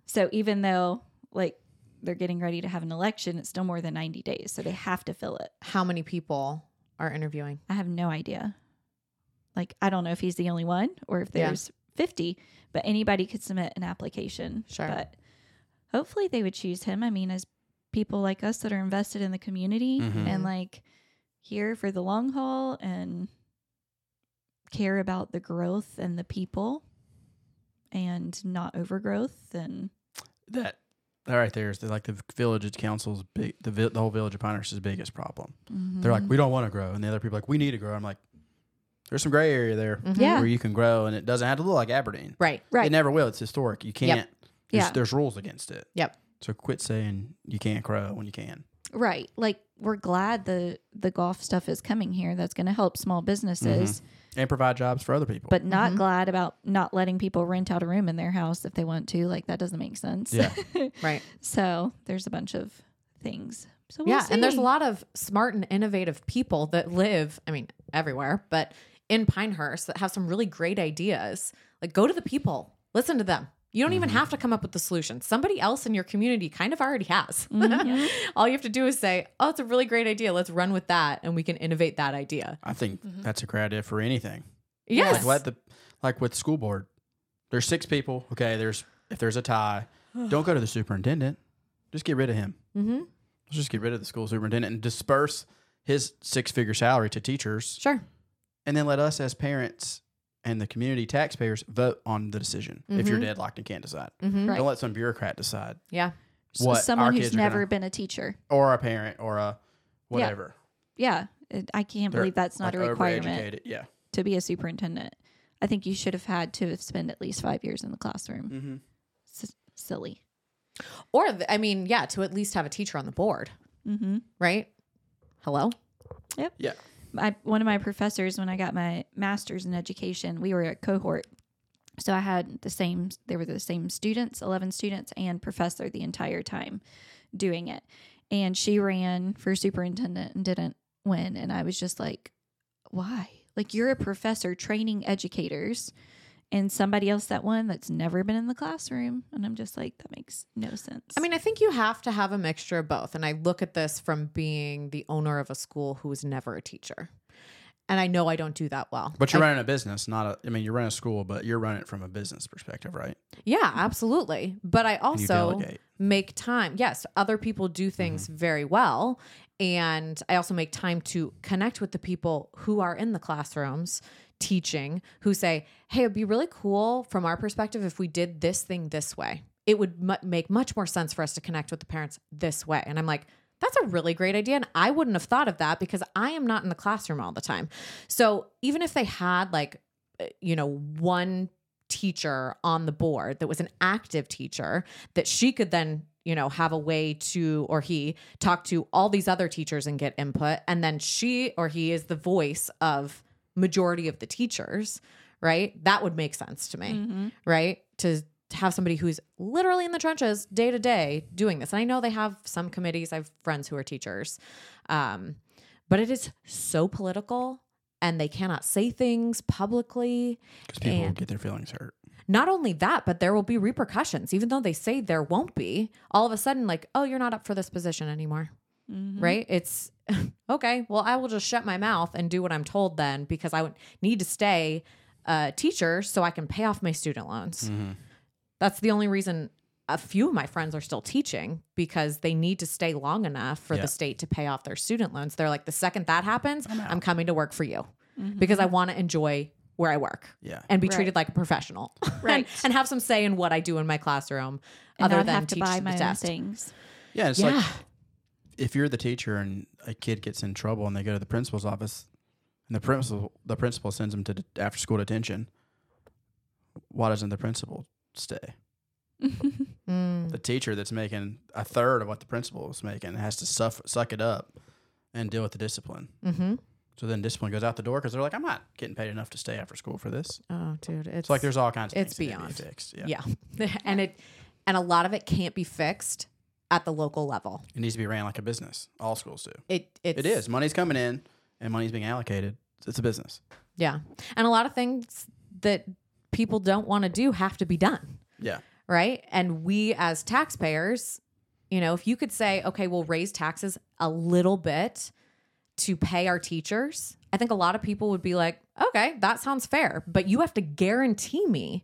S2: so even though like they're getting ready to have an election, it's still more than 90 days. So they have to fill it.
S1: How many people are interviewing?
S2: I have no idea. Like, I don't know if he's the only one or if
S1: Yeah.
S2: there's 50, but anybody could submit an application.
S1: Sure.
S2: But hopefully they would choose him. I mean, as people like us that are invested in the community
S3: Mhm.
S2: and like here for the long haul and care about the growth and the people and not overgrowth and
S3: that that right there is the, like the village's council's big the, vi- the whole village of Pinehurst's biggest problem.
S1: Mm-hmm.
S3: They're
S2: Mm-hmm.
S3: like, we don't want to grow, and the other people are like, we need to grow. I'm like, there's some gray area there
S2: Mm-hmm. Yeah.
S3: where you can grow, and it doesn't have to look like Aberdeen.
S1: Mm-hmm. Right.
S3: It
S2: right
S3: never will. It's historic. You can't. There's,
S2: Yeah.
S3: there's rules against it.
S1: Yep.
S3: So quit saying you can't grow when you can.
S2: right like we're glad the the golf stuff is coming here that's going to help small businesses
S3: And provide jobs for other people.
S2: but
S1: Mm-hmm.
S2: not glad about not letting people rent out a room in their house if they want to. Like that doesn't make sense.
S3: Yeah.
S1: Right.
S2: so there's a bunch of things. So we'll
S1: Yeah. And there's a
S2: see.
S1: lot of smart and innovative people that live, I mean, everywhere, but in Pinehurst that have some really great ideas. Like, go to the people, listen to them. You don't
S2: Mm-hmm.
S1: even have to come up with the solution. Somebody else in your community kind of already has.
S2: Mm-hmm,
S1: All you have to do is say, oh, it's a really great idea. Let's run with that and we can innovate that idea.
S3: I think
S2: Mm-hmm.
S3: that's a great idea for anything.
S1: Yes.
S3: Like let the like with school board. There's six people. Okay, there's if there's a tie, don't go to the superintendent. Just get rid of him.
S1: Mhm.
S3: Let's just get rid of the school superintendent and disperse his six figure salary to teachers
S1: Sure.
S3: and then let us as parents and the community taxpayers vote on the decision if you're
S1: Mhm.
S3: deadlocked and can't decide.
S1: Mhm.
S2: Right.
S3: Don't let some bureaucrat decide
S1: Yeah.
S2: So
S3: what our
S2: someone who's
S3: kids are gonna-
S2: never been a teacher.
S3: or a parent or a whatever.
S2: Yeah, It- I can't
S3: They're,
S2: believe that's not
S3: Like,
S2: a requirement
S3: overeducated. Yeah.
S2: to be a superintendent. I think you should have had to have spent at least five years in the classroom.
S3: Mm-hmm.
S2: S- silly.
S1: Or, th- I mean, yeah, to at least have a teacher on the board,
S2: Mm-hmm.
S1: right? Hello?
S3: Yeah.
S2: my one of my professors when I got my master's in education, we were a cohort. So I had the same they were the same students, 11 students and professor the entire time doing it. And she ran for superintendent and didn't win and I was just like, "Why? Like you're a professor training educators." And somebody else that won that's never been in the classroom. And I'm just like, that makes no sense.
S1: I mean, I think you have to have a mixture of both. And I look at this from being the owner of a school who was never a teacher. And I know I don't do that well.
S3: But
S1: I-
S3: you're running a business, not a. I mean, you're running a school, but you're running it from a business perspective, right?
S1: Yeah, absolutely. But I
S3: you
S1: also
S3: delegate. Mm-hmm.
S1: make time. Yes, other people do things very well. And I also make time to connect with the people who are in the classrooms teaching, who say, hey, it'd be really cool from our perspective if we did this thing this way. It would mu- make much more sense for us to connect with the parents this way. And I'm like, that's a really great idea. And I wouldn't have thought of that because I am not in the classroom all the time. So even if they had like, uh, you know, one teacher on the board that was an active teacher that she could then you know have a way to or he talk to all these other teachers and get input and then she or he is the voice of majority of the teachers right that would make sense to me
S2: Mm-hmm.
S1: right to to have somebody who's literally in the trenches day to day doing this and i know they have some committees i have friends who are teachers um, but it is so political and they cannot say things publicly
S3: Because people will
S1: And-
S3: get their feelings hurt.
S1: not only that, but there will be repercussions, even though they say there won't be. All of a sudden, like, oh, you're not up for this position anymore,
S2: Mm-hmm.
S1: right? It's okay. Well, I will just shut my mouth and do what I'm told then because I would need to stay a teacher so I can pay off my student loans.
S2: Mm-hmm.
S1: That's the only reason a few of my friends are still teaching because they need to stay long enough for
S3: Yeah.
S1: the state to pay off their student loans. They're like, the second that happens, I'm, coming to work for you because I want to enjoy where I work
S3: Yeah.
S1: and be
S2: Mm-hmm. Right.
S1: treated like a professional,
S2: Right.
S1: and, and have some say in what I do in my classroom,
S2: And
S1: other
S2: not
S1: than
S2: have to
S1: teach
S2: buy
S1: the
S2: my own
S1: test.
S2: things.
S3: yeah. It's
S1: Yeah.
S3: like if you're the teacher and a kid gets in trouble and they go to the principal's office, and the principal the principal sends them to d- after school detention. Why doesn't the principal stay?
S1: Mm.
S3: The teacher that's making a third of what the principal was making has to suffer, suck it up, and deal with the discipline.
S1: hmm
S3: So then discipline goes out the door because they're like, I'm not getting paid enough to stay after school for this.
S1: Oh, dude, it's
S3: It's like there's all kinds of
S1: it's
S3: things that need to be
S1: beyond.
S3: fixed.
S1: yeah, and it and a lot of it can't be fixed at the local level.
S3: It needs to be ran like a business. All schools do.
S1: It it's,
S3: It is. Money's coming in and money's being allocated. It's a business.
S1: yeah, and a lot of things that people don't want to do have to be done.
S3: Yeah.
S1: right? And we as taxpayers You know, if you could say, okay, we'll raise taxes a little bit to pay our teachers, I think a lot of people would be like, okay, that sounds fair, but you have to guarantee me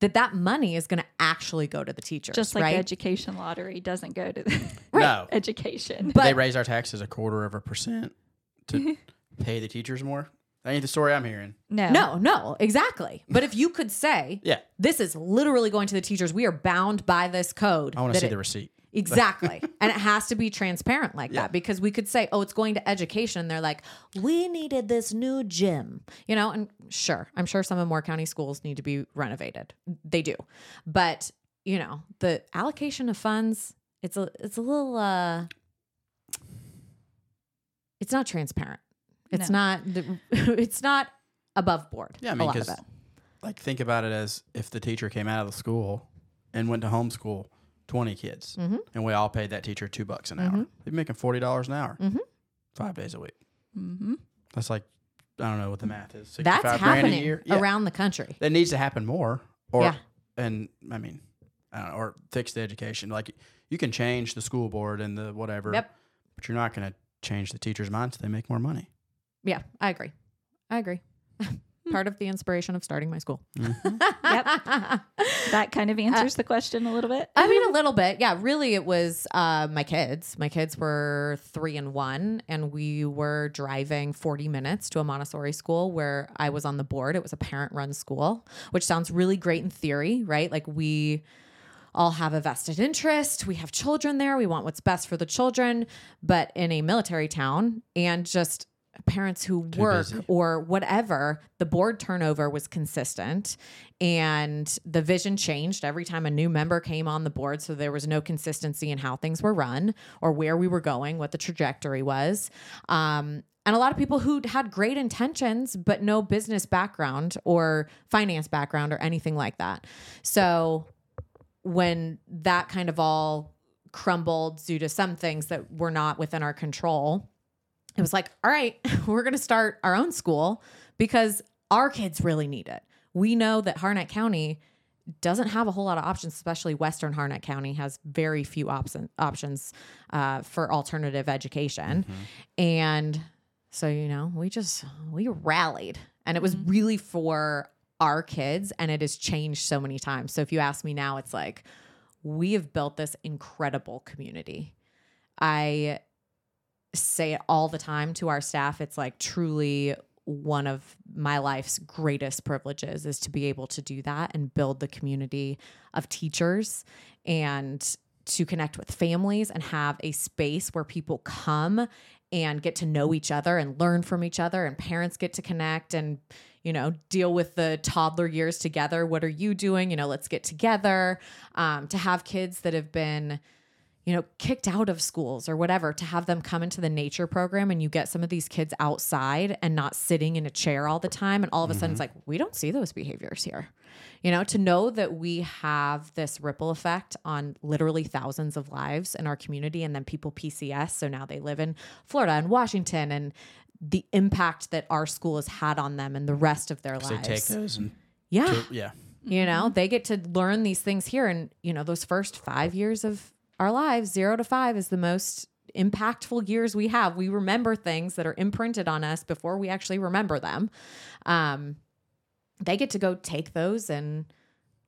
S1: that that money is going to actually go to the teachers,
S2: Just like
S1: right?
S2: the education lottery doesn't go to the
S3: No.
S2: education.
S1: but
S3: they raise our taxes a quarter of a percent to pay the teachers more. That ain't the story I'm hearing.
S2: No.
S1: no, no, exactly. But if you could say,
S3: Yeah.
S1: this is literally going to the teachers, we are bound by this code.
S3: I
S1: that
S3: want to see
S1: it-
S3: the receipt.
S1: Exactly. and it has to be transparent like
S3: Yeah.
S1: that because we could say, oh, it's going to education. And they're like, we needed this new gym, you know? And sure, I'm sure some of Moore County schools need to be renovated. They do. But, you know, the allocation of funds, it's a, it's a little, uh, it's not transparent. It's
S2: No.
S1: not, the, it's not above board.
S3: Yeah, I
S1: a
S3: mean,
S1: lot of
S3: because
S1: it.
S3: like think about it as if the teacher came out of the school and went to homeschool twenty kids,
S1: Mhm.
S3: and we all paid that teacher two bucks an hour. They'd be making forty dollars an hour,
S1: Mhm.
S3: five days a week.
S2: Mm-hmm.
S3: That's like I don't know what the math is. Sixty-five
S1: That's
S3: grand a
S1: happening
S3: year. Yeah.
S1: around the country.
S3: that needs to happen more. Or
S1: Yeah.
S3: and I mean, I don't know, or fix the education. Like you can change the school board and the whatever.
S1: Yep.
S3: But you're not going to change the teachers' minds. They make more money.
S1: Yeah, I agree. I agree. Part of the inspiration of starting my school.
S2: That kind
S1: Uh,
S2: of answers the question a little bit.
S1: I mean, a little bit. Yeah, really, it was uh, my kids. My kids were three and one, and we were driving 40 minutes to a Montessori school where I was on the board. It was a parent run school, which sounds really great in theory, right? Like, we all have a vested interest. We have children there. We want what's best for the children. But in a military town and just parents who work
S3: busy.
S1: or whatever, the board turnover was consistent and the vision changed every time a new member came on the board. So there was no consistency in how things were run or where we were going, what the trajectory was. Um, and a lot of people who had great intentions but no business background or finance background or anything like that. So when that kind of all crumbled due to some things that were not within our control, it was like, all right, we're going to start our own school because our kids really need it. We know that Harnett County doesn't have a whole lot of options, especially Western Harnett County has very few option, options uh, for alternative education. And so, you know, we just, we rallied and it was really for our kids and it has changed so many times. So if you ask me now, it's like, we have built this incredible community. I say it all the time to our staff. It's like truly one of my life's greatest privileges is to be able to do that and build the community of teachers and to connect with families and have a space where people come and get to know each other and learn from each other and parents get to connect and you know deal with the toddler years together what are you doing you know let's get together um, to have kids that have been you know, kicked out of schools or whatever, to have them come into the nature program and you get some of these kids outside and not sitting in a chair all the time. And all of a sudden it's
S3: Mm-hmm.
S1: like, we don't see those behaviors here. You know, to know that we have this ripple effect on literally thousands of lives in our community and then people PCS. So now they live in Florida and Washington and the impact that our school has had on them and the rest of their
S3: So they
S1: lives.
S3: take those and
S1: yeah.
S3: to- yeah.
S1: You know, they get to learn these things here. And, you know, those first five years of our lives, zero to five, is the most impactful years we have. We remember things that are imprinted on us before we actually remember them. Um, they get to go take those and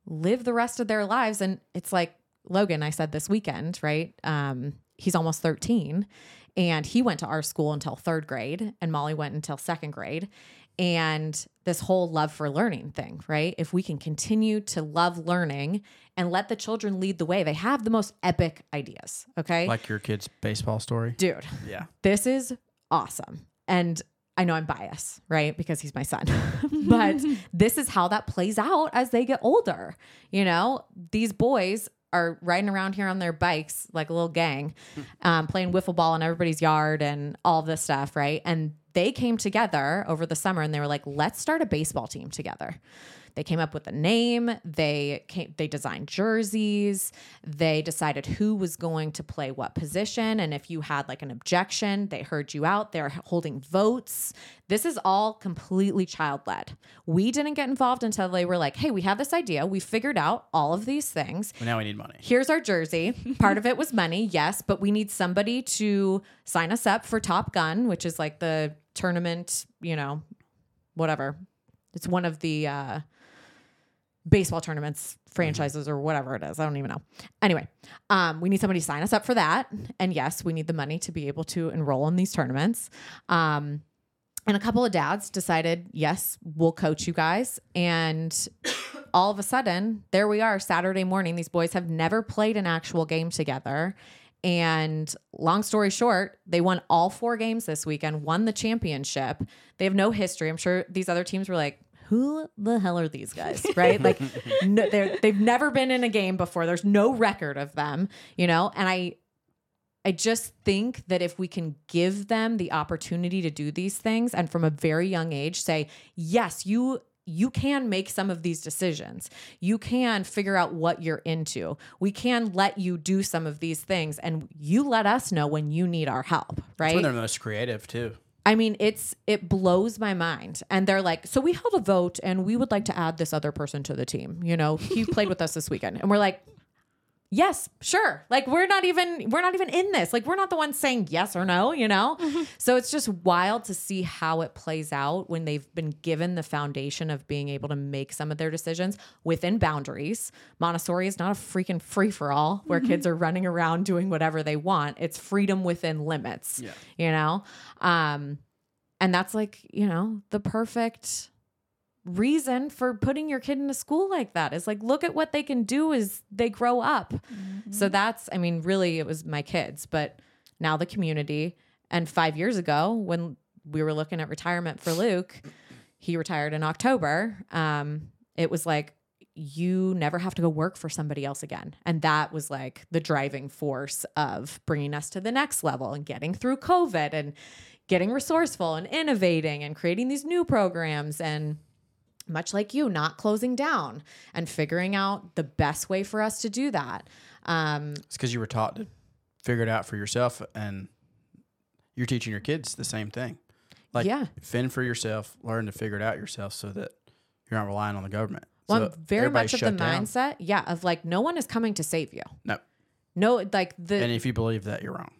S1: live the rest of their lives. And it's like Logan, I said this weekend, right? Um, he's almost 13 and he went to our school until third grade and Molly went until second grade. And this whole love for learning thing, right? If we can continue to love learning and let the children lead the way, they have the most epic ideas. Okay.
S3: Like your kid's baseball story.
S1: dude
S3: Yeah.
S1: this is awesome. And I know I'm biased, right? Because he's my son. but this is how that plays out as they get older. You know, these boys are riding around here on their bikes like a little gang, um, playing wiffle ball in everybody's yard and all this stuff, right? And they came together over the summer and they were like, let's start a baseball team together. They came up with a name. They came, they designed jerseys. They decided who was going to play what position, and if you had like an objection, they heard you out. They're holding votes. This is all completely child led. We didn't get involved until they were like, "Hey, we have this idea. We figured out all of these things
S3: But now we need money.
S1: here's our jersey. Part of it was money, yes, but we need somebody to sign us up for Top Gun, which is like the tournament, you know, whatever. It's one of the uh, baseball tournaments, franchises, or whatever it is. I don't even know. Anyway, um, we need somebody to sign us up for that. And yes, we need the money to be able to enroll in these tournaments. Um, and a couple of dads decided, yes, we'll coach you guys. And all of a sudden, there we are Saturday morning. These boys have never played an actual game together. And long story short, they won all four games this weekend, won the championship. They have no history. I'm sure these other teams were like, who the hell are these guys? Right? like, no, they're- they've never been in a game before. There's no record of them, you know? And I, I just think that if we can give them the opportunity to do these things and from a very young age say, yes, you you can make some of these decisions. You can figure out what you're into. We can let you do some of these things and you let us know when you need our help, right?
S3: That's when they're most creative too.
S1: I mean, it's it blows my mind. And they're like, so we held a vote and we would like to add this other person to the team. You know, he played with us this weekend. And we're like, yes, sure. Like we're not even we're not even in this. Like we're not the ones saying yes or no, you know? So it's just wild to see how it plays out when they've been given the foundation of being able to make some of their decisions within boundaries. Montessori is not a freaking free for all where kids are running around doing whatever they want. It's freedom within limits.
S3: Yeah.
S1: You know? Um and that's like, you know, the perfect reason for putting your kid in a school like that is like, look at what they can do as they grow up. So that's, I mean, really, it was my kids, but now the community. And five years ago, when we were looking at retirement for Luke, he retired in October. Um, it was like, you never have to go work for somebody else again. And that was like the driving force of bringing us to the next level and getting through COVID and getting resourceful and innovating and creating these new programs and much like you, not closing down and figuring out the best way for us to do that. Um,
S3: It's because you were taught to figure it out for yourself, and you're teaching your kids the same thing. Like,
S1: Yeah.
S3: fend for yourself, learn to figure it out yourself, so that you're not relying on the government.
S1: well,
S3: So
S1: I'm very
S3: everybody's
S1: much of the
S3: shut down.
S1: mindset, yeah, of like no one is coming to save you.
S3: No,
S1: No, like the
S3: and
S1: and,
S3: if you believe that, you're wrong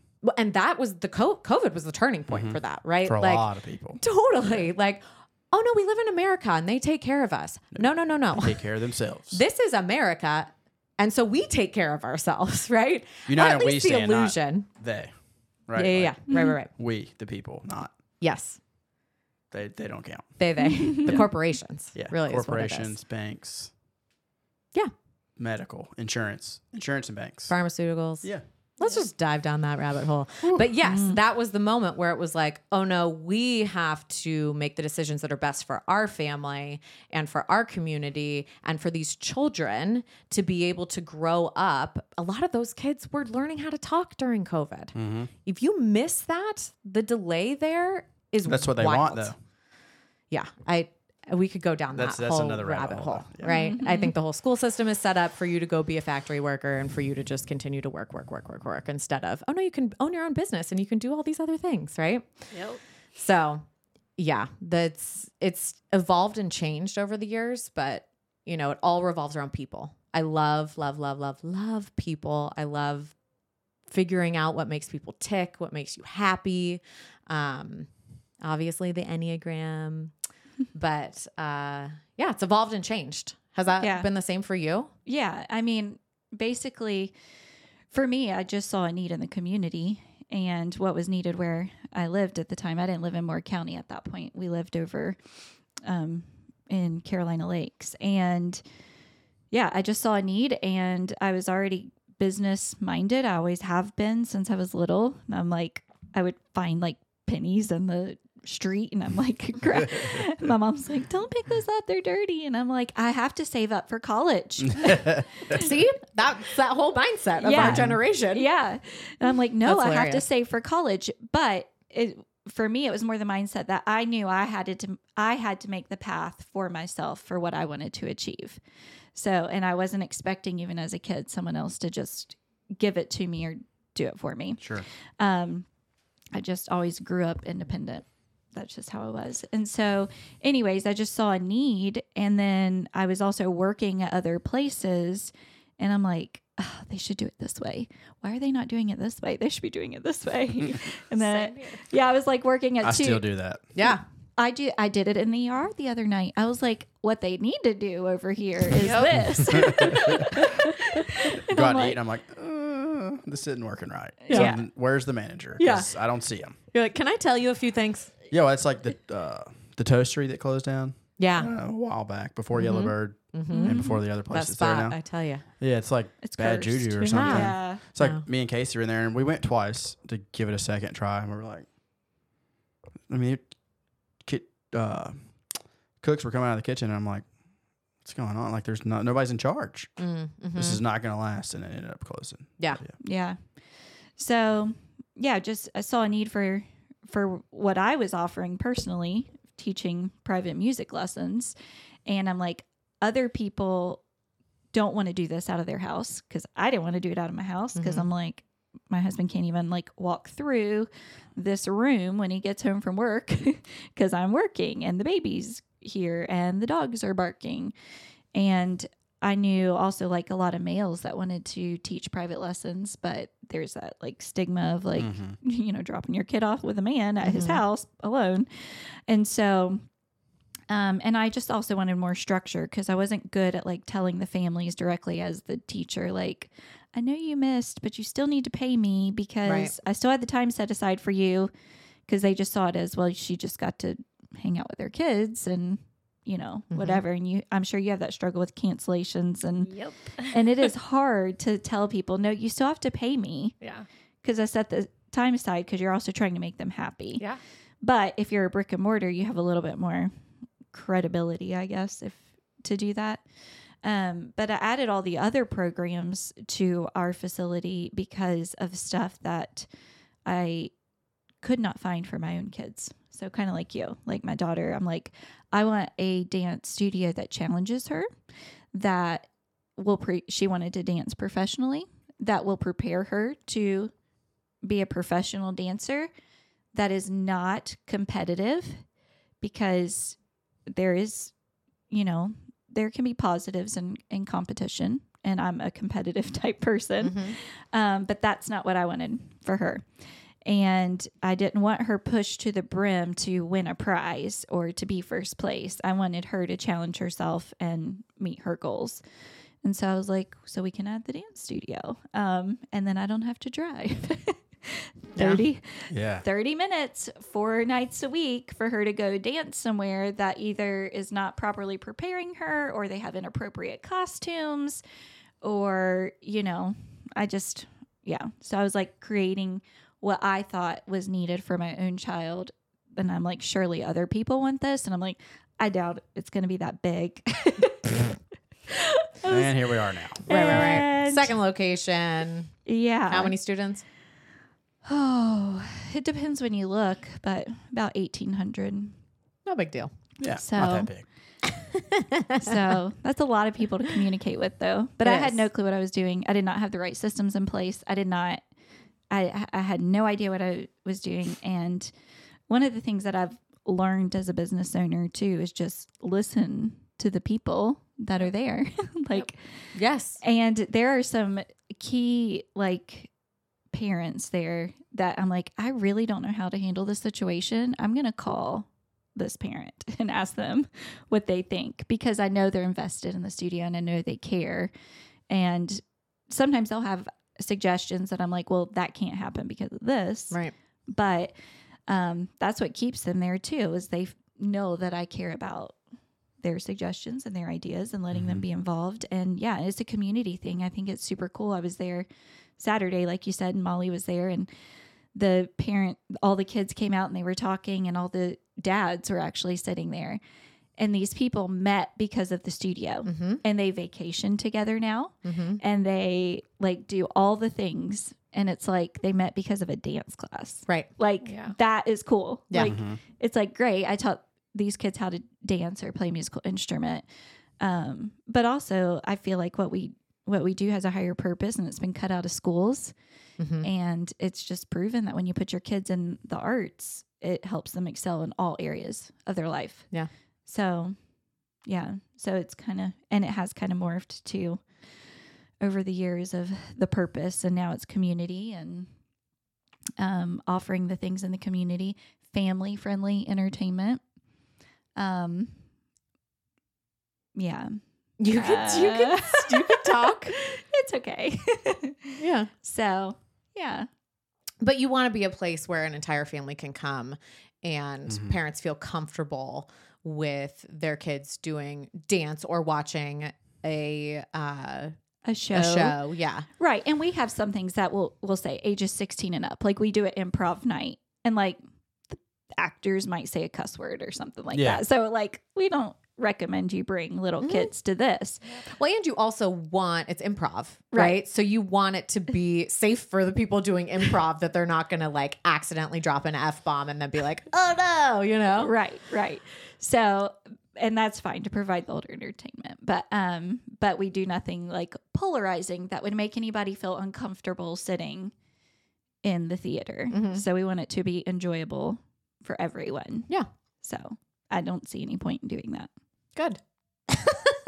S1: that was the co- COVID was the turning point for that, right?
S3: Mm-hmm. for a
S1: like
S3: lot of people.
S1: totally, like oh no, we live in America and they take care of us. No, no, no, no.
S3: Take care of themselves.
S1: this is America, and so we take care of ourselves, right?
S3: United
S1: At
S3: we
S1: least the
S3: stand, not-
S1: illusion.
S3: they, right?
S1: yeah, yeah,
S3: Like,
S1: yeah. right, right, right.
S3: We, the people, not
S1: Yes,
S3: they. They don't count.
S1: they, they, the corporations.
S3: Yeah,
S1: really, Is what it
S3: corporations,
S1: is.
S3: banks.
S1: Yeah.
S3: medical insurance, insurance and banks.
S1: pharmaceuticals.
S3: Yeah,
S1: Let's just dive down that rabbit hole. But yes, that was the moment where it was like, oh no, we have to make the decisions that are best for our family and for our community and for these children to be able to grow up. A lot of those kids were learning how to talk during COVID.
S3: Mm-hmm.
S1: If you miss that, the delay there is
S3: that's what they want
S1: wild.
S3: though.
S1: Yeah, I we could go down
S3: That's-
S1: that
S3: that's
S1: whole
S3: another
S1: rabbit,
S3: rabbit
S1: hole,
S3: hole, though. Yeah.
S1: right? I think the whole school system is set up for you to go be a factory worker and for you to just continue to work, work, work, work, work instead of oh no, you can own your own business and you can do all these other things, right?
S4: Yep.
S1: So, yeah, that's it's evolved and changed over the years, but you know, it all revolves around people. I love, love, love, love, love people. I love figuring out what makes people tick, what makes you happy. Um, obviously the Enneagram, but uh, yeah, it's evolved and changed. Has that
S2: Yeah.
S1: been the same for you?
S2: Yeah, I mean, basically, for me, I just saw a need in the community and what was needed where I lived at the time. I didn't live in Moore County at that point. We lived over um, in Carolina Lakes, and yeah, I just saw a need, and I was already business minded. I always have been since I was little. And I'm like, I would find like pennies in the street and I'm like gra- my mom's like don't pick those up they're dirty and I'm like I have to save up for college
S1: See, that's that whole mindset of
S2: Yeah.
S1: our generation.
S2: Yeah. And I'm like, no,
S1: That's
S2: I have to
S1: hilarious.
S2: save for college. But it, for me it was more the mindset that I knew I had to, to I had to make the path for myself for what I wanted to achieve. So, and I wasn't expecting even as a kid someone else to just give it to me or do it for me.
S3: Sure.
S2: Um, I just always grew up independent. That's just how I was. And so, anyways, I just saw a need. And then I was also working at other places. And I'm like, oh, they should do it this way. Why are they not doing it this way? They should be doing it this way. and then, yeah, I was like working at
S3: I
S2: two.
S3: still do that.
S1: Yeah.
S2: I do. I did it in the ER the other night. I was like, what they need to do over here is
S4: Yep.
S2: this.
S3: Go out
S2: I'm
S3: to
S2: like-
S3: eat, and I'm like, uh, this isn't working right.
S2: Yeah.
S3: So, where's the manager?
S2: Yeah.
S3: 'Cause I don't see him.
S1: You're like, can I tell you a few things?
S3: Yeah, well, it's like the uh, the toastery that closed down uh,
S1: Yeah.
S3: a while back before
S2: Mm-hmm.
S3: Yellowbird
S1: Mhm.
S3: and before the other
S1: That
S3: places there
S1: spot,
S3: now.
S1: I tell you.
S3: Yeah, it's like
S2: It's
S3: bad
S2: cursed.
S3: juju or
S1: Yeah.
S3: something.
S2: yeah.
S3: It's like
S1: No.
S3: me and Casey were in there, and we went twice to give it a second try, and we were like, I mean, it- ki- uh, cooks were coming out of the kitchen, and I'm like, what's going on? Like, there's not nobody's in charge.
S1: Mm,
S2: Mm-hmm.
S3: This
S1: mhm.
S3: is not going to last, and it ended up closing.
S1: Yeah.
S2: Yeah. So, yeah, just I saw a need for for what I was offering personally, teaching private music lessons, and I'm like other people don't want to do this out of their house cuz I didn't want to do it out of my house because
S1: Mhm.
S2: I'm like my husband can't even like walk through this room when he gets home from work cuz I'm working and the baby's here and the dogs are barking. And I knew also like a lot of males that wanted to teach private lessons, but there's that like stigma of like,
S3: Mhm.
S2: you know, dropping your kid off with a man at his
S1: Mhm.
S2: house alone. And so, um, and I just also wanted more structure because I wasn't good at like telling the families directly as the teacher, like, I know you missed, but you still need to pay me because
S1: Right.
S2: I still had the time set aside for you because they just saw it as well, she just got to hang out with her kids and, you know,
S1: Mhm.
S2: whatever. And you, I'm sure you have that struggle with cancellations and
S4: Yep.
S2: and it is hard to tell people no you still have to pay me
S4: Yeah.
S2: because i set the time aside because you're also trying to make them happy
S4: Yeah.
S2: but if you're a brick and mortar you have a little bit more credibility i guess if to do that um, but i added all the other programs to our facility because of stuff that i could not find for my own kids so kind of like you like my daughter i'm like i want a dance studio that challenges her that will pre- she wanted to dance professionally that will prepare her to be a professional dancer that is not competitive because there is you know there can be positives in, in competition and i'm a competitive type person
S1: Mhm.
S2: um, but that's not what i wanted for her and i didn't want her pushed to the brim to win a prize or to be first place i wanted her to challenge herself and meet her goals and so I was like, so we can add the dance studio. Um, and then I don't have to drive. 30,
S3: Yeah.
S2: 30 minutes, four nights a week for her to go dance somewhere that either is not properly preparing her or they have inappropriate costumes or, you know, I just, yeah. So I was like creating what I thought was needed for my own child. And I'm like, surely other people want this. And I'm like, I doubt it's going to be that big. I was
S3: And here we are now.
S1: Right, right, right.
S2: And-
S1: Second location.
S2: Yeah.
S1: How many students?
S2: Oh, it depends when you look, but about 1800.
S1: No big deal.
S3: Yeah.
S2: So-
S3: not that big.
S2: So that's a lot of people to communicate with, though. But I had
S1: Yes.
S2: no clue what I was doing. I did not have the right systems in place. I did not, I, I had no idea what I was doing. And one of the things that I've learned as a business owner, too, is just listen to the people that are there. like,
S1: Yes.
S2: And there are some key like parents there that I'm like, I really don't know how to handle this situation. I'm gonna call this parent and ask them what they think because I know they're invested in the studio and I know they care. And sometimes they'll have suggestions that I'm like, well, that can't happen because of this
S1: Right.
S2: but um, that's what keeps them there too is they f- know that i care about their suggestions and their ideas and letting them
S3: Mhm.
S2: be involved and yeah it's a community thing i think it's super cool i was there saturday like you said and molly was there and the parent all the kids came out and they were talking and all the dads were actually sitting there and these people met because of the studio
S1: Mm-hmm.
S2: and they vacation together now
S1: Mm-hmm.
S2: and they like do all the things and it's like they met because of a dance class.
S1: Right.
S2: Like
S4: Yeah.
S2: that is cool.
S1: Yeah.
S2: Like
S3: Mm-hmm.
S2: it's like great. I taught these kids how to dance or play a musical instrument. Um, but also I feel like what we what we do has a higher purpose and it's been cut out of schools.
S1: Mhm.
S2: And it's just proven that when you put your kids in the arts, it helps them excel in all areas of their life.
S1: Yeah.
S2: So, yeah. So it's kind of, and it has kind of morphed to over the years of the purpose. And now it's community and um, offering the things in the community, family friendly entertainment. Um, yeah.
S1: You could you could you could talk.
S2: It's okay.
S1: Yeah.
S2: so, yeah.
S1: But you want to be a place where an entire family can come and
S3: Mhm.
S1: parents feel comfortable with their kids doing dance or watching a uh, a show. Yeah.
S2: Right. And we have some things that we'll we'll say ages 16 and up. Like we do an improv night and like the actors might say a cuss word or something like
S3: Yeah.
S2: that. So like we don't recommend you bring little
S1: Mhm.
S2: kids to this.
S1: Well, and you also want it's improv, right?
S2: Right.
S1: So you want it to be safe for the people doing improv that they're not going to like accidentally drop an F bomb and then be like, "Oh no," you know?
S2: Right, right. So and that's fine to provide the older entertainment. But um but we do nothing like polarizing that would make anybody feel uncomfortable sitting in the theater.
S1: Mhm.
S2: So we want it to be enjoyable for everyone.
S1: Yeah.
S2: So I don't see any point in doing that.
S1: Good.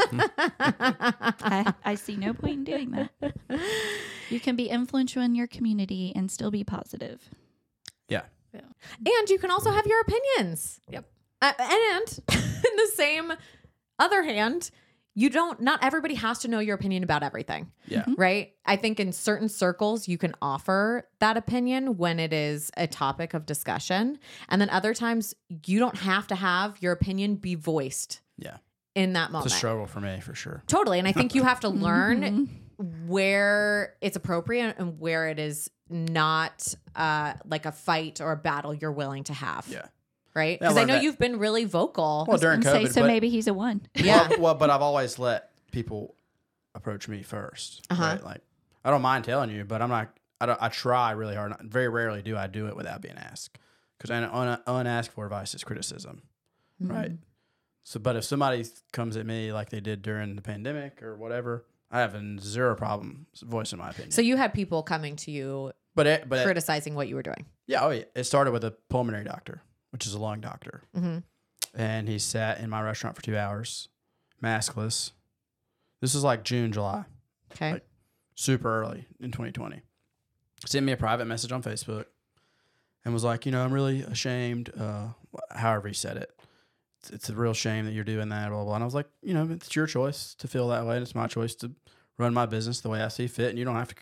S2: I, I see no point in doing that. You can be influential in your community and still be positive.
S1: And you can also have your opinions.
S4: Yep.
S1: Uh, and in the same other hand, you don't, not everybody has to know your opinion about everything,
S3: Yeah.
S2: Mm-hmm.
S1: right? I think in certain circles, you can offer that opinion when it is a topic of discussion. And then other times, you don't have to have your opinion be voiced
S3: Yeah.
S1: in that
S3: It's a
S1: moment.
S3: struggle for me for sure.
S1: Totally. And I think you have to learn
S2: Mhm.
S3: Mm-hmm.
S1: where it's appropriate and where it is not uh, like a fight or a battle you're willing to have.
S3: Yeah.
S1: Right?
S3: Yeah, I
S1: Because I
S3: learned
S1: know
S3: that.
S1: you've been really vocal.
S3: Well, during
S2: And
S3: COVID,
S2: say, so
S3: but,
S2: maybe he's a one.
S1: Yeah.
S3: well, well, but I've always let people approach me 1st
S1: Uh-huh.
S3: Right? Like, I don't mind telling you, but I'm not. I don't. I try really hard. Not- Very rarely do I do it without being asked, because un, un, unasked for advice is criticism,
S1: Mm-hmm.
S3: right? So, but if somebody comes at me like they did during the pandemic or whatever, I have an zero problem voicing my opinion.
S1: So you had people coming to you
S3: but it, but it,
S1: criticizing what you were doing.
S3: yeah, oh yeah, it started with a pulmonary doctor, which is a lung doctor.
S1: hmm
S3: and he sat in my restaurant for two hours, maskless. This is like June, July,
S1: Okay.
S3: Like- super early in 2020. Sent me a private message on Facebook and was like, you know, I'm really ashamed. Uh, wh- however he said it, it's, it's a real shame that you're doing that. Blah, blah blah. And I was like, you know, it's your choice to feel that way, and it's my choice to run my business the way I see fit, and you don't have to,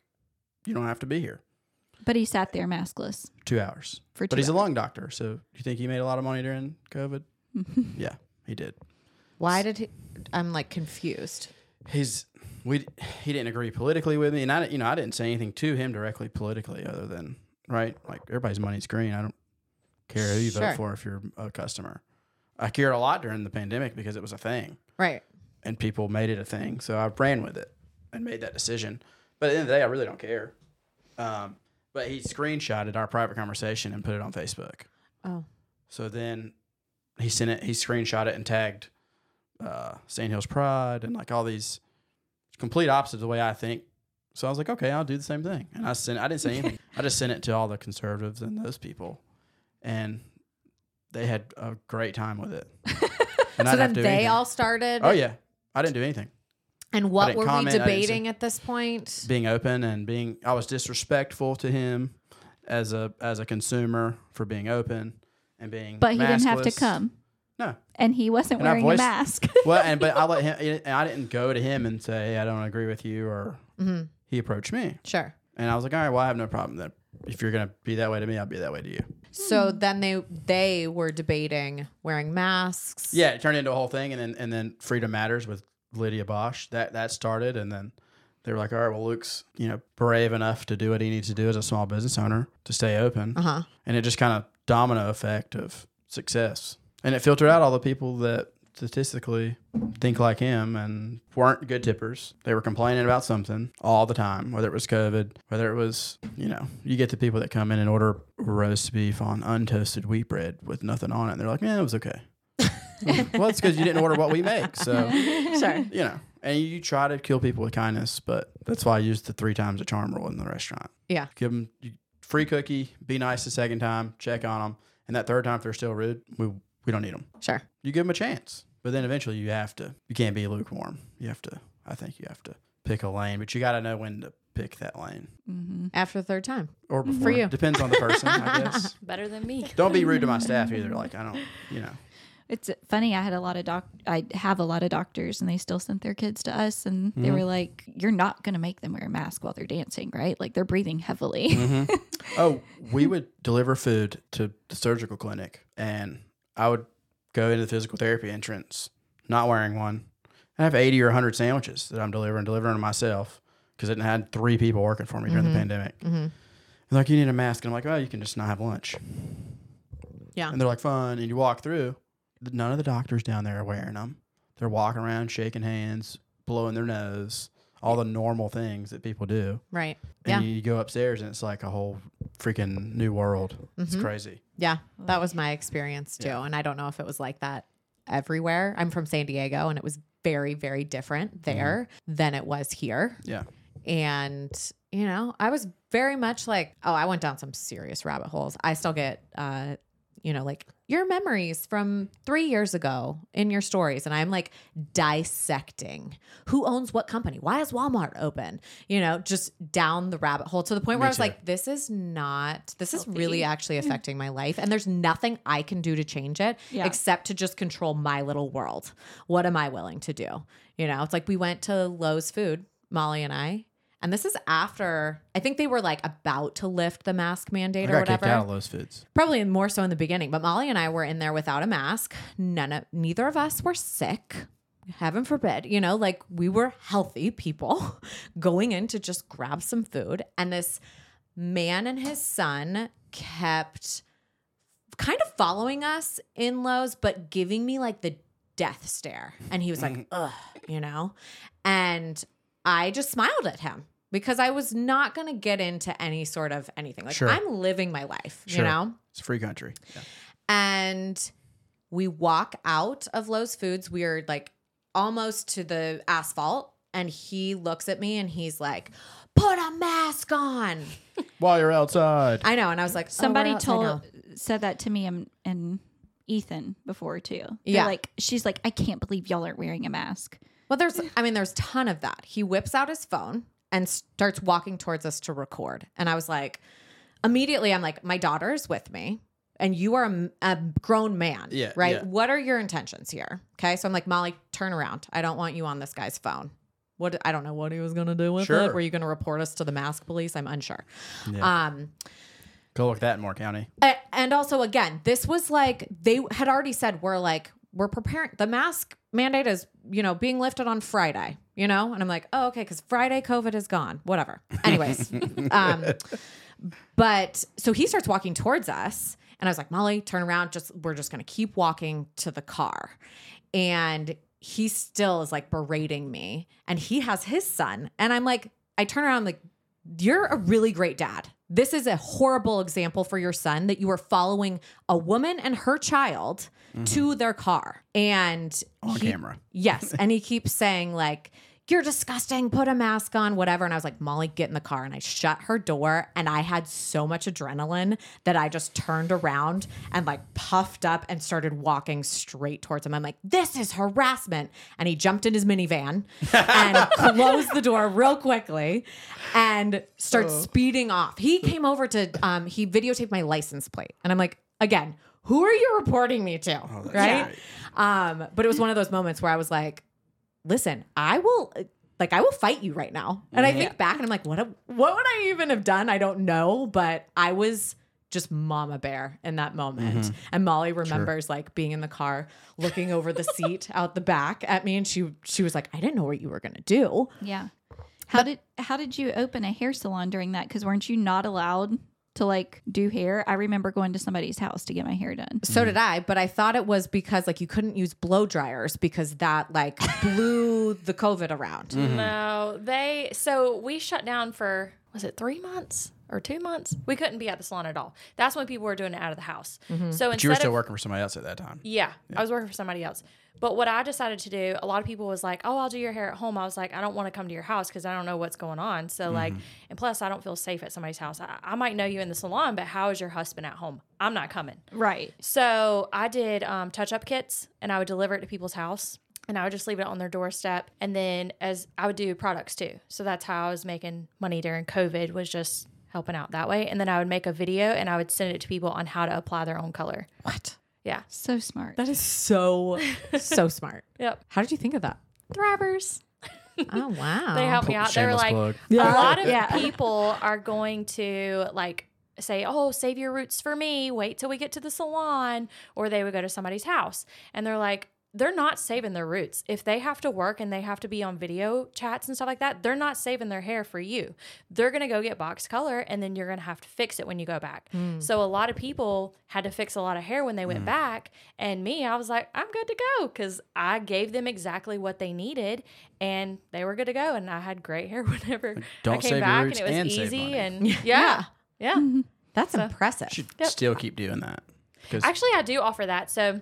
S3: you don't have to be here.
S2: But he sat there maskless
S3: Two hours,
S2: for two
S3: but he's a lung doctor, so do you think he made a lot of money during COVID? yeah, he did.
S1: Why did he? I'm like confused.
S3: his we he didn't agree politically with me, and I didn't- you know I didn't say anything to him directly politically, other than right like everybody's money's green. I don't care who you
S1: Sure.
S3: vote for if you're a customer. I cared a lot during the pandemic because it was a thing
S1: Right.
S3: and people made it a thing. So I ran with it and made that decision. But at the end of the day, I really don't care. Um, but he screenshotted our private conversation and put it on Facebook.
S1: Oh.
S3: So then he sent it. He screenshot it and tagged uh, Sand Hills Pride and like all these complete opposites of the way I think. So I was like, okay, I'll do the same thing. And I sent. I didn't say anything. I just sent it to all the conservatives and those people, and they had a great time with it. And
S1: so
S3: have
S1: then
S3: to do
S1: they
S3: anything.
S1: all started.
S3: Oh yeah, I didn't do anything.
S1: And
S3: I
S1: what
S3: didn't
S1: were
S3: comment,
S1: we
S3: I didn't say-
S1: debating at this point?
S3: Being open and being, I was disrespectful to him as a as a consumer for being open and being.
S2: But he didn't have to
S3: maskless.
S2: come.
S3: No.
S2: And he wasn't
S3: And I
S2: wearing
S3: voiced-
S2: a mask.
S3: Well, and but I let him. And I didn't go to him and say, "Hey, I don't agree with you," or
S2: Mm-hmm.
S1: hmm
S3: he approached me,
S1: Sure.
S3: and I was like, "All right, well, I have no problem then. If you're gonna be that way to me, I'll be that way to you."
S1: So then they they were debating wearing masks.
S3: Yeah, it turned into a whole thing, and then and then Freedom Matters with Lydia Bosch that that started, and then they were like, "All right, well, Luke's you know brave enough to do what he needs to do as a small business owner to stay open."
S1: Uh huh.
S3: and it just kind of domino effect of success and it filtered out all the people that statistically think like him and weren't good tippers. They were complaining about something all the time, whether it was COVID, whether it was, you know, you get the people that come in and order roast beef on untoasted wheat bread with nothing on it. And they're like, man, it was okay. well, it's because you didn't order what we make. So,
S1: Sure.
S3: you know, and you try to kill people with kindness, but that's why I use the three times a charm rule in the restaurant.
S1: Yeah.
S3: Give them free cookie, be nice the second time, check on them. And that third time, if they're still rude, we, we don't need them
S1: Sure.
S3: you give them a chance. But then eventually you have to. You can't be lukewarm. You have to. I think you have to pick a lane, but you got to know when to pick that lane
S2: Mm-hmm.
S1: After the third time.
S3: or before.
S1: you.
S3: Depends on the person, I guess.
S4: Better than me.
S3: Don't be rude to my staff either. Like I don't, you know.
S2: It's funny. I had a lot of doc. I have a lot of doctors, and they still sent their kids to us, and
S3: Mm-hmm.
S2: they were like, "You're not going to make them wear a mask while they're dancing, right? Like they're breathing heavily."
S3: Oh, we would deliver food to the surgical clinic, and I would go into the physical therapy entrance not wearing one. I have eighty or hundred sandwiches that I'm delivering, delivering to myself because it had three people working for me during the pandemic. And they're like, you need a mask, and I'm like, oh, you can just not have lunch.
S1: Yeah.
S3: And they're like, fun. And you walk through, th- none of the doctors down there are wearing them. They're walking around, shaking hands, blowing their nose, all the normal things that people do.
S1: Right. Yeah.
S3: And you go upstairs, and it's like a whole freaking new world. It's crazy.
S1: Oh, Yeah, that was my experience too. And I don't know if it was like that everywhere. I'm from San Diego and it was very, very
S3: Mm-hmm.
S1: different there than it was here.
S3: Yeah.
S1: And, you know, I was very much like, oh, I went down some serious rabbit holes. I still get, uh, you know, like your memories from three years ago in your stories. And I'm like dissecting who owns what company? Why is Walmart open? You know, just down the rabbit hole to the point where I was
S3: too.
S1: like, this is not, this is really actually affecting my life. And there's nothing I can do to change it
S2: Yeah.
S1: except to just control my little world. What am I willing to do? You know, it's like we went to Lowe's Food, Molly and I. And this is after I think they were like about to lift the mask mandate
S3: I
S1: or
S3: got
S1: whatever
S3: kicked out of those foods.
S1: probably more so in the beginning but molly and i were in there without a mask none of neither of us were sick heaven forbid you know like we were healthy people going in to just grab some food and this man and his son kept kind of following us in Lowe's, but giving me like the death stare. And he was like, ugh, you know? And I just smiled at him because I was not going to get into any sort of anything. Like,
S3: Sure.
S1: I'm living my life, you
S3: Sure.
S1: know?
S3: It's a free country. Yeah.
S1: and we walk out of Lowe's Foods. We are like almost to the asphalt, and he looks at me and he's like, "Put a mask on."
S3: While you're outside,
S1: I know, and Oh, I was like,
S2: Somebody
S1: told
S2: told said that to me and, and Ethan before too. They're
S1: Yeah.
S2: like she's like, I can't believe y'all aren't wearing a mask.
S1: Well, there's, I mean, there's a ton of that. He whips out his phone and starts walking towards us to record. And I was like, immediately, I'm like, my daughter's with me and you are a, a grown man.
S3: Yeah,
S1: Right.
S3: yeah.
S1: What are your intentions here? Okay. So I'm like, Molly, turn around. I don't want you on this guy's phone. What, I don't know what he was going to do with
S3: Sure.
S1: it. Were you going to report us to the mask police? I'm unsure.
S3: Yeah.
S1: Um,
S3: go look at that in Moore County.
S1: a- and also again this was like they had already said we're like we're preparing the mask mandate is you know being lifted on friday you know and i'm like oh okay because friday covid is gone whatever anyways um but so he starts walking towards us and i was like molly turn around just we're just gonna keep walking to the car and he still is like berating me and he has his son and i'm like i turn around I'm like you're a really great dad this is a horrible example for your son that you are following a woman and her child to their car and
S3: On
S1: he-
S3: camera.
S1: Yes. And he keeps saying, like, you're disgusting, put a mask on, whatever. And I was like, Molly, get in the car. And I shut her door. And I had so much adrenaline that I just turned around and like puffed up and started walking straight towards him. I'm like, this is harassment. And he jumped in his minivan and closed the door real quickly and starts speeding off. He came over to, um, he videotaped my license plate. And I'm like, again, who are you reporting me to?
S3: that's
S1: right?
S3: great.
S1: Um, but it was one of those moments where I was like, listen, I will like I will fight you right now. And I think back and I'm like, what a- what would I even have done? I don't know, but I was just mama bear in that moment. And Molly remembers like being in the car, looking over the seat out the back at me and she she was like, I didn't know what you were going to do.
S2: Yeah. How did how did you open a hair salon during that? Because weren't you not allowed to like do hair. I remember going to somebody's house to get my hair done.
S1: So did I, but I thought it was because like you couldn't use blow dryers because that like blew the COVID around.
S4: Mm.
S3: Mm.
S4: No, they. So we shut down for was it three months or two months? We couldn't be at the salon at all. That's when people were doing it out of the house. So
S3: Mm-hmm. But you were
S4: instead
S3: still
S4: of
S3: working for somebody else at that time.
S4: yeah, I was working for somebody else. But what I decided to do, a lot of people was like, "Oh, I'll do your hair at home." I was like, "I don't want to come to your house because I don't know what's going on."
S3: Mm-hmm.
S4: So like, and plus, I don't feel safe at somebody's house. I, I might know you in the salon, but how is your husband at home? I'm not coming.
S2: Right.
S4: So I did um, touch up kits and I would deliver it to people's house and I would just leave it on their doorstep. And then as I would do products too. So that's how I was making money during COVID was just helping out that way. And then I would make a video and I would send it to people on how to apply their own color.
S1: What?
S4: Yeah.
S2: So smart.
S1: That is so so smart.
S4: Yep.
S1: How did you think of that?
S4: Thrivers.
S1: Oh wow.
S4: They helped me out. They were
S3: Shameless
S4: like,
S3: plug.
S4: a
S1: Yeah.
S4: lot of
S2: Yeah.
S4: people are going to like say, "Oh, save your roots for me. Wait till we get to the salon," or they would go to somebody's house, and they're like. They're not saving their roots. If they have to work and they have to be on video chats and stuff like that, they're not saving their hair for you. They're going to go get box color and then you're going to have to fix it when you go back.
S1: Hmm.
S4: So, a lot of people had to fix a lot of hair when they
S3: Mm.
S4: went back. And me, I was like, I'm good to go because I gave them exactly what they needed and they were good to go. And I had great hair whenever I
S3: Don't
S4: came
S3: save your
S4: back
S3: roots
S4: and it
S3: and
S4: was
S3: save
S4: easy
S3: money.
S4: and yeah. Yeah.
S1: That's impressive.
S3: should still keep doing that. 'Cause-
S4: Actually, I do offer that. So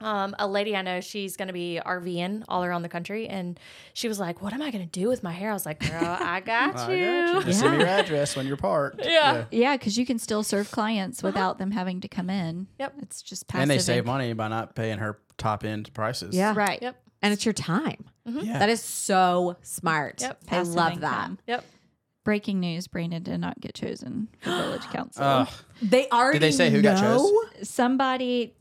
S4: um, a lady I know, she's going to be RVing all around the country. And she was like, What am I going to do with my hair? I was like, Girl,
S3: I
S4: I got
S3: got
S4: you.
S3: you. Just send me your address when you're parked.
S4: Yeah.
S2: yeah, because you can still serve clients
S1: Uh-huh.
S2: without them having to come in.
S4: Yep.
S2: It's just passive.
S3: And they save
S2: income.
S3: money by not paying her top end prices.
S1: Yeah.
S2: Right.
S4: Yep.
S1: And it's your time.
S3: Yeah.
S1: That is so smart.
S4: Yep.
S1: I
S2: Passive
S1: love that.
S2: income.
S4: Yep.
S2: Breaking news: Brandon did not get chosen for village council.
S3: Ugh.
S1: They already
S3: say who
S1: know?
S3: got chose?
S2: Somebody,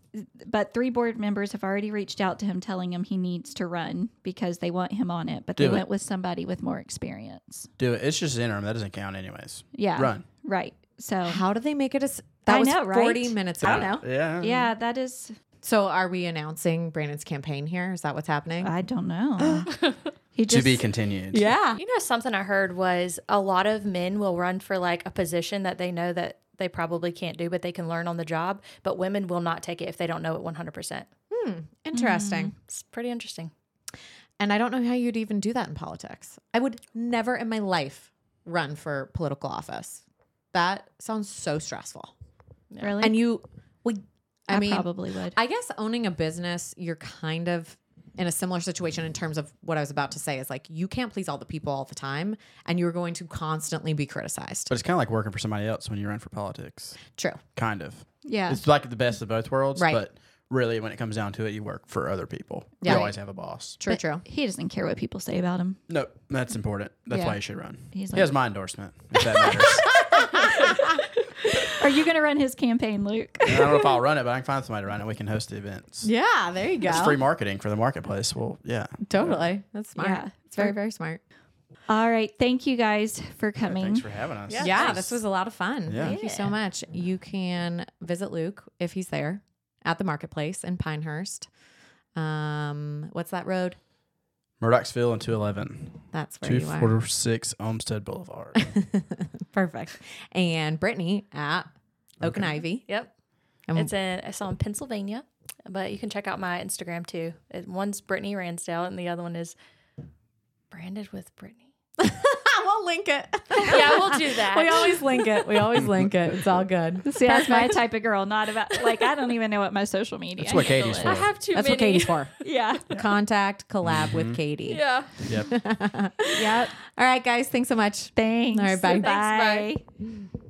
S2: but three board members have already reached out to him, telling him he needs to run because they want him on it. But they
S3: Do it.
S2: went with somebody with more experience.
S3: Do it. It's just interim. That doesn't count anyways.
S2: Yeah.
S3: Run.
S2: Right. So
S1: How do they make it a s-
S2: I
S1: that was
S2: know, right?
S1: 40 minutes ago.
S2: I don't know.
S3: Yeah.
S2: Yeah, that is.
S1: So are we announcing Brandon's campaign here? Is that what's happening?
S2: I don't know. he
S3: To
S2: just
S3: be continued.
S1: yeah.
S4: You know, something I heard was a lot of men will run for like a position that they know that they probably can't do, but they can learn on the job. But women will not take it if they don't know it 100%.
S1: Interesting.
S2: Mm-hmm.
S4: It's pretty interesting.
S1: And I don't know how you'd even do that in politics. I would never in my life run for political office. That sounds so stressful.
S2: really.
S1: And you, we, I,
S2: I
S1: mean,
S2: probably would.
S1: I guess owning a business, you're kind of in a similar situation in terms of what I was about to say is like you can't please all the people all the time and you're going to constantly be criticized.
S3: But it's kind of like working for somebody else when you run for politics.
S1: True.
S3: Kind of.
S2: yeah.
S3: It's like the best of both worlds.
S1: Right.
S3: But really, when it comes down to it, you work for other people.
S1: Yeah.
S3: You always have a boss.
S1: True,
S2: But
S1: true.
S2: He doesn't care what people say about him.
S3: No, that's important. That's
S2: Yeah.
S3: why you should run.
S2: He's
S3: he has
S2: like-
S3: my endorsement, if that matters.
S2: Are you going to run his campaign, Luke?
S3: I don't know if I'll run it, but I can find somebody to run it. We can host the events.
S1: Yeah, there you go.
S3: It's free marketing for the marketplace. Well, yeah.
S1: Totally. That's smart.
S2: Yeah.
S1: It's very, very smart.
S2: All right. Thank you guys for coming.
S3: Thanks for having us.
S1: Yeah, this was a lot of fun.
S3: Yeah.
S1: Thank you so much. You can visit Luke if he's there at the marketplace in Pinehurst. Um, what's that road?
S3: Murdochsville and 211,
S1: That's where you are.
S3: 246 Olmsted Boulevard.
S1: Perfect. And Brittany at Oak and Ivy.
S4: Yep.
S1: And-
S4: it's in it's on Pennsylvania, but you can check out my Instagram too. It, one's Brittany Ransdale, and the other one is branded with Brittany.
S1: we'll link it.
S4: yeah, we'll do that.
S1: we always link it. We always link it. It's all good.
S2: See, that's my type of girl. Not about like I don't even know what my social media.
S3: That's what
S2: handle
S3: Katie's
S2: is.
S3: for.
S4: I have too
S1: That's
S4: many.
S1: what Katie's for.
S2: Yeah.
S1: Contact, collab with Katie.
S4: yeah.
S3: yep.
S2: yep.
S1: All right, guys. Thanks so much.
S2: Thanks.
S1: All right, bye. Thanks,
S2: bye.
S4: bye.